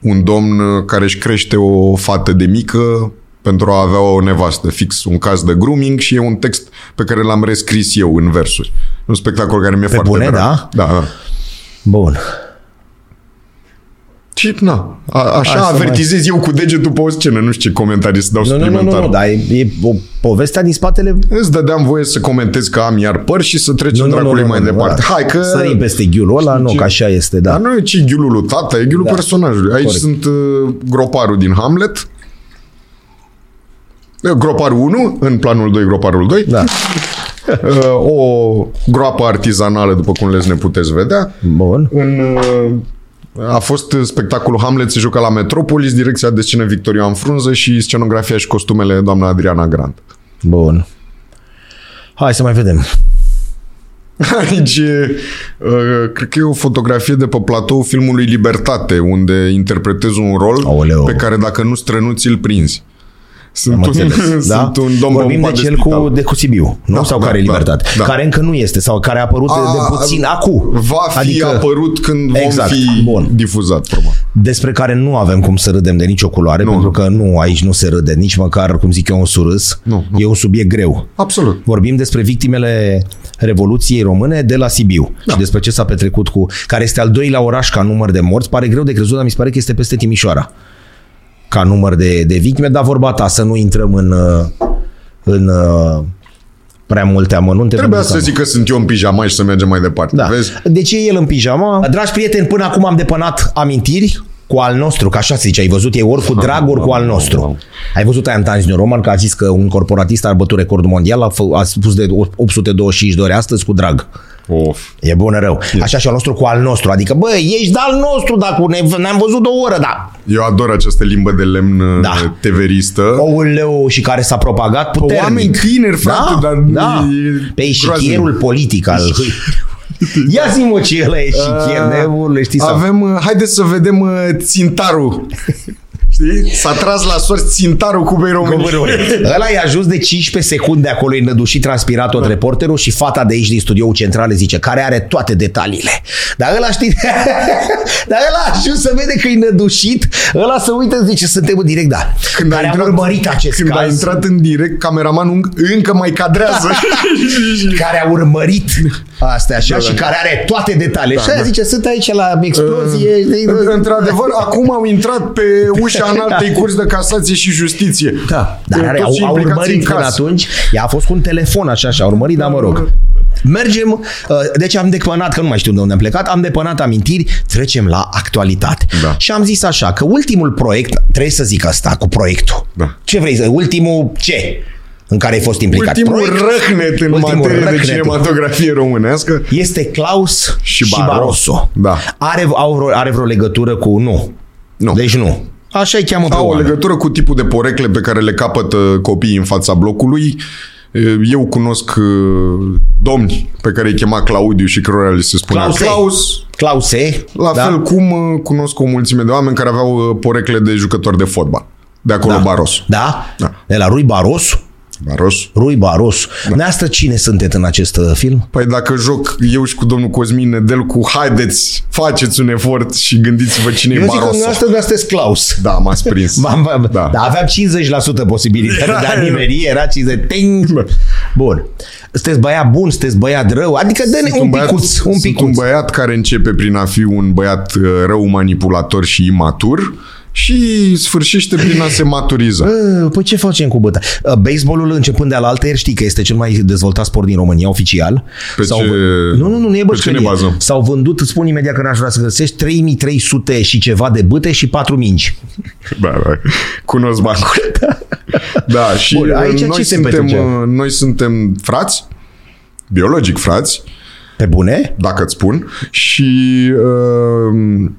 Speaker 2: un domn uh, care își crește o fată de mică pentru a avea o nevastă, fix un caz de grooming și e un text pe care l-am rescris eu în versuri. Un
Speaker 1: da?
Speaker 2: Da, spectacol care mi-e Pe foarte
Speaker 1: bune,
Speaker 2: drag.
Speaker 1: da?
Speaker 2: da? Da.
Speaker 1: Bun.
Speaker 2: Și, na, a, așa
Speaker 1: Hai să
Speaker 2: avertizez eu cu degetul pe o scenă. Nu știu ce comentarii să dau
Speaker 1: Nu, nu, nu,
Speaker 2: suplimentar.
Speaker 1: nu, nu, dar e, e o povestea din spatele...
Speaker 2: Îți dădeam voie să comentez că am iar păr și să trecem
Speaker 1: Nu, nu, nu,
Speaker 2: dracului
Speaker 1: nu,
Speaker 2: mai
Speaker 1: nu,
Speaker 2: departe.
Speaker 1: da.
Speaker 2: Hai că...
Speaker 1: Sărim peste ghiulul ăla, nu,
Speaker 2: ce?
Speaker 1: că așa este, da.
Speaker 2: Dar nu e ce ghiulul lui tata, e ghiulul
Speaker 1: Da.
Speaker 2: personajului. Aici
Speaker 1: Corect.
Speaker 2: sunt uh, groparul din Hamlet, uh, groparul 1, în planul 2, groparul 2,
Speaker 1: Da.
Speaker 2: uh, o groapă artizanală, după cum les ne puteți vedea.
Speaker 1: Bun.
Speaker 2: În, uh, a fost uh, spectacolul Hamlet, se juca la Metropolis, direcția de scenă Victorian Frunză și scenografia și costumele doamna Adriana Grant.
Speaker 1: Bun. Hai să mai vedem.
Speaker 2: Aici, Deci, e, uh, cred că e o fotografie de pe platou filmului Libertate, unde interpretezi un rol
Speaker 1: Aoleu.
Speaker 2: pe care dacă nu strănuți, îl prinzi. Sunt
Speaker 1: Am
Speaker 2: un,
Speaker 1: înțeles, da?
Speaker 2: sunt un domn
Speaker 1: Vorbim de
Speaker 2: bombat
Speaker 1: cel
Speaker 2: spital.
Speaker 1: cu, de cu Sibiu, nu?
Speaker 2: Da,
Speaker 1: sau
Speaker 2: da,
Speaker 1: care e
Speaker 2: da,
Speaker 1: libertate.
Speaker 2: da.
Speaker 1: Care încă nu este, sau care a apărut de, de
Speaker 2: A,
Speaker 1: puțin acum.
Speaker 2: Va fi adică... apărut când vom
Speaker 1: Exact,
Speaker 2: fi
Speaker 1: bun.
Speaker 2: difuzat, probabil.
Speaker 1: despre care nu avem cum să râdem de nicio culoare, nu. pentru că nu, aici nu se râde, nici măcar, cum zic eu, un surâs.
Speaker 2: Nu, nu.
Speaker 1: E un subiect greu.
Speaker 2: Absolut.
Speaker 1: Vorbim despre victimele Revoluției Române de la Sibiu da.
Speaker 2: Da.
Speaker 1: și despre ce s-a petrecut cu, care este al doilea oraș ca număr de morți. Pare greu de crezut, dar mi se pare că este peste Timișoara ca număr de, de victime, dar vorba ta, să nu intrăm în, uh, în uh, prea multe amănunte.
Speaker 2: Trebuia
Speaker 1: pentru că-
Speaker 2: să zic că sunt eu în pijama și să mergem mai departe.
Speaker 1: da.
Speaker 2: Vezi?
Speaker 1: Deci e el în pijama. Dragi prieteni, până acum am depănat amintiri cu al nostru, că așa se zice, ai văzut, e ori cu drag, ori cu al nostru. Ai văzut aia în Times New Roman că a zis că un corporatist a bătut recordul mondial, a, fă, a spus de 825 de ori astăzi cu drag.
Speaker 2: Of.
Speaker 1: E bună rău. Așa și al nostru cu al nostru. Adică, bă, ești de al nostru, dacă ne, ne-am văzut de o oră, da.
Speaker 2: Eu ador această limbă de lemn
Speaker 1: Da.
Speaker 2: da. teveristă.
Speaker 1: Ouleu și care s-a propagat puternic.
Speaker 2: oameni tineri, frate,
Speaker 1: da,
Speaker 2: dar
Speaker 1: da.
Speaker 2: e
Speaker 1: Pe e
Speaker 2: groaznic.
Speaker 1: șichierul politic al... Ia zi-mă ce ăla e șichier, ne urle, știi, sau-
Speaker 2: Ah, Uh, Avem, uh, haideți să vedem uh, țintarul. Știi? S-a tras la sorți țintarul Cubei României.
Speaker 1: Ăla i-a ajuns de 15 secunde acolo, e nădușit, transpirat tot reporterul și fata de aici din studioul central zice, care are toate detaliile. Dar ăla știi, dar ăla a ajuns să vede că e nădușit, ăla să uită, zice, suntem în direct, da. Când care a urmărit acest
Speaker 2: când a
Speaker 1: caz,
Speaker 2: intrat în direct, cameramanul încă mai cadrează.
Speaker 1: care a urmărit asta așa
Speaker 2: Da, da.
Speaker 1: și care are toate detaliile. și aia zice, sunt aici la explozie.
Speaker 2: În-
Speaker 1: Da.
Speaker 2: Într-adevăr, acum au intrat pe ușa în altei curți de casație și justiție.
Speaker 1: Da. Dar
Speaker 2: De
Speaker 1: are,
Speaker 2: toți
Speaker 1: au,
Speaker 2: cei
Speaker 1: au
Speaker 2: implicați în
Speaker 1: urmărit până
Speaker 2: caz.
Speaker 1: atunci. Ea a fost cu un telefon așa și a urmărit, dar mă rog. Mergem, uh, deci am depănat, că nu mai știu de unde am plecat, am depănat amintiri, trecem la actualitate.
Speaker 2: Da.
Speaker 1: Și am zis așa, că ultimul proiect, trebuie să zic asta cu proiectul.
Speaker 2: Da.
Speaker 1: Ce vrei să, ultimul ce? În care ai fost implicat.
Speaker 2: Ultimul
Speaker 1: Proiect
Speaker 2: răhnet în
Speaker 1: Ultimul
Speaker 2: materie de
Speaker 1: răhnet.
Speaker 2: cinematografie românească.
Speaker 1: este Claus și,
Speaker 2: Și
Speaker 1: și
Speaker 2: Barroso.
Speaker 1: Barroso.
Speaker 2: Da.
Speaker 1: Are, au, vreo- are vreo legătură cu nu.
Speaker 2: Nu.
Speaker 1: Deci nu. Așa îi cheamă pe
Speaker 2: Au o
Speaker 1: oameni.
Speaker 2: legătură cu tipul de porecle pe care le capătă copiii în fața blocului. Eu cunosc uh, domni pe care îi chema Claudiu și cărora li se spunea
Speaker 1: Claus.
Speaker 2: Claus. Claus.
Speaker 1: Clause.
Speaker 2: La da. fel cum uh, cunosc o mulțime de oameni care aveau uh, porecle de jucători de fotbal. De acolo da. Baros.
Speaker 1: Da?
Speaker 2: Da.
Speaker 1: De la Rui Baros.
Speaker 2: Baros.
Speaker 1: Rui Baros. Da. Neastră cine sunteți în acest uh, film?
Speaker 2: Păi dacă joc eu și cu domnul Cosmin Nedel cu haideți, faceți un efort și gândiți-vă cine
Speaker 1: Eu
Speaker 2: e
Speaker 1: zic că
Speaker 2: Baros.
Speaker 1: dumneavoastră dumneavoastră sunteți Claus.
Speaker 2: Da, m-ați prins.
Speaker 1: V-am, v-am, da.
Speaker 2: Da.
Speaker 1: da. aveam 50% posibilitate de a nimeri, era 50. Ting. Bun. Sunteți băiat bun, sunteți băiat rău, adică dă-ne un, picuț, un
Speaker 2: sunt un
Speaker 1: picuț.
Speaker 2: băiat care începe prin a fi un băiat uh, rău manipulator și imatur și sfârșește prin a se maturiza.
Speaker 1: Bă, Păi ce facem cu băta? Uh, Baseballul începând de la altă ieri, știi că este cel mai dezvoltat sport din România oficial.
Speaker 2: Pe
Speaker 1: S-au
Speaker 2: ce-
Speaker 1: vândut- Nu, nu, nu, nu e
Speaker 2: pe ce ne
Speaker 1: bășcărie.
Speaker 2: bazăm?
Speaker 1: S-au vândut, îți spun imediat că n-aș vrea să găsești, 3300 și ceva de bâte și 4 mingi.
Speaker 2: Da, da. Cunosc bancul. Da, și
Speaker 1: Bun,
Speaker 2: uh,
Speaker 1: aici
Speaker 2: noi,
Speaker 1: ce se
Speaker 2: suntem,
Speaker 1: petrece?
Speaker 2: uh, noi suntem frați, biologic frați,
Speaker 1: Pe bune?
Speaker 2: dacă îți spun, și uh,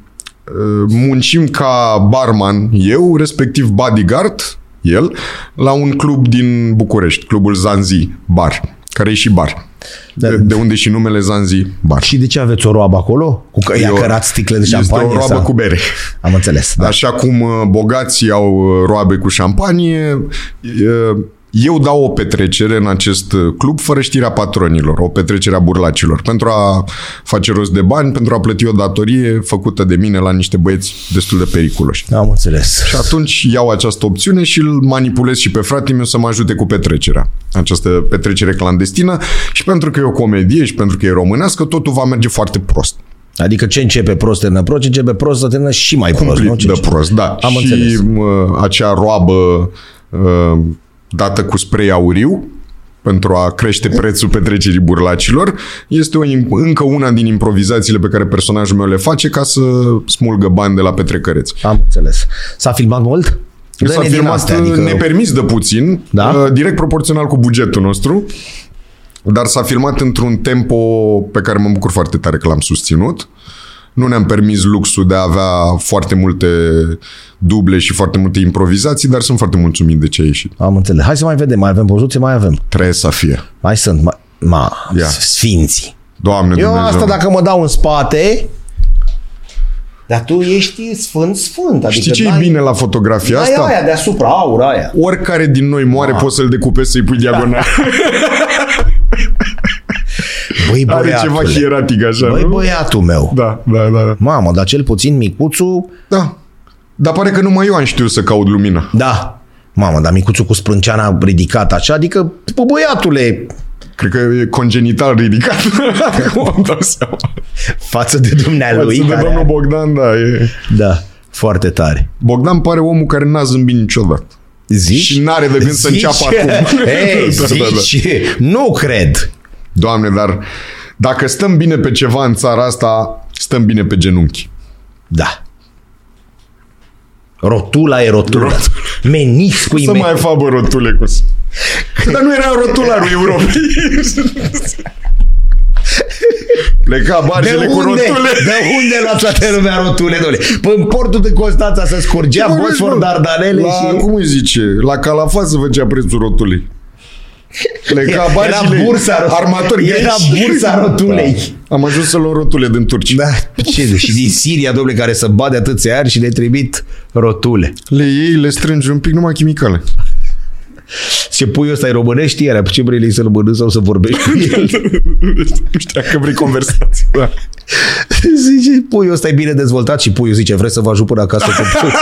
Speaker 2: uh, muncim ca barman eu, respectiv bodyguard, el, la un club din București, clubul Zanzi Bar, care e și bar.
Speaker 1: Da.
Speaker 2: De, de unde și numele Zanzi Bar.
Speaker 1: Și de ce aveți o roabă acolo? Cu că i-a
Speaker 2: E o-
Speaker 1: cărat sticle de
Speaker 2: Este
Speaker 1: șampanie?
Speaker 2: o roabă
Speaker 1: sau?
Speaker 2: cu bere.
Speaker 1: Am înțeles, da.
Speaker 2: Așa cum uh, bogații au uh, roabe cu șampanie, uh, eu dau o petrecere în acest uh, club fără știrea patronilor, o petrecere a burlacilor, pentru a face rost de bani, pentru a plăti o datorie făcută de mine la niște băieți destul de periculoși.
Speaker 1: Am înțeles.
Speaker 2: Și atunci iau această opțiune și îl manipulez și pe fratele meu să mă ajute cu petrecerea. Această petrecere clandestină și pentru că e o comedie și pentru că e românească, totul va merge foarte prost.
Speaker 1: Adică ce începe prost termină prost, ce începe prost să termină și mai prost. Nu?
Speaker 2: Cumplit
Speaker 1: Ce
Speaker 2: de
Speaker 1: începe-
Speaker 2: prost, da.
Speaker 1: Am
Speaker 2: și
Speaker 1: înțeles.
Speaker 2: mă, acea roabă uh, dată cu spray auriu pentru a crește prețul petrecerii burlacilor, este o, im- încă una din improvizațiile pe care personajul meu le face ca să smulgă bani de la petrecăreți.
Speaker 1: Am înțeles. S-a filmat mult?
Speaker 2: da. S-a
Speaker 1: Dă-ne din
Speaker 2: filmat
Speaker 1: astea,
Speaker 2: adică... nepermis de puțin,
Speaker 1: Da?
Speaker 2: uh, direct proporțional cu bugetul nostru, dar s-a filmat într-un tempo pe care mă bucur foarte tare că l-am susținut. Nu ne-am permis luxul de a avea foarte multe duble și foarte multe improvizații, dar sunt foarte mulțumit de ce a ieșit.
Speaker 1: Am înțeles. Hai să mai vedem. Mai avem pozuții? Mai avem.
Speaker 2: Trebuie să fie.
Speaker 1: Mai sunt. Mai... Ma,
Speaker 2: Ia.
Speaker 1: sfinții.
Speaker 2: Doamne
Speaker 1: Eu
Speaker 2: Dumnezeu.
Speaker 1: asta dacă mă dau în spate... Dar tu ești sfânt, sfânt. Adică
Speaker 2: Știi ce e
Speaker 1: n-ai-
Speaker 2: bine la fotografia
Speaker 1: n-ai
Speaker 2: asta?
Speaker 1: aia Ah. deasupra, aura aia.
Speaker 2: Oricare din noi moare, poți să-l decupezi să-i pui diagonal.
Speaker 1: Băi,
Speaker 2: Are ceva
Speaker 1: băiatule.
Speaker 2: hieratic așa,
Speaker 1: Băi,
Speaker 2: nu?
Speaker 1: băiatul meu.
Speaker 2: Da, da, da. da.
Speaker 1: Mamă, dar cel puțin micuțul...
Speaker 2: Da. Dar pare că numai eu am știut să caut lumina.
Speaker 1: Da. Mamă, dar micuțul cu sprânceana ridicat așa, adică, bă, băiatule,
Speaker 2: Cred că e congenital ridicat. Acum am dat seama.
Speaker 1: față de dumnealui.
Speaker 2: Față de
Speaker 1: care-
Speaker 2: domnul Bogdan, da. E...
Speaker 1: Da, foarte tare.
Speaker 2: Bogdan pare omul care n-a zâmbit niciodată.
Speaker 1: Zici?
Speaker 2: Și n-are de gând să înceapă acum.
Speaker 1: Ei,
Speaker 2: Da, da, da.
Speaker 1: zici? Nu cred.
Speaker 2: Doamne, dar dacă stăm bine pe ceva în țara asta, stăm bine pe genunchi.
Speaker 1: Da. Rotula e rotula.
Speaker 2: Rotula.
Speaker 1: Meniscul e
Speaker 2: Să
Speaker 1: men-
Speaker 2: mai fabă rotule cu... Dar nu era rotularul Europei. Pleca barjele cu rotule.
Speaker 1: De unde la toată lumea rotule, dole? Păi în portul de Constanța se scurgea
Speaker 2: Vorbești,
Speaker 1: Bosfor,
Speaker 2: bă.
Speaker 1: Dardanele
Speaker 2: la,
Speaker 1: și...
Speaker 2: Cum îi zice? La Calafat se făcea prețul rotulei. Pleca
Speaker 1: Era
Speaker 2: barjile,
Speaker 1: bursa rotulei.
Speaker 2: armator
Speaker 1: Era
Speaker 2: greși.
Speaker 1: bursa rotulei.
Speaker 2: Da. Am ajuns să luăm rotule din Turcia.
Speaker 1: Da, ce de, și din Siria, domnule, care să bade atâția ani și le trimit rotule.
Speaker 2: Le iei, le strângi un pic, numai chimicale.
Speaker 1: Ce pui ăsta e românești, iar ce vrei lei să-l mănânci sau să vorbești cu el?
Speaker 2: nu știu că vrei conversații. Da.
Speaker 1: Zice, puiul ăsta e bine dezvoltat și puiul zice, vreți să vă ajut până acasă cu punga?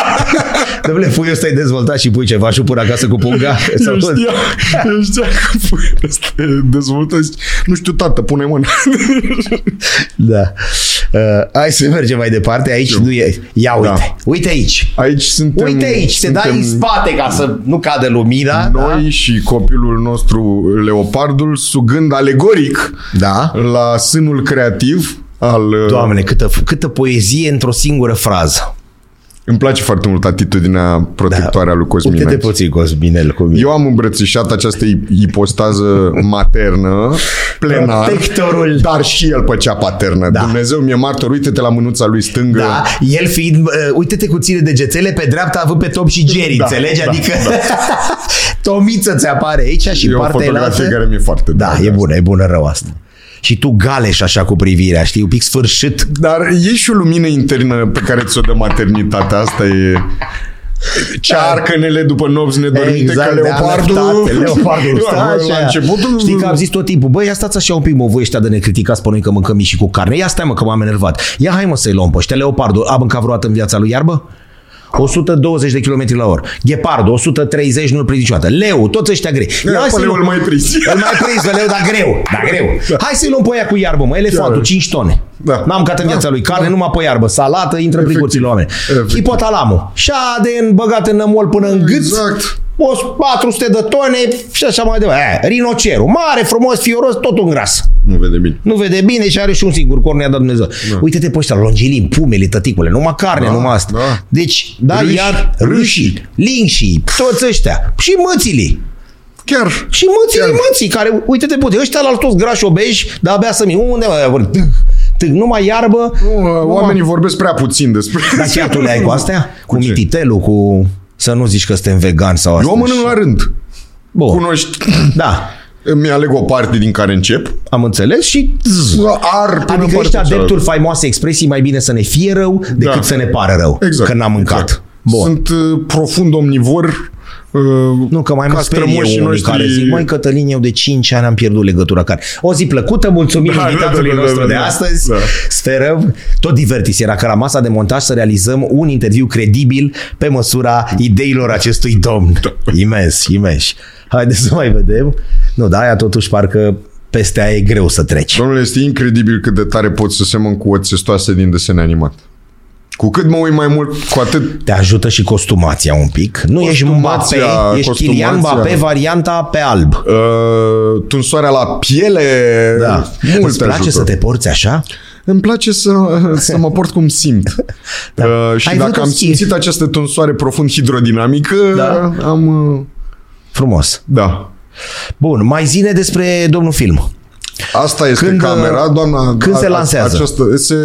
Speaker 1: Domnule, puiul ăsta e dezvoltat și pui ce vă ajut până acasă cu punga? Sau-
Speaker 2: Eu știam, eu știam că puiul ăsta e dezvoltat. Zici, Nu știu, tată, pune mâna.
Speaker 1: Da. Uh, hai să mergem mai departe. Aici nu e. Ia uite.
Speaker 2: Da.
Speaker 1: Uite aici.
Speaker 2: Aici suntem...
Speaker 1: Uite aici. Se dai în spate ca să nu cadă lumina.
Speaker 2: Noi și copilul nostru, leopardul, sugând alegoric
Speaker 1: Da.
Speaker 2: la sânul creativ al...
Speaker 1: Doamne, câtă, câtă poezie într-o singură frază.
Speaker 2: Îmi place foarte mult atitudinea protectoare a lui Cosmin.
Speaker 1: Uite-te
Speaker 2: Nagi.
Speaker 1: puțin, Cosminel, cum e.
Speaker 2: Eu am îmbrățișat această ip- ipostază maternă, plenar,
Speaker 1: Protectorul.
Speaker 2: dar și el pe cea paternă.
Speaker 1: Da.
Speaker 2: Dumnezeu mi-e martor, uite-te la mânuța lui stângă.
Speaker 1: Da, el fiind, uh, uite-te cu ține degețele, pe dreapta având pe Tom și Jerry,
Speaker 2: Da,
Speaker 1: înțelegi?
Speaker 2: da,
Speaker 1: adică Tomiță ți apare aici și
Speaker 2: E o
Speaker 1: partea
Speaker 2: fotografie
Speaker 1: elaltă-
Speaker 2: care mi-e foarte
Speaker 1: Da,
Speaker 2: dragă.
Speaker 1: e bună, e bună rău asta. Și tu galeș așa cu privirea, știi, un pic sfârșit.
Speaker 2: Dar e și o lumină internă pe care ți-o dă maternitatea. Asta e... Cearcănele după nopți nedormite exact, că
Speaker 1: de
Speaker 2: leopardul...
Speaker 1: alăptate, leopardul
Speaker 2: Da,
Speaker 1: stă
Speaker 2: la
Speaker 1: așa.
Speaker 2: începutul...
Speaker 1: Știi că am zis tot timpul, băi, ia stați așa un pic, mă, voi ăștia de ne criticați pe noi că mâncăm mici și cu carne. Ia stai, mă, că m-am enervat. Ia hai, mă, să-i luăm pe ăștia. Leopardul a mâncat vreodată în viața lui iarbă? 120 de km la oră. Ghepardul, 130, nu-l prins niciodată. Leu, toți ăștia grei. Ia
Speaker 2: Ia,
Speaker 1: hai să-i
Speaker 2: păleul
Speaker 1: luăm-
Speaker 2: mai prins.
Speaker 1: Îl mai prins pe leu, dar greu. Dar greu. Hai să-i luăm pe aia cu iarbă, mă. Elefantul,
Speaker 2: Iară.
Speaker 1: 5 tone.
Speaker 2: Da.
Speaker 1: N-am cat în viața lui carne, numai pe iarbă. Salată, intră prin
Speaker 2: Efectiv.
Speaker 1: curțile oameni.
Speaker 2: Efectiv.
Speaker 1: Hipotalamul. Și a de băgat în nămol până în gât.
Speaker 2: Exact.
Speaker 1: O 400 de tone și așa mai departe. Aia, Rinocerul. Mare, frumos, fioros, tot un gras.
Speaker 2: Nu vede bine.
Speaker 1: Nu vede bine și are și un singur corn, i-a dat Dumnezeu. Uite-te pe ăștia, longilin, pumele, tăticule, numai carne,
Speaker 2: Da,
Speaker 1: numai asta.
Speaker 2: da.
Speaker 1: Deci, da,
Speaker 2: Râși.
Speaker 1: iar râșii, linșii, toți ăștia. Și mățilii.
Speaker 2: Chiar.
Speaker 1: Și mății,
Speaker 2: Chiar.
Speaker 1: mății, care, uite-te, pute, ăștia la toți grași obeji, dar abia să mi unde mă, vor, tâc, tâc, numai iarbă.
Speaker 2: Nu, Oamenii vorbesc prea puțin despre...
Speaker 1: Dar chiar tu le ai cu astea? Cu,
Speaker 2: ce?
Speaker 1: mititelul, cu... Să nu zici că suntem vegan sau asta.
Speaker 2: Eu mănânc la rând.
Speaker 1: Bun,
Speaker 2: Cunoști...
Speaker 1: da,
Speaker 2: Îmi aleg o parte din care încep.
Speaker 1: am înțeles și... zzz.
Speaker 2: Ar până
Speaker 1: Adică ești
Speaker 2: partea cealaltă.
Speaker 1: adeptul faimoasei expresii, mai bine să ne fie rău decât
Speaker 2: Da.
Speaker 1: să ne pară rău,
Speaker 2: Exact.
Speaker 1: că n-am mâncat.
Speaker 2: Exact.
Speaker 1: Bun.
Speaker 2: Sunt uh, profund omnivor. uh,
Speaker 1: Nu, că mai
Speaker 2: ca
Speaker 1: mă sperie
Speaker 2: strămoșii
Speaker 1: unii noștri... care zic, măi Cătălin, eu de 5 ani am pierdut legătura care. O zi plăcută, mulțumim
Speaker 2: Da,
Speaker 1: da,
Speaker 2: da,
Speaker 1: invitatului
Speaker 2: da, da,
Speaker 1: nostru
Speaker 2: da,
Speaker 1: de
Speaker 2: da.
Speaker 1: astăzi.
Speaker 2: Da.
Speaker 1: Sperăm, tot divertis era că la masa de montaj să realizăm un interviu credibil pe măsura ideilor acestui domn. Imens, imens. Haideți să mai vedem. Nu, da, aia totuși parcă peste aia e greu să treci.
Speaker 2: Domnule, este incredibil cât de tare pot să semăn cu o țestoasă din desene animat. Cu cât mă uit mai mult, cu atât...
Speaker 1: Te ajută și costumația un pic. Nu ești Mbappé,
Speaker 2: Costumația,
Speaker 1: ești Kylian
Speaker 2: costumația.
Speaker 1: Mbappé varianta pe alb.
Speaker 2: Uh, tunsoarea la piele
Speaker 1: Da.
Speaker 2: mult
Speaker 1: Îți place
Speaker 2: ajută.
Speaker 1: să te porți așa?
Speaker 2: Îmi place să, să mă port cum simt. da. uh, și
Speaker 1: Ai
Speaker 2: Ai
Speaker 1: vrut
Speaker 2: dacă
Speaker 1: o
Speaker 2: am
Speaker 1: schi-
Speaker 2: simțit această tunsoare profund hidrodinamică,
Speaker 1: Da.
Speaker 2: da. am... uh,
Speaker 1: Frumos.
Speaker 2: Da.
Speaker 1: Bun, mai zine despre domnul film.
Speaker 2: Asta este
Speaker 1: Când, uh,
Speaker 2: când, camera, doamna.
Speaker 1: când se
Speaker 2: a- a-
Speaker 1: lansează?
Speaker 2: Această, se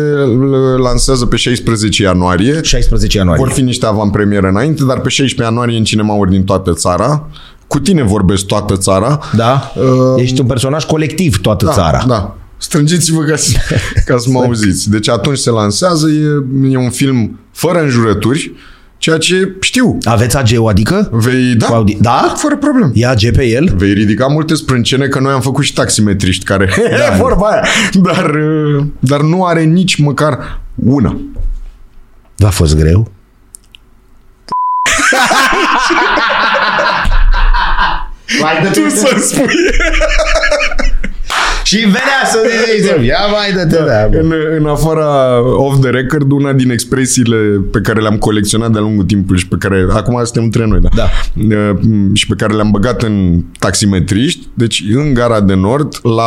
Speaker 2: lansează pe 16 ianuarie.
Speaker 1: 16 ianuarie.
Speaker 2: Vor fi niște avantpremiere înainte, dar pe 16 ianuarie în cinemauri din toată țara. Cu tine vorbesc toată țara.
Speaker 1: Da?
Speaker 2: Uh,
Speaker 1: Ești un personaj colectiv toată țara.
Speaker 2: Da. Strângeți-vă ca să, ca să mă auziți. Deci atunci se lansează, e, e un film fără înjurături, ceea ce știu.
Speaker 1: Aveți AG-ul, adică?
Speaker 2: Vei, da,
Speaker 1: Cu audi- da?
Speaker 2: fără problem.
Speaker 1: Ia AG pe el?
Speaker 2: Vei ridica multe sprâncene că noi am făcut și taximetriști care... Da, vorba aia. Dar, uh, dar nu are nici măcar una.
Speaker 1: V-a fost greu?
Speaker 2: Tu să spui
Speaker 1: Și venea să zici, ia mai dă-te, da.
Speaker 2: în, în afara off the record, una din expresiile pe care le-am colecționat de-a lungul timpului și pe care acum suntem între noi, da.
Speaker 1: Da.
Speaker 2: Uh, Și pe care le-am băgat în taximetriști, deci în gara de nord, la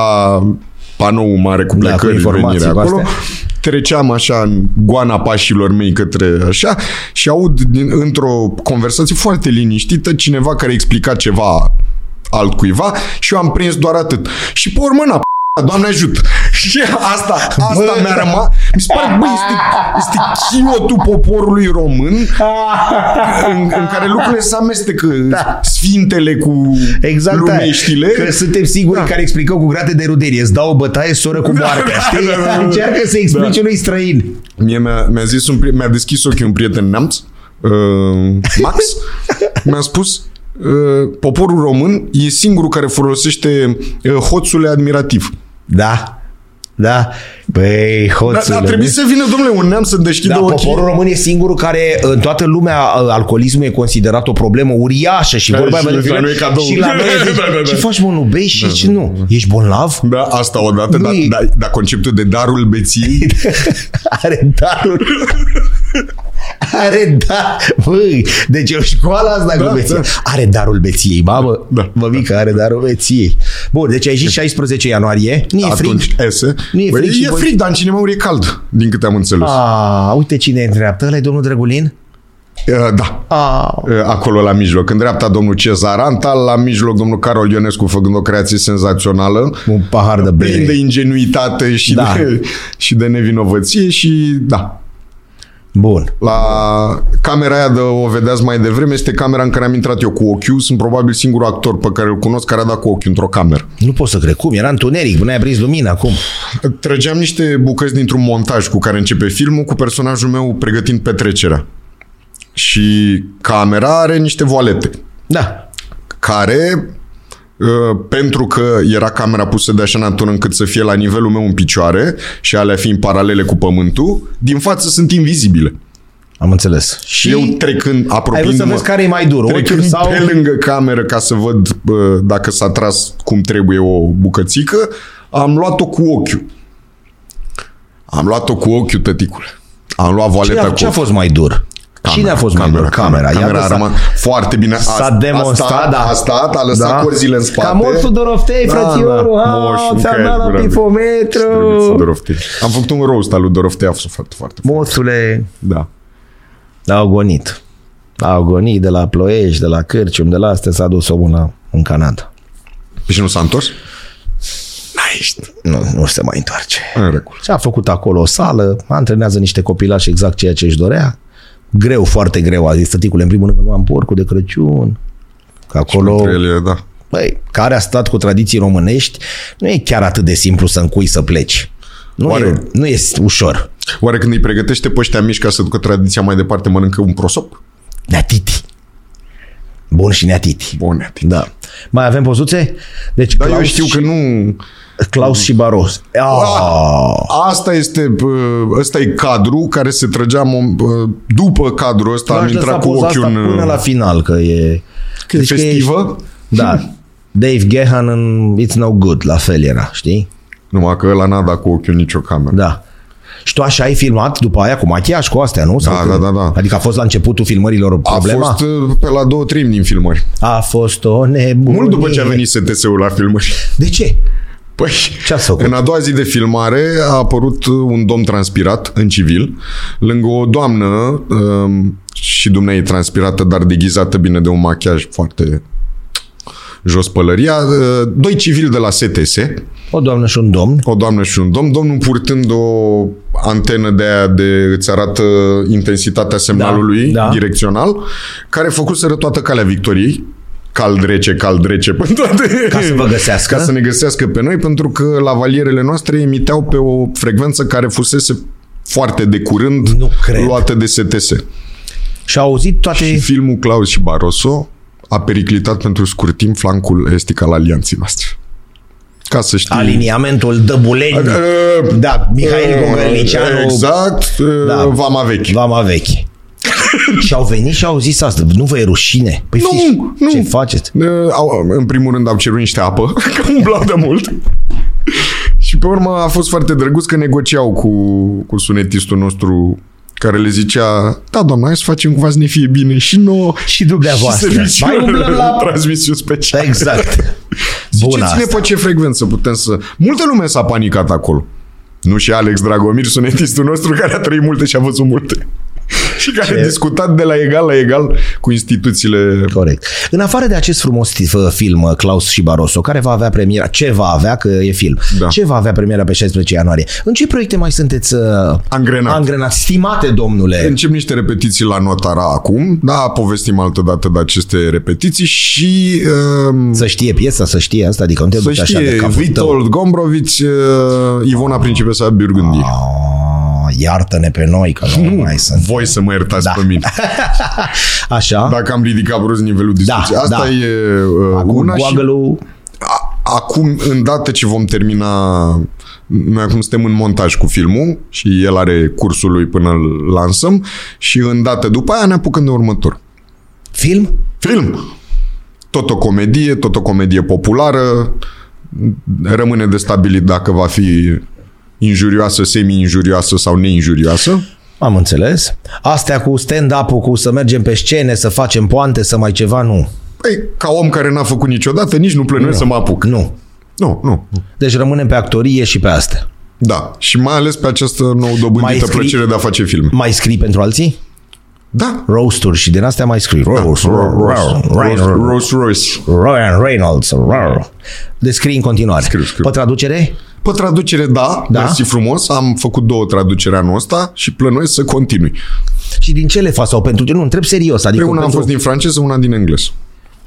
Speaker 2: panoul mare
Speaker 1: Da,
Speaker 2: cu
Speaker 1: cu
Speaker 2: plecări da,
Speaker 1: informații,
Speaker 2: venire
Speaker 1: cu
Speaker 2: acolo,
Speaker 1: astea.
Speaker 2: treceam așa în goana pașilor mei către așa și aud din, într-o conversație foarte liniștită cineva care explica ceva altcuiva și eu am prins doar atât. Și pe urmă, na, Doamne ajut! Și asta, asta
Speaker 1: Bă.
Speaker 2: mi-a rămas. Mi se pare, bă, este, este chiotul poporului român în, în care lucrurile se amestecă da. sfintele cu
Speaker 1: Exact aia.
Speaker 2: lumeștile.
Speaker 1: Că suntem siguri da. care explicăm cu grade de ruderie. Îți dau o bătaie, soră cu
Speaker 2: Da,
Speaker 1: moartea.
Speaker 2: da,
Speaker 1: știi?
Speaker 2: da, da, da.
Speaker 1: Încearcă să explici
Speaker 2: Da.
Speaker 1: unui străin.
Speaker 2: Mie mi-a, mi-a zis un pri- mi-a deschis ochii un prieten neamț, uh, Max, mi-a spus uh, poporul român e singurul care folosește uh, hoțule admirativ.
Speaker 1: Da. Da. Băi,
Speaker 2: Dar
Speaker 1: hoțule.
Speaker 2: dar a trebuit Da, să vină, domnule, un neam să deschidă
Speaker 1: da,
Speaker 2: ochii.
Speaker 1: poporul român e singurul care în toată lumea uh, alcoolismul e considerat o problemă uriașă și
Speaker 2: Care
Speaker 1: vorba
Speaker 2: Da, și
Speaker 1: aia,
Speaker 2: la noi e cadou.
Speaker 1: și la noi e zici,
Speaker 2: Da, da, da.
Speaker 1: ce faci mă, nu bei și ce nu? Ești bolnav?
Speaker 2: Da, asta odată,
Speaker 1: Nu
Speaker 2: dar
Speaker 1: e-
Speaker 2: da, da, conceptul de darul beției
Speaker 1: Are darul. Are dar. Băi, deci e o școală asta da,
Speaker 2: Da,
Speaker 1: cu beție.
Speaker 2: da.
Speaker 1: Are darul beției, mamă.
Speaker 2: Da.
Speaker 1: Mă mică, are darul beției. Bun, deci ai zis 16 ianuarie. Nu e frig.
Speaker 2: atunci ese.
Speaker 1: Nu e
Speaker 2: Băi,
Speaker 1: frig și
Speaker 2: e
Speaker 1: voi-
Speaker 2: frig, dar în cinemauri e cald, din câte am înțeles. A.
Speaker 1: A, Ah, uite cine e în dreapta. Ăla e domnul Drăgulin? Ah.
Speaker 2: Da,
Speaker 1: A,
Speaker 2: E, acolo la mijloc. În dreapta domnul Cezar Antal, la mijloc domnul Carol Ionescu făcând o creație senzațională.
Speaker 1: un pahar de
Speaker 2: Plin de
Speaker 1: bere.
Speaker 2: ingenuitate și,
Speaker 1: Da.
Speaker 2: da. de, și de nevinovăție și da.
Speaker 1: Bun.
Speaker 2: La camera aia de o vedeați mai devreme este camera în care am intrat eu cu ochiul. Sunt probabil singurul actor pe care îl cunosc care a dat cu ochiul într-o cameră.
Speaker 1: Nu pot să cred. Cum? Era întuneric. Nu ai prins lumina. Cum?
Speaker 2: Trăgeam niște bucăți dintr-un montaj cu care începe filmul, cu personajul meu pregătind petrecerea. Și camera are niște voalete,
Speaker 1: Da.
Speaker 2: care, uh, pentru că era camera pusă de așa natură încât să fie la nivelul meu în picioare și alea fiind paralele cu pământul, din față sunt invizibile.
Speaker 1: Am înțeles.
Speaker 2: Și eu trecând,
Speaker 1: ai vrut să vezi
Speaker 2: apropiindu-mă,
Speaker 1: care e mai dur. Ochiul
Speaker 2: trecând
Speaker 1: sau...
Speaker 2: pe lângă cameră ca să văd uh, dacă s-a tras cum trebuie o bucățică, am luat-o cu ochiul. Am luat-o cu ochiul, tăticule. Am luat
Speaker 1: Cine
Speaker 2: valeta
Speaker 1: a,
Speaker 2: cu
Speaker 1: ce a
Speaker 2: ochiul.
Speaker 1: fost mai dur? Cine a fost mai dur? Camera. Ia
Speaker 2: camera a
Speaker 1: lăsa-
Speaker 2: rămas foarte bine. A,
Speaker 1: S-a demonstrat,
Speaker 2: a stat,
Speaker 1: da.
Speaker 2: A stat, a lăsat
Speaker 1: Da.
Speaker 2: da. corzile în spate.
Speaker 1: Ca mult Doroftei,
Speaker 2: Da,
Speaker 1: frățiorul,
Speaker 2: da.
Speaker 1: ha,
Speaker 2: Moșul,
Speaker 1: ți-am
Speaker 2: că
Speaker 1: dat
Speaker 2: ai
Speaker 1: la
Speaker 2: curat. Drăguțul
Speaker 1: pifometru.
Speaker 2: Doroftei. Am făcut un roast al lui Doroftei, a fost foarte, foarte.
Speaker 1: Moțule,
Speaker 2: Da.
Speaker 1: au gonit. Au gonit de la Ploiești, de la Cârcium, de la astea s-a dus omul la, în Canada.
Speaker 2: Și nu s-a întors?
Speaker 1: Nu, nu se mai întoarce.
Speaker 2: În regulă.
Speaker 1: Și a făcut acolo o sală, antrenează niște copilași exact ceea ce își dorea. Greu, foarte greu, a zis tăticule, în primul rând că nu am porcul de Crăciun. Că acolo...
Speaker 2: Între ele, da.
Speaker 1: Băi, care a stat cu tradiții românești, nu e chiar atât de simplu să încui să pleci. Nu,
Speaker 2: Oare-
Speaker 1: e, nu e ușor.
Speaker 2: Oare când îi pregătește pe ăștia mici ca să ducă tradiția mai departe, mănâncă un prosop?
Speaker 1: Neatiti. Bun și neatiti.
Speaker 2: Bun, ati.
Speaker 1: Da. Mai avem pozuțe? Deci
Speaker 2: Dar
Speaker 1: Claus,
Speaker 2: Da, eu știu
Speaker 1: și,
Speaker 2: că Ah! nu...
Speaker 1: Claus și Baros. Oh,
Speaker 2: Asta este, bă, ăsta e cadru care se tragea mom- bă, după cadrul ăsta, am intrat cu ochiul
Speaker 1: asta
Speaker 2: în...
Speaker 1: până la final, că e...
Speaker 2: Că e
Speaker 1: că
Speaker 2: festivă?
Speaker 1: ești- Da. Dave Gehan în It's No Good, la fel era, știi?
Speaker 2: Numai că ăla n-a dat cu ochiul nicio cameră.
Speaker 1: Da. Și tu așa ai filmat după aia cu machiaj, cu astea, nu?
Speaker 2: Da, da, da, da.
Speaker 1: Adică a fost la începutul filmărilor
Speaker 2: A
Speaker 1: problema?
Speaker 2: fost uh, pe la două trim din filmări.
Speaker 1: a fost o nebunie.
Speaker 2: Mult după ce a venit STS-ul la filmări.
Speaker 1: De ce?
Speaker 2: Păi,
Speaker 1: Ce ați făcut?
Speaker 2: în a doua zi de filmare a apărut uh, un domn transpirat în civil, lângă o doamnă um, și dumnei transpirată, dar deghizată bine de un machiaj foarte jos pălăria, uh, doi civili de la STS,
Speaker 1: O doamnă și un domn.
Speaker 2: o doamnă și un domn, domnul purtând o antenă de aia de îți arată intensitatea semnalului
Speaker 1: Da, da.
Speaker 2: direcțional, care făcuseră toată calea victoriei, cald rece, cald rece pe toate.
Speaker 1: Ca să vă găsească.
Speaker 2: Ca să ne găsească pe noi, pentru că lavalierele noastre emiteau pe o frecvență care fusese foarte de curând
Speaker 1: Nu cred.
Speaker 2: luată de STS.
Speaker 1: Și a auzit toate...
Speaker 2: Și filmul Claus și Barroso a periclitat pentru scurt timp flancul estic al alianței noastre. Ca să știi...
Speaker 1: aliniamentul Dăbuleni.
Speaker 2: Eh,
Speaker 1: Da, Mihail
Speaker 2: eh,
Speaker 1: Gogălnicianu.
Speaker 2: Exact, eh,
Speaker 1: Da.
Speaker 2: vama vechi.
Speaker 1: Vama vechi. și au venit și au zis asta. Nu vă e rușine? Păi
Speaker 2: Nu,
Speaker 1: fiți,
Speaker 2: nu.
Speaker 1: ce faceți?
Speaker 2: Eh, Au, în primul rând au cerut niște apă, că umblau de mult. Și pe urmă a fost foarte drăguț că negociau cu, cu sunetistul nostru care le zicea, da, doamna, hai să facem cumva să ne fie bine și nouă
Speaker 1: Și
Speaker 2: și
Speaker 1: dumneavoastră.
Speaker 2: serviciul
Speaker 1: Mai umblăm la...
Speaker 2: transmisiuni speciale.
Speaker 1: Exact.
Speaker 2: Ce
Speaker 1: Bună
Speaker 2: ține
Speaker 1: asta.
Speaker 2: pe ce frecvență putem să... Multă lume s-a panicat acolo. Nu și Alex Dragomir, sunetistul nostru, care a trăit multe și a văzut multe. și care a discutat de la egal la egal cu instituțiile.
Speaker 1: Corect. În afară de acest frumos tif- film uh, Claus și Barroso, care va avea premiera, ce va avea, că e film,
Speaker 2: Da.
Speaker 1: ce va avea premiera pe 16 ianuarie, în ce proiecte mai sunteți uh,
Speaker 2: Angrenat.
Speaker 1: angrenat? Stimate domnule,
Speaker 2: Încep niște repetiții la notara acum, da, povestim altă dată de aceste repetiții și um,
Speaker 1: să știe piesa, să știe asta, adică nu te
Speaker 2: să
Speaker 1: duci așa de
Speaker 2: știe,
Speaker 1: capul tău.
Speaker 2: Vitold Gombrovici, uh, Ivona Principesa Burgundy.
Speaker 1: Ah, iartă-ne pe noi că nu, mai sunt.
Speaker 2: Voi să mă iertați da. pe mine.
Speaker 1: Așa?
Speaker 2: Dacă am ridicat brusc nivelul discuției. Asta
Speaker 1: da.
Speaker 2: e uh,
Speaker 1: Acum
Speaker 2: una și
Speaker 1: goagălul...
Speaker 2: A- acum, îndată ce vom termina, noi acum suntem în montaj cu filmul și el are cursul lui până îl lansăm și îndată după aia ne apucăm de următor.
Speaker 1: Film?
Speaker 2: Film! Tot o comedie, tot o comedie populară, rămâne de stabilit dacă va fi injurioasă, semi-injurioasă sau neinjurioasă.
Speaker 1: Am înțeles. Astea cu stand-up-ul, cu să mergem pe scene, să facem poante, să mai ceva, nu.
Speaker 2: Păi, ca om care n-a făcut niciodată, nici nu plănuiesc să mă apuc.
Speaker 1: Nu.
Speaker 2: Nu, nu.
Speaker 1: Deci rămânem pe actorie și pe astea.
Speaker 2: Da. Și mai ales pe această nou
Speaker 1: Mai
Speaker 2: dobândită
Speaker 1: scrii-
Speaker 2: plăcere de a face filme.
Speaker 1: Mai scrii pentru alții?
Speaker 2: Da,
Speaker 1: Roasturi și din astea mai scrii. Roast, roast, roast, roast,
Speaker 2: Rolls Royce.
Speaker 1: Ryan Reynolds. roar. Deci scrii în continuare.
Speaker 2: Scriu, scriu.
Speaker 1: Pe traducere?
Speaker 2: Pe traducere, da,
Speaker 1: Da?
Speaker 2: da, mersi frumos. Am făcut două traducere anul ăsta și plănuiesc să continui.
Speaker 1: Și din ce le faci sau pentru ce? Nu, întreb serios. Adică
Speaker 2: Pe una Păi am
Speaker 1: pentru...
Speaker 2: fost din franceză, una din engleză.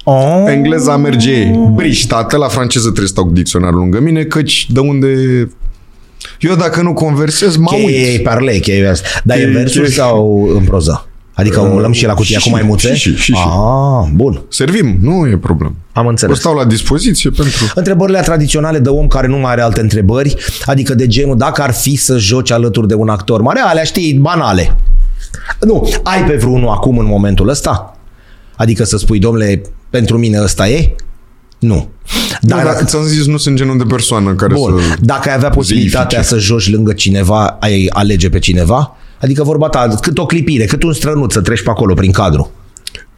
Speaker 1: Oh.
Speaker 2: Engleza merge briștată, la franceză trebuie să stau cu dicționarul lângă mine, căci de unde... Eu dacă nu conversez, mă
Speaker 1: Cheie,
Speaker 2: uit.
Speaker 1: parle, cheie vers. Dar e
Speaker 2: Cheie,
Speaker 1: versuri
Speaker 2: cheie.
Speaker 1: sau în proză? Adică
Speaker 2: Uh,
Speaker 1: umblăm și la cutia
Speaker 2: Deci- și
Speaker 1: cu
Speaker 2: și,
Speaker 1: mai multe?
Speaker 2: și și, și și.
Speaker 1: Ah, bun.
Speaker 2: Servim, nu e problemă.
Speaker 1: Am
Speaker 2: Vă
Speaker 1: înțeles.
Speaker 2: stau la dispoziție pentru...
Speaker 1: Întrebările tradiționale de om care nu mai are alte întrebări, adică de genul dacă ar fi să joci alături de un actor mare, alea știi, banale. Nu, ai pe vreunul acum în momentul ăsta? Adică să spui, domnule, pentru mine ăsta e? Nu.
Speaker 2: Da, da, ți-am zis, nu sunt genul de persoană care
Speaker 1: Bun.
Speaker 2: să...
Speaker 1: Dacă ai avea posibilitatea să joci lângă cineva, ai alege pe cineva? Adică vorba ta, cât o clipire, cât un strănut să treci pe acolo prin cadru.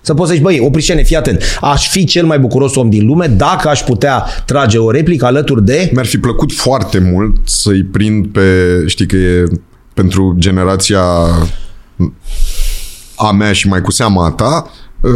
Speaker 1: Să poți să zici, băi, oprișene, fii atent. Aș fi cel mai bucuros om din lume dacă aș putea trage o replică alături de...
Speaker 2: Mi-ar fi plăcut foarte mult să-i prind pe, știi că e pentru generația a mea și mai cu seama a ta, ă,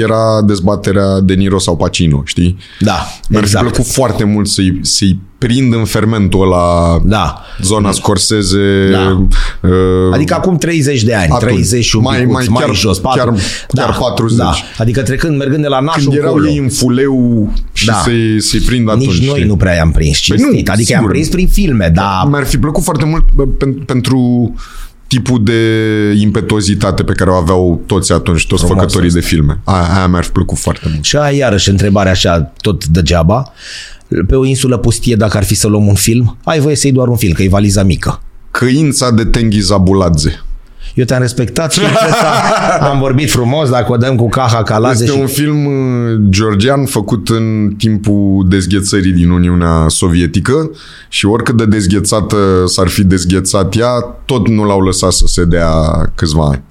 Speaker 2: era dezbaterea de Niro sau Pacino, știi?
Speaker 1: Da,
Speaker 2: Mi-ar fi
Speaker 1: exact.
Speaker 2: plăcut foarte mult să-i, să-i prind în fermentul ăla
Speaker 1: Da.
Speaker 2: zona Scorsese,
Speaker 1: Da.
Speaker 2: ă,
Speaker 1: Adică acum 30 de ani,
Speaker 2: Atunci.
Speaker 1: 30 și un
Speaker 2: Mai-
Speaker 1: picuț,
Speaker 2: mai
Speaker 1: mai
Speaker 2: chiar-
Speaker 1: jos,
Speaker 2: chiar-
Speaker 1: 4.
Speaker 2: chiar 40.
Speaker 1: Da. Adică trecând, mergând de la nașul
Speaker 2: când erau
Speaker 1: colo.
Speaker 2: ei în fuleu și
Speaker 1: Da.
Speaker 2: să-i, să-i prind atunci.
Speaker 1: Nici noi
Speaker 2: știi?
Speaker 1: nu prea i-am prins
Speaker 2: Păi nu,
Speaker 1: cinstit. adică i-am
Speaker 2: sigur. Da.
Speaker 1: prins prin filme, da, dar
Speaker 2: Mi-ar fi plăcut foarte mult bă, pen- pentru tipul de impetuozitate pe care o aveau toți atunci, toți
Speaker 1: Frumos
Speaker 2: făcătorii de filme. Aia, aia mi-ar fi plăcut foarte mult.
Speaker 1: Și aia iarăși întrebarea așa, tot degeaba. Pe o insulă pustie, dacă ar fi să luăm un film, ai voie să iei doar un film, că e valiza mică.
Speaker 2: Căința de Tenghi Zabuladze.
Speaker 1: Eu te-am respectat și am, am vorbit frumos, dacă o dăm cu caha calaze
Speaker 2: Este
Speaker 1: și...
Speaker 2: un film uh, georgian făcut în timpul dezghețării din Uniunea Sovietică și oricât de dezghețată s-ar fi dezghețat ea, tot nu l-au lăsat să se dea câțiva ani.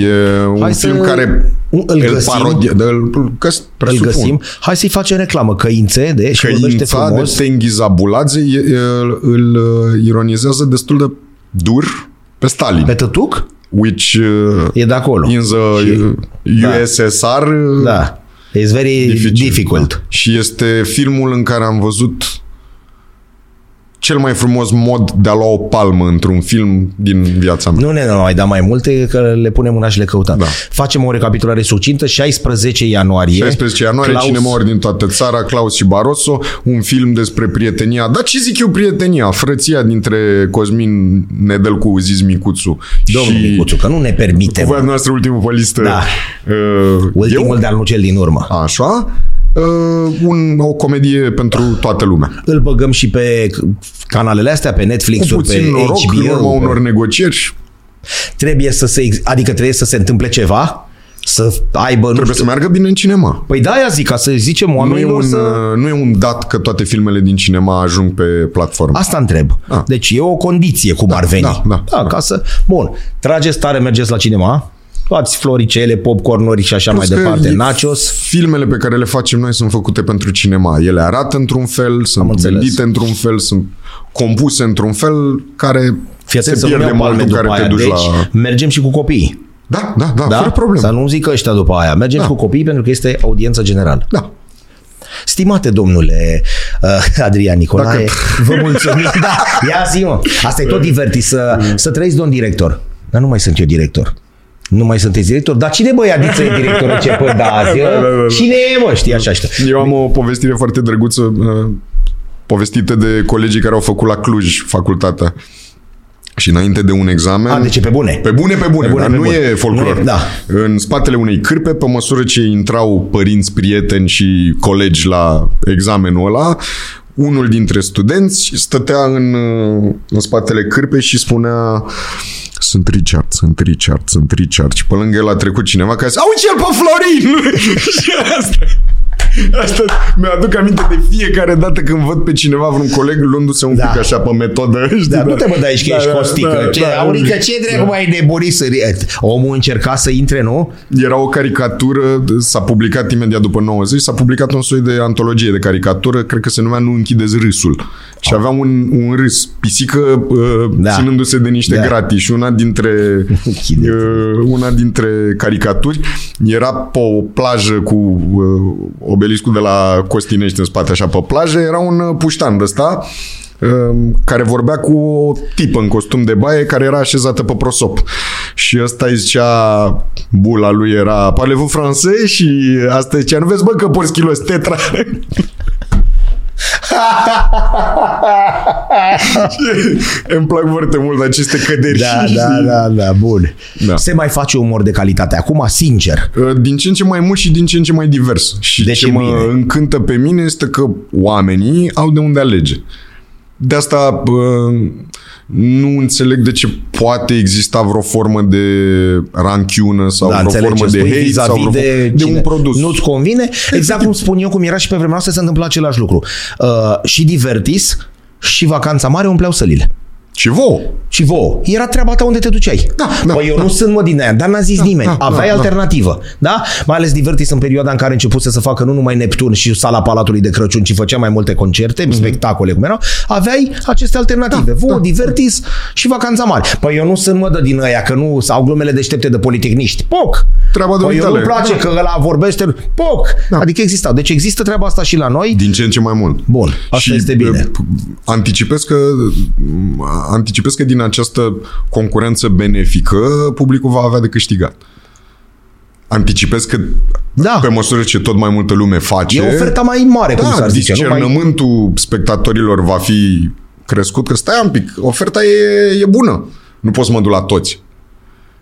Speaker 2: E un
Speaker 1: Hai să
Speaker 2: film care
Speaker 1: îl găsim.
Speaker 2: parodia, da, îl, îl, găs-
Speaker 1: Îl
Speaker 2: presupun.
Speaker 1: găsim. Hai să-i facem reclamă. Căințe de și vorbește
Speaker 2: Căința de
Speaker 1: frumos.
Speaker 2: Tenghi Zabuladze e, e, îl, îl uh, ironizează destul de dur pe Stalin,
Speaker 1: Pe tătuc?
Speaker 2: which uh,
Speaker 1: E de acolo.
Speaker 2: in the
Speaker 1: da.
Speaker 2: USSR uh,
Speaker 1: Da. It's very difficult.
Speaker 2: Da. Și este filmul în care am văzut cel mai frumos mod de a lua o palmă într-un film din viața mea.
Speaker 1: Nu ne ne mai da mai multe, că le punem mâna și le căutăm.
Speaker 2: Da.
Speaker 1: Facem o recapitulare succintă. 16 ianuarie.
Speaker 2: 16 ianuarie,
Speaker 1: Claus-
Speaker 2: cinemauri din toată țara, Claus și Barroso, un film despre prietenia. Dar ce zic eu prietenia? Frăția dintre Cosmin Nedelcu, Ziz Micuțu
Speaker 1: Domnul
Speaker 2: și
Speaker 1: Micuțu, că nu ne permite.
Speaker 2: voia noastră ultimul pe listă.
Speaker 1: Da.
Speaker 2: Uh,
Speaker 1: Ultimul,
Speaker 2: eu?
Speaker 1: dar nu cel din urmă.
Speaker 2: Așa. Uh, un, o comedie pentru toată lumea.
Speaker 1: Îl băgăm și pe canalele astea, pe
Speaker 2: Cu
Speaker 1: Netflix-uri, pe
Speaker 2: puțin noroc, în urma
Speaker 1: HBO.
Speaker 2: unor negocieri,
Speaker 1: Trebuie să se, ex- adică trebuie să se întâmple ceva, să aibă, nu
Speaker 2: Trebuie
Speaker 1: știu,
Speaker 2: să meargă bine în cinema.
Speaker 1: Păi da, aia zic, ca să zicem
Speaker 2: Nu e,
Speaker 1: oamenilor
Speaker 2: un,
Speaker 1: să...
Speaker 2: uh, nu e un dat că toate filmele din cinema ajung pe platformă.
Speaker 1: Asta întreb.
Speaker 2: Ah.
Speaker 1: Deci e o condiție cum ar veni.
Speaker 2: da, da,
Speaker 1: da, ca să... Bun, trageți tare, mergeți la cinema, luați floricele, popcornuri și așa mai
Speaker 2: Plus că
Speaker 1: departe,
Speaker 2: e-
Speaker 1: nachos.
Speaker 2: Filmele pe care le facem noi sunt făcute pentru cinema. Ele arată într-un fel, sunt
Speaker 1: înțeles.
Speaker 2: gândite într-un fel, sunt compuse într-un fel care
Speaker 1: Fii atent să
Speaker 2: se
Speaker 1: nu
Speaker 2: pierde
Speaker 1: iau
Speaker 2: mult
Speaker 1: palme
Speaker 2: în
Speaker 1: după
Speaker 2: care
Speaker 1: aia.
Speaker 2: te duci
Speaker 1: Deci
Speaker 2: la...
Speaker 1: mergem și cu copiii.
Speaker 2: Da, da, da,
Speaker 1: Da?
Speaker 2: da fără
Speaker 1: Să
Speaker 2: problemă.
Speaker 1: nu zică ăștia după aia. Mergem da. cu copiii pentru că este audiență generală.
Speaker 2: Da.
Speaker 1: Stimate domnule uh, Adrian Nicolae,
Speaker 2: Dacă-
Speaker 1: vă mulțumim. da, ia zi mă. Asta e tot divertit să, să trăiți domn director. Dar nu mai sunt eu director. Nu mai sunteți director? Dar cine bă Iadiță e director începând de azi?
Speaker 2: Da, da, da.
Speaker 1: ă? Cine e mă? Știi așa, știi.
Speaker 2: Eu am o povestire foarte drăguță uh, povestită de colegii care au făcut la Cluj facultatea. Și înainte de un examen...
Speaker 1: A, deci e pe bune.
Speaker 2: Da. Pe bune, pe bune,
Speaker 1: Pe
Speaker 2: pe
Speaker 1: bune,
Speaker 2: bune dar
Speaker 1: pe
Speaker 2: nu
Speaker 1: bune.
Speaker 2: e folclor.
Speaker 1: Nu e- da.
Speaker 2: În spatele unei cârpe, pe măsură ce intrau părinți, prieteni și colegi la examenul ăla, unul dintre studenți stătea în, uh, în spatele cârpei și spunea sunt Richard, sunt Richard, sunt Richard. Și pe lângă el a trecut cineva care a zis, auzi el pe Florin! și asta... Asta mi-aduc aminte de fiecare dată când văd pe cineva, vreun coleg, luându-se un
Speaker 1: Da.
Speaker 2: da. pic așa pe da, metodă. Știi,
Speaker 1: Da, nu te mă dai aici că ești costică. ce, Aurică, ce
Speaker 2: Da.
Speaker 1: dracu mai nebunit să... ri- Omul încerca să intre, nu?
Speaker 2: Era o caricatură, s-a publicat imediat după 90, s-a publicat un soi de antologie de caricatură, cred că se numea Nu închideți râsul. Și avea un, un râs, pisică
Speaker 1: Da.
Speaker 2: da. ținându-se de niște
Speaker 1: Da.
Speaker 2: da. gratii și una dintre,
Speaker 1: Închideți.
Speaker 2: uh, una dintre caricaturi era pe o plajă cu uh, obeliscul de la Costinești în spate, așa pe plajă, era un uh, puștan de ăsta um, care vorbea cu o tipă în costum de baie care era așezată pe prosop. Și ăsta îi zicea, bula lui era parlez-vous français și asta zicea, nu vezi bă că porți kilos tetra? Îmi plac foarte mult aceste căderi.
Speaker 1: Da, da, da, da, bun.
Speaker 2: Da.
Speaker 1: Se mai face umor de calitate. Acum, sincer,
Speaker 2: Ă, Din ce în ce mai mult și din ce în ce mai divers. Și
Speaker 1: Deci
Speaker 2: deci ce
Speaker 1: e
Speaker 2: mă
Speaker 1: bine.
Speaker 2: încântă pe mine este că oamenii au de unde alege. De asta bă, nu înțeleg de ce poate exista vreo formă de ranchiună sau
Speaker 1: Da,
Speaker 2: vreo
Speaker 1: înțeleg ce
Speaker 2: formă de
Speaker 1: spui
Speaker 2: hate sau
Speaker 1: vis-a-vis
Speaker 2: vreo...
Speaker 1: de,
Speaker 2: de
Speaker 1: cine
Speaker 2: un produs.
Speaker 1: Nu-ți convine? Exact cum spun eu, cum era și pe vremea noastră, se întâmpla același lucru. Uh, și Divertis și Vacanța Mare umpleau sălile.
Speaker 2: Și vouă.
Speaker 1: Și vouă. Era treaba ta unde te duceai.
Speaker 2: Da, da,
Speaker 1: păi eu
Speaker 2: da.
Speaker 1: nu sunt mă din aia, dar n-a zis nimeni.
Speaker 2: da,
Speaker 1: Aveai
Speaker 2: da, da.
Speaker 1: alternativă. Da? Mai ales Divertis în perioada în care începuse să facă nu numai Neptun și sala Palatului de Crăciun, ci făcea mai multe concerte,
Speaker 2: Mhm.
Speaker 1: spectacole cum erau. Aveai aceste alternative. Da, vouă, Divertis și Vacanța Mare. Păi eu nu sunt mă de din aia, că nu au glumele deștepte de politiciști. Poc!
Speaker 2: Treaba Da.
Speaker 1: Păi eu
Speaker 2: dumitale.
Speaker 1: nu-mi place că ăla vorbește, poc! Adică exista. Deci există treaba asta și la noi.
Speaker 2: Din ce în ce mai mult.
Speaker 1: Bun, asta este bine.
Speaker 2: p- Anticipez că, anticipez că din această concurență benefică publicul va avea de câștigat. Anticipez că
Speaker 1: Da.
Speaker 2: pe măsură ce tot mai multă lume face,
Speaker 1: E oferta mai mare, cum
Speaker 2: da,
Speaker 1: s-ar zice. Nu mai...
Speaker 2: discernământul spectatorilor va fi crescut, că stai un pic, oferta e, e bună. Nu poți să mă duc la toți.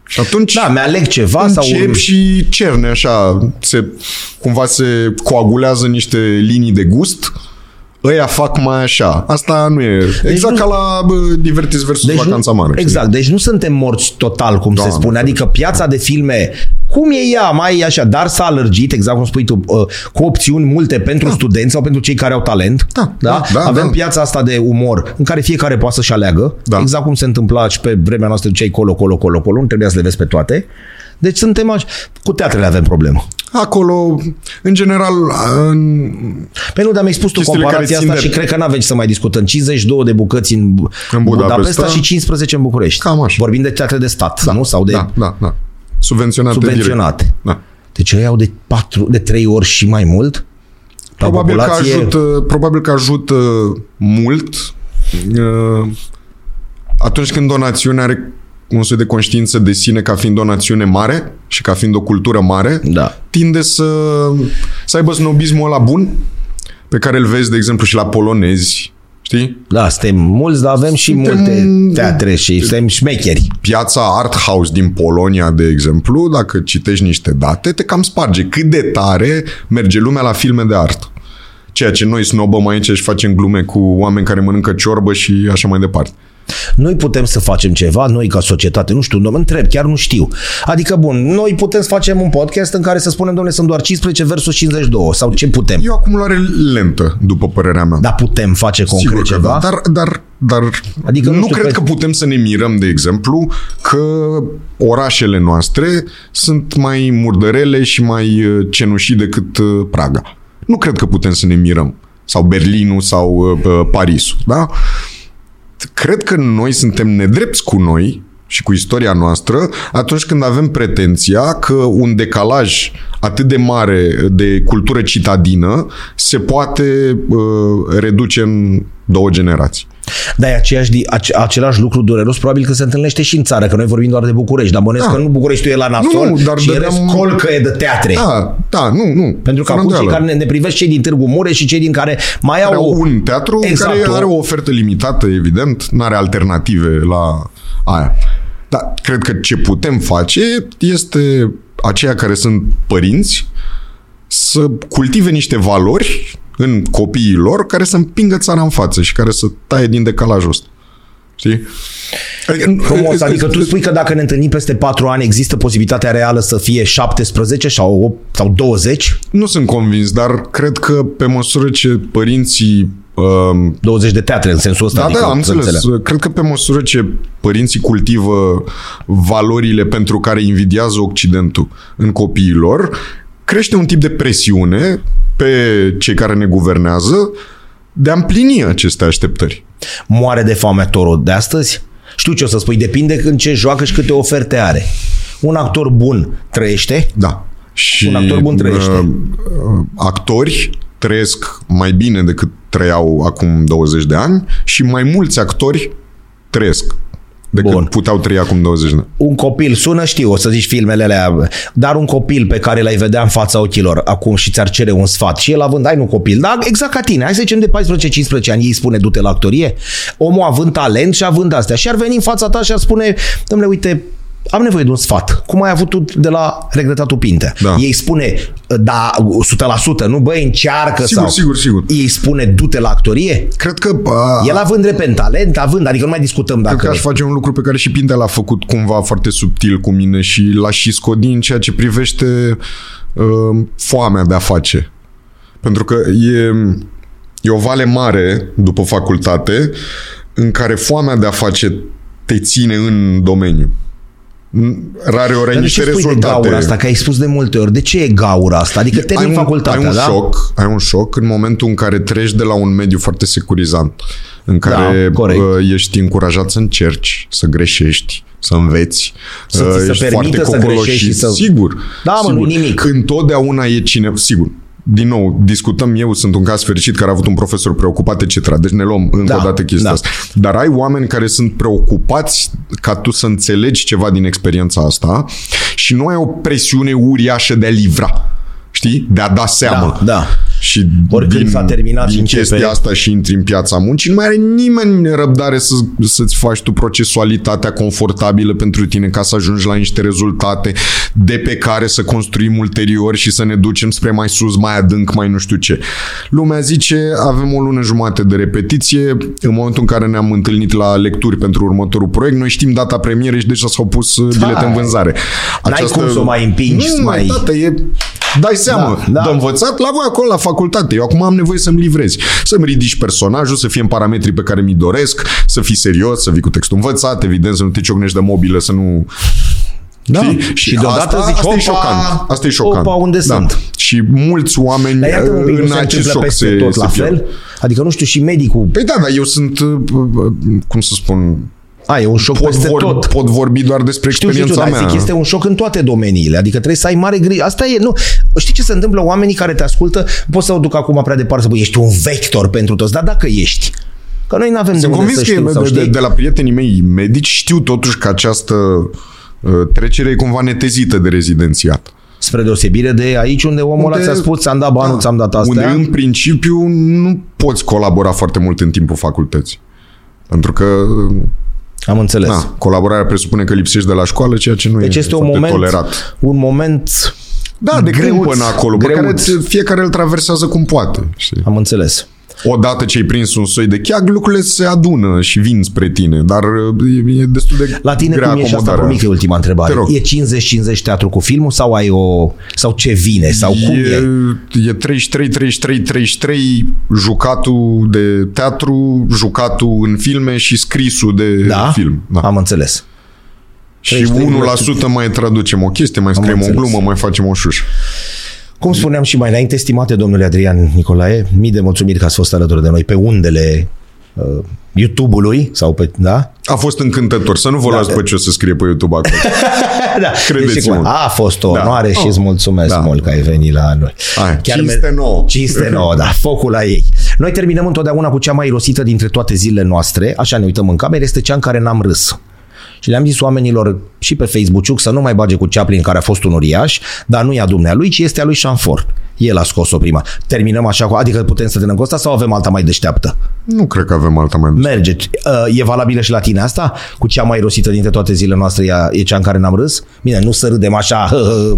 Speaker 2: Și atunci
Speaker 1: Da, mi-aleg ceva sau...
Speaker 2: încep și cerne așa, se, cumva se coagulează niște linii de gust ăia fac mai așa. Asta nu e. Exact
Speaker 1: Deci nu-
Speaker 2: ca la bă, Divertis versus deci Vacanța Mare. știi?
Speaker 1: Exact, deci nu suntem morți total, cum
Speaker 2: Doamne.
Speaker 1: se spune. Adică piața de filme, cum e ea, mai e așa, dar s-a alărgit, exact cum spui tu, uh, cu opțiuni multe pentru da. studenți sau pentru cei care au talent.
Speaker 2: Da, da, da,
Speaker 1: Avem
Speaker 2: da.
Speaker 1: piața asta de umor în care fiecare poate să-și aleagă.
Speaker 2: Da.
Speaker 1: Exact cum se întâmpla și pe vremea noastră cei colo, colo, colo, colo. Nu trebuia să le vezi pe toate. Deci suntem așa. Cu teatrele avem problemă.
Speaker 2: Acolo, în general, în...
Speaker 1: Păi nu, dar mi-ai spus tu
Speaker 2: Chestiile
Speaker 1: comparația
Speaker 2: care țin
Speaker 1: asta
Speaker 2: de-
Speaker 1: și cred că n-avem ce să mai discutăm. 52 de bucăți în,
Speaker 2: În Budapesta.
Speaker 1: și 15 în București.
Speaker 2: Cam așa.
Speaker 1: Vorbim de teatre de stat, da, nu? Sau de
Speaker 2: da, da, da. Subvenționate.
Speaker 1: subvenționate.
Speaker 2: Direct. Da.
Speaker 1: Deci ei au de, patru, de 3 ori și mai mult la
Speaker 2: Probabil că,
Speaker 1: populație.
Speaker 2: ajută, probabil că ajută mult uh, atunci când o națiune are un soi de conștiință de sine ca fiind o națiune mare și ca fiind o cultură mare,
Speaker 1: Da.
Speaker 2: tinde să, să aibă snobismul ăla bun pe care îl vezi, de exemplu, și la polonezi. Știi?
Speaker 1: Da, suntem mulți, dar avem și
Speaker 2: Suntem-
Speaker 1: multe teatre și suntem șmecheri.
Speaker 2: Piața art house din Polonia, de exemplu, dacă citești niște date, te cam sparge cât de tare merge lumea la filme de artă. Ceea ce noi snobăm aici și facem glume cu oameni care mănâncă ciorbă și așa mai departe.
Speaker 1: Noi putem să facem ceva, noi ca societate, nu știu, mă întreb, chiar nu știu. Adică, bun, noi putem să facem un podcast în care să spunem, domnule, sunt doar 15 versus 52 sau ce putem.
Speaker 2: E o acumulare lentă, după părerea mea.
Speaker 1: Dar putem face Da, concret
Speaker 2: Sigur că
Speaker 1: ceva.
Speaker 2: da, dar, dar, dar
Speaker 1: Adică
Speaker 2: adică
Speaker 1: nu
Speaker 2: nu, nu
Speaker 1: știu
Speaker 2: cred
Speaker 1: că-
Speaker 2: că... că putem să ne mirăm, de exemplu, că orașele noastre sunt mai murdărele și mai uh, cenușii decât uh, Praga. Nu cred că putem să ne mirăm. Sau Berlinul sau uh, Parisul, da? Cred că noi suntem nedrepți cu noi și cu istoria noastră atunci când avem pretenția că un decalaj atât de mare de cultură citadină se poate uh, reduce în două generații.
Speaker 1: Dar e aceeași, di- ace- același lucru dureros, probabil că se întâlnește și în țară, că noi vorbim doar de București, dar bănesc
Speaker 2: Da.
Speaker 1: că nu Bucureștiul e la nasol
Speaker 2: Nu, nu, dar
Speaker 1: și
Speaker 2: dădeam-
Speaker 1: rest colcă e de teatre.
Speaker 2: Da, da, nu, nu.
Speaker 1: Eh. Pentru că
Speaker 2: fără
Speaker 1: acum cei
Speaker 2: îndoială.
Speaker 1: care ne, ne privesc cei din Târgu Mureș și cei din care mai
Speaker 2: Are
Speaker 1: au...
Speaker 2: un teatru
Speaker 1: Exact,
Speaker 2: exact, care
Speaker 1: o-
Speaker 2: are o ofertă limitată, evident, nu are alternative la aia. Dar cred că ce putem face este aceia care sunt părinți să cultive niște valori în copiii lor care să împingă țara în față și care să taie din decalajul ăsta. Știi? Adică-
Speaker 1: Frumos, adică tu spui că dacă ne întâlnim peste 4 ani există posibilitatea reală să fie 17 sau 8 sau 20,
Speaker 2: Nu sunt convins, dar cred că pe măsură ce părinții um,
Speaker 1: 20 de teatre în sensul ăsta.
Speaker 2: Da,
Speaker 1: adică,
Speaker 2: da, am
Speaker 1: să
Speaker 2: înțeles.
Speaker 1: înțeleg.
Speaker 2: Cred că pe măsură ce părinții cultivă valorile pentru care invidiază Occidentul în copiii lor, crește un tip de presiune pe cei care ne guvernează de a împlini aceste așteptări.
Speaker 1: Moare de foame actorul de astăzi? Știu ce o să spui, depinde în ce joacă și câte oferte are. Un actor bun trăiește,
Speaker 2: Da. Și
Speaker 1: Un actor bun trăiește.
Speaker 2: uh, uh, Actori trăiesc mai bine decât trăiau acum 20 de ani și mai mulți actori trăiesc decât
Speaker 1: Bun.
Speaker 2: Bun. puteau trăi acum 20 de ani.
Speaker 1: un copil sună, știu, o să zici filmele alea, dar un copil pe care l-ai vedea în fața ochilor acum și ți-ar cere un sfat și el având, ai nu copil, dar exact ca tine, hai să zicem de 14-15 ani, ei spune du-te la actorie, omul având talent și având astea și ar veni în fața ta și ar spune, domnule, uite, am nevoie de un sfat. Cum ai avut tu de la regretatul Pintea?
Speaker 2: Da.
Speaker 1: Ei spune, da, 100%, nu băi, încearcă
Speaker 2: Sigur,
Speaker 1: sau...
Speaker 2: sigur, sigur.
Speaker 1: Ei spune, du-te la actorie?
Speaker 2: Cred că uh,
Speaker 1: El având repede talent, având, adică nu mai discutăm
Speaker 2: Cred că
Speaker 1: dacă...
Speaker 2: aș face un lucru pe care și Pintea l-a făcut cumva foarte subtil cu mine și l-a și scodit în ceea ce privește uh, foamea de a face. Pentru că e, e o vale mare după facultate în care foamea de a face te ține în domeniu. N- Rare ori ai
Speaker 1: Dar de ce
Speaker 2: niște
Speaker 1: spui de
Speaker 2: rezultate.
Speaker 1: gaura asta? Că ai spus de multe ori. De ce e gaura asta? Adică te în facultatea,
Speaker 2: ai un
Speaker 1: da?
Speaker 2: șoc, ai un șoc în momentul în care treci de la un mediu foarte securizant, în care
Speaker 1: Da, corect.
Speaker 2: uh, ești încurajat să încerci, să greșești, să înveți,
Speaker 1: Să ți
Speaker 2: uh,
Speaker 1: se
Speaker 2: ești
Speaker 1: permită
Speaker 2: foarte
Speaker 1: să
Speaker 2: cocoloșit.
Speaker 1: greșești și să-
Speaker 2: Sigur.
Speaker 1: Da, mă,
Speaker 2: sigur.
Speaker 1: nu-i nimic.
Speaker 2: Întotdeauna e cine, sigur. Din nou, discutăm, eu sunt un caz fericit care a avut un profesor preocupat, etc. Deci ne luăm încă
Speaker 1: Da,
Speaker 2: o dată chestia
Speaker 1: da.
Speaker 2: asta. Dar ai oameni care sunt preocupați ca tu să înțelegi ceva din experiența asta și nu ai o presiune uriașă de a livra. Știi? De a da seamă.
Speaker 1: Da, da.
Speaker 2: Și
Speaker 1: Oricând
Speaker 2: din,
Speaker 1: s-a terminat și
Speaker 2: din
Speaker 1: începe.
Speaker 2: chestia asta și intri în piața muncii, nu mai are nimeni răbdare să, să-ți faci tu procesualitatea confortabilă pentru tine ca să ajungi la niște rezultate de pe care să construim ulterior și să ne ducem spre mai sus, mai adânc, mai nu știu ce. Lumea zice, avem o lună jumate de repetiție, în momentul în care ne-am întâlnit la lecturi pentru următorul proiect, noi știm data premierei și deja s-au pus uh, bilete în vânzare.
Speaker 1: Da. N-ai cum să o mai împingi, să
Speaker 2: Nu, mai...
Speaker 1: mai-
Speaker 2: tată, Păi e... Dai seama,
Speaker 1: Da, da.
Speaker 2: de învățat la voi acolo, la facultate. Eu acum am nevoie să-mi livrezi, să-mi ridici personajul, să fie în parametrii pe care mi doresc, să fii serios, să vii cu textul învățat, evident, să nu te ciocnești de mobilă, să nu...
Speaker 1: Da.
Speaker 2: Știi?
Speaker 1: Și, deodată
Speaker 2: asta,
Speaker 1: zici,
Speaker 2: asta
Speaker 1: opa,
Speaker 2: e șocant. Asta e șocant. Da.
Speaker 1: opa, unde sunt?
Speaker 2: Și mulți oameni uh,
Speaker 1: Dar iată un pic, nu
Speaker 2: în
Speaker 1: se
Speaker 2: acest
Speaker 1: întâmplă
Speaker 2: șoc
Speaker 1: peste
Speaker 2: se,
Speaker 1: tot
Speaker 2: se
Speaker 1: la
Speaker 2: pierd.
Speaker 1: fel. Adică, nu știu, și medicul,
Speaker 2: Păi da, dar eu sunt, uh, uh, cum să spun,
Speaker 1: a, e un șoc
Speaker 2: pot,
Speaker 1: peste
Speaker 2: vor,
Speaker 1: tot.
Speaker 2: pot vorbi doar despre
Speaker 1: Știu, știu,
Speaker 2: experiența
Speaker 1: dar
Speaker 2: mea.
Speaker 1: zic, este un șoc în toate domeniile. Adică trebuie să ai mare grijă. Asta e, nu. Știi ce se întâmplă? Oamenii care te ascultă, pot să o duc acum prea departe, să spun, ești un vector pentru toți, dar dacă ești. Că noi nu avem de
Speaker 2: Sunt
Speaker 1: unde
Speaker 2: convins
Speaker 1: să
Speaker 2: că
Speaker 1: știm, sau
Speaker 2: de, de,
Speaker 1: știi?
Speaker 2: de la prietenii mei medici știu totuși că această uh, trecere e cumva netezită de rezidențiat.
Speaker 1: Spre deosebire de aici unde omul ăla
Speaker 2: Unde- da.
Speaker 1: ți-a spus, ți-am dat banul, ți-am dat
Speaker 2: Unde
Speaker 1: asta.
Speaker 2: în principiu nu poți colabora foarte mult în timpul facultății. Pentru că
Speaker 1: Am înțeles.
Speaker 2: na, colaborarea presupune că lipsești de la școală, ceea ce nu
Speaker 1: Deci
Speaker 2: e
Speaker 1: este un
Speaker 2: Da. foarte
Speaker 1: moment,
Speaker 2: tolerat.
Speaker 1: un moment,
Speaker 2: Da, de
Speaker 1: greuț,
Speaker 2: greu până acolo, pe
Speaker 1: greuț.
Speaker 2: care ți- fiecare îl traversează cum poate. Știi?
Speaker 1: am înțeles.
Speaker 2: Odată ce ai prins un soi de cheag, lucrurile se adună și vin spre tine, dar uh, e, e destul de
Speaker 1: La tine
Speaker 2: grea
Speaker 1: cum e și asta
Speaker 2: acomodarea.
Speaker 1: promic, e ultima întrebare.
Speaker 2: Te rog.
Speaker 1: E 50-50 teatru cu filmul sau ai o... sau ce vine? Sau cum e? e?
Speaker 2: e? E 33, 33, 33 jucatul de teatru, jucatul în filme și scrisul de
Speaker 1: Da?
Speaker 2: film. Da.
Speaker 1: Am înțeles.
Speaker 2: și
Speaker 1: 33,
Speaker 2: 1% mai traducem o chestie, mai scriem o
Speaker 1: înțeles.
Speaker 2: glumă, mai facem o șușă.
Speaker 1: Cum spuneam și mai înainte, stimate domnule Adrian Nicolae, mii de mulțumiri că ați fost alături de noi pe undele uh, YouTube-ului sau pe... Da?
Speaker 2: A fost încântător. Să nu vă
Speaker 1: Da,
Speaker 2: luați
Speaker 1: da.
Speaker 2: pe ce o să scrie pe YouTube acolo.
Speaker 1: da.
Speaker 2: Credeți-mă.
Speaker 1: Deci, A fost o onoare
Speaker 2: Da.
Speaker 1: și îți mulțumesc
Speaker 2: Da.
Speaker 1: mult că ai venit la noi.
Speaker 2: Hai, cinste
Speaker 1: mer-
Speaker 2: nouă.
Speaker 1: Cinste nouă, da. Focul la ei. Noi terminăm întotdeauna cu cea mai irosită dintre toate zilele noastre, așa ne uităm în cameră, este cea în care n-am râs. Și le-am zis oamenilor și pe Facebook să nu mai bage cu Chaplin, care a fost un uriaș, dar nu e a dumnealui, ci este a lui Șanfor. El a scos-o prima. Terminăm așa cu... Adică putem să terminăm cu asta sau avem alta mai deșteaptă?
Speaker 2: nu cred că avem alta mai bună.
Speaker 1: Merge. Uh, E valabilă și la tine asta? Cu cea mai rosită dintre toate zilele noastre ea- e cea în care n-am râs? Bine, nu să râdem așa. hă, hă, hă.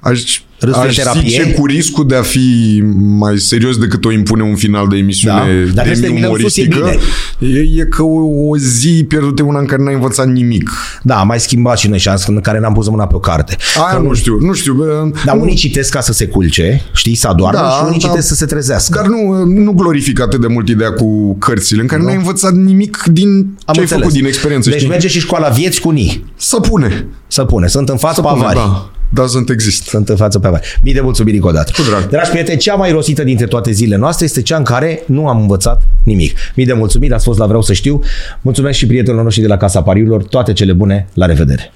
Speaker 2: Aș,
Speaker 1: Râsul
Speaker 2: aș
Speaker 1: e terapie?
Speaker 2: zice cu riscul de a fi mai serios decât o impune un final de
Speaker 1: Da. Dar
Speaker 2: emisiune
Speaker 1: trebuie
Speaker 2: de
Speaker 1: să terminăm sus, e
Speaker 2: umoristică. E, e că o, o zi pierdută e una în care n-ai învățat nimic.
Speaker 1: Da, am mai schimbat și noi șanse în care n-am pus mâna pe o carte.
Speaker 2: Aia nu știu, nu știu. bă,
Speaker 1: Dar
Speaker 2: nu,
Speaker 1: unii citesc ca să se culce, știi, să adoarmă
Speaker 2: Da,
Speaker 1: și unii
Speaker 2: da.
Speaker 1: citesc să se trezească.
Speaker 2: dar nu, nu glorific atât de mult ideea cu cărțile, în care n-ai învățat nimic din ce ai
Speaker 1: înțeles.
Speaker 2: făcut din experiență.
Speaker 1: Deci
Speaker 2: știi?
Speaker 1: merge și școala vieți cu unii.
Speaker 2: Să pune.
Speaker 1: Să pune. Sunt în față pe
Speaker 2: Pune,
Speaker 1: avari.
Speaker 2: Da, da, sunt există.
Speaker 1: Sunt în față pe avari. Mii de mulțumiri încă o dată.
Speaker 2: Cu drag.
Speaker 1: Dragi prieteni, cea mai rosită dintre toate zilele noastre este cea în care nu am învățat nimic. Mii de mulțumiri, ați fost la Vreau să știu. Mulțumesc și prietenilor noștri de la Casa Pariurilor. Toate cele bune. La revedere!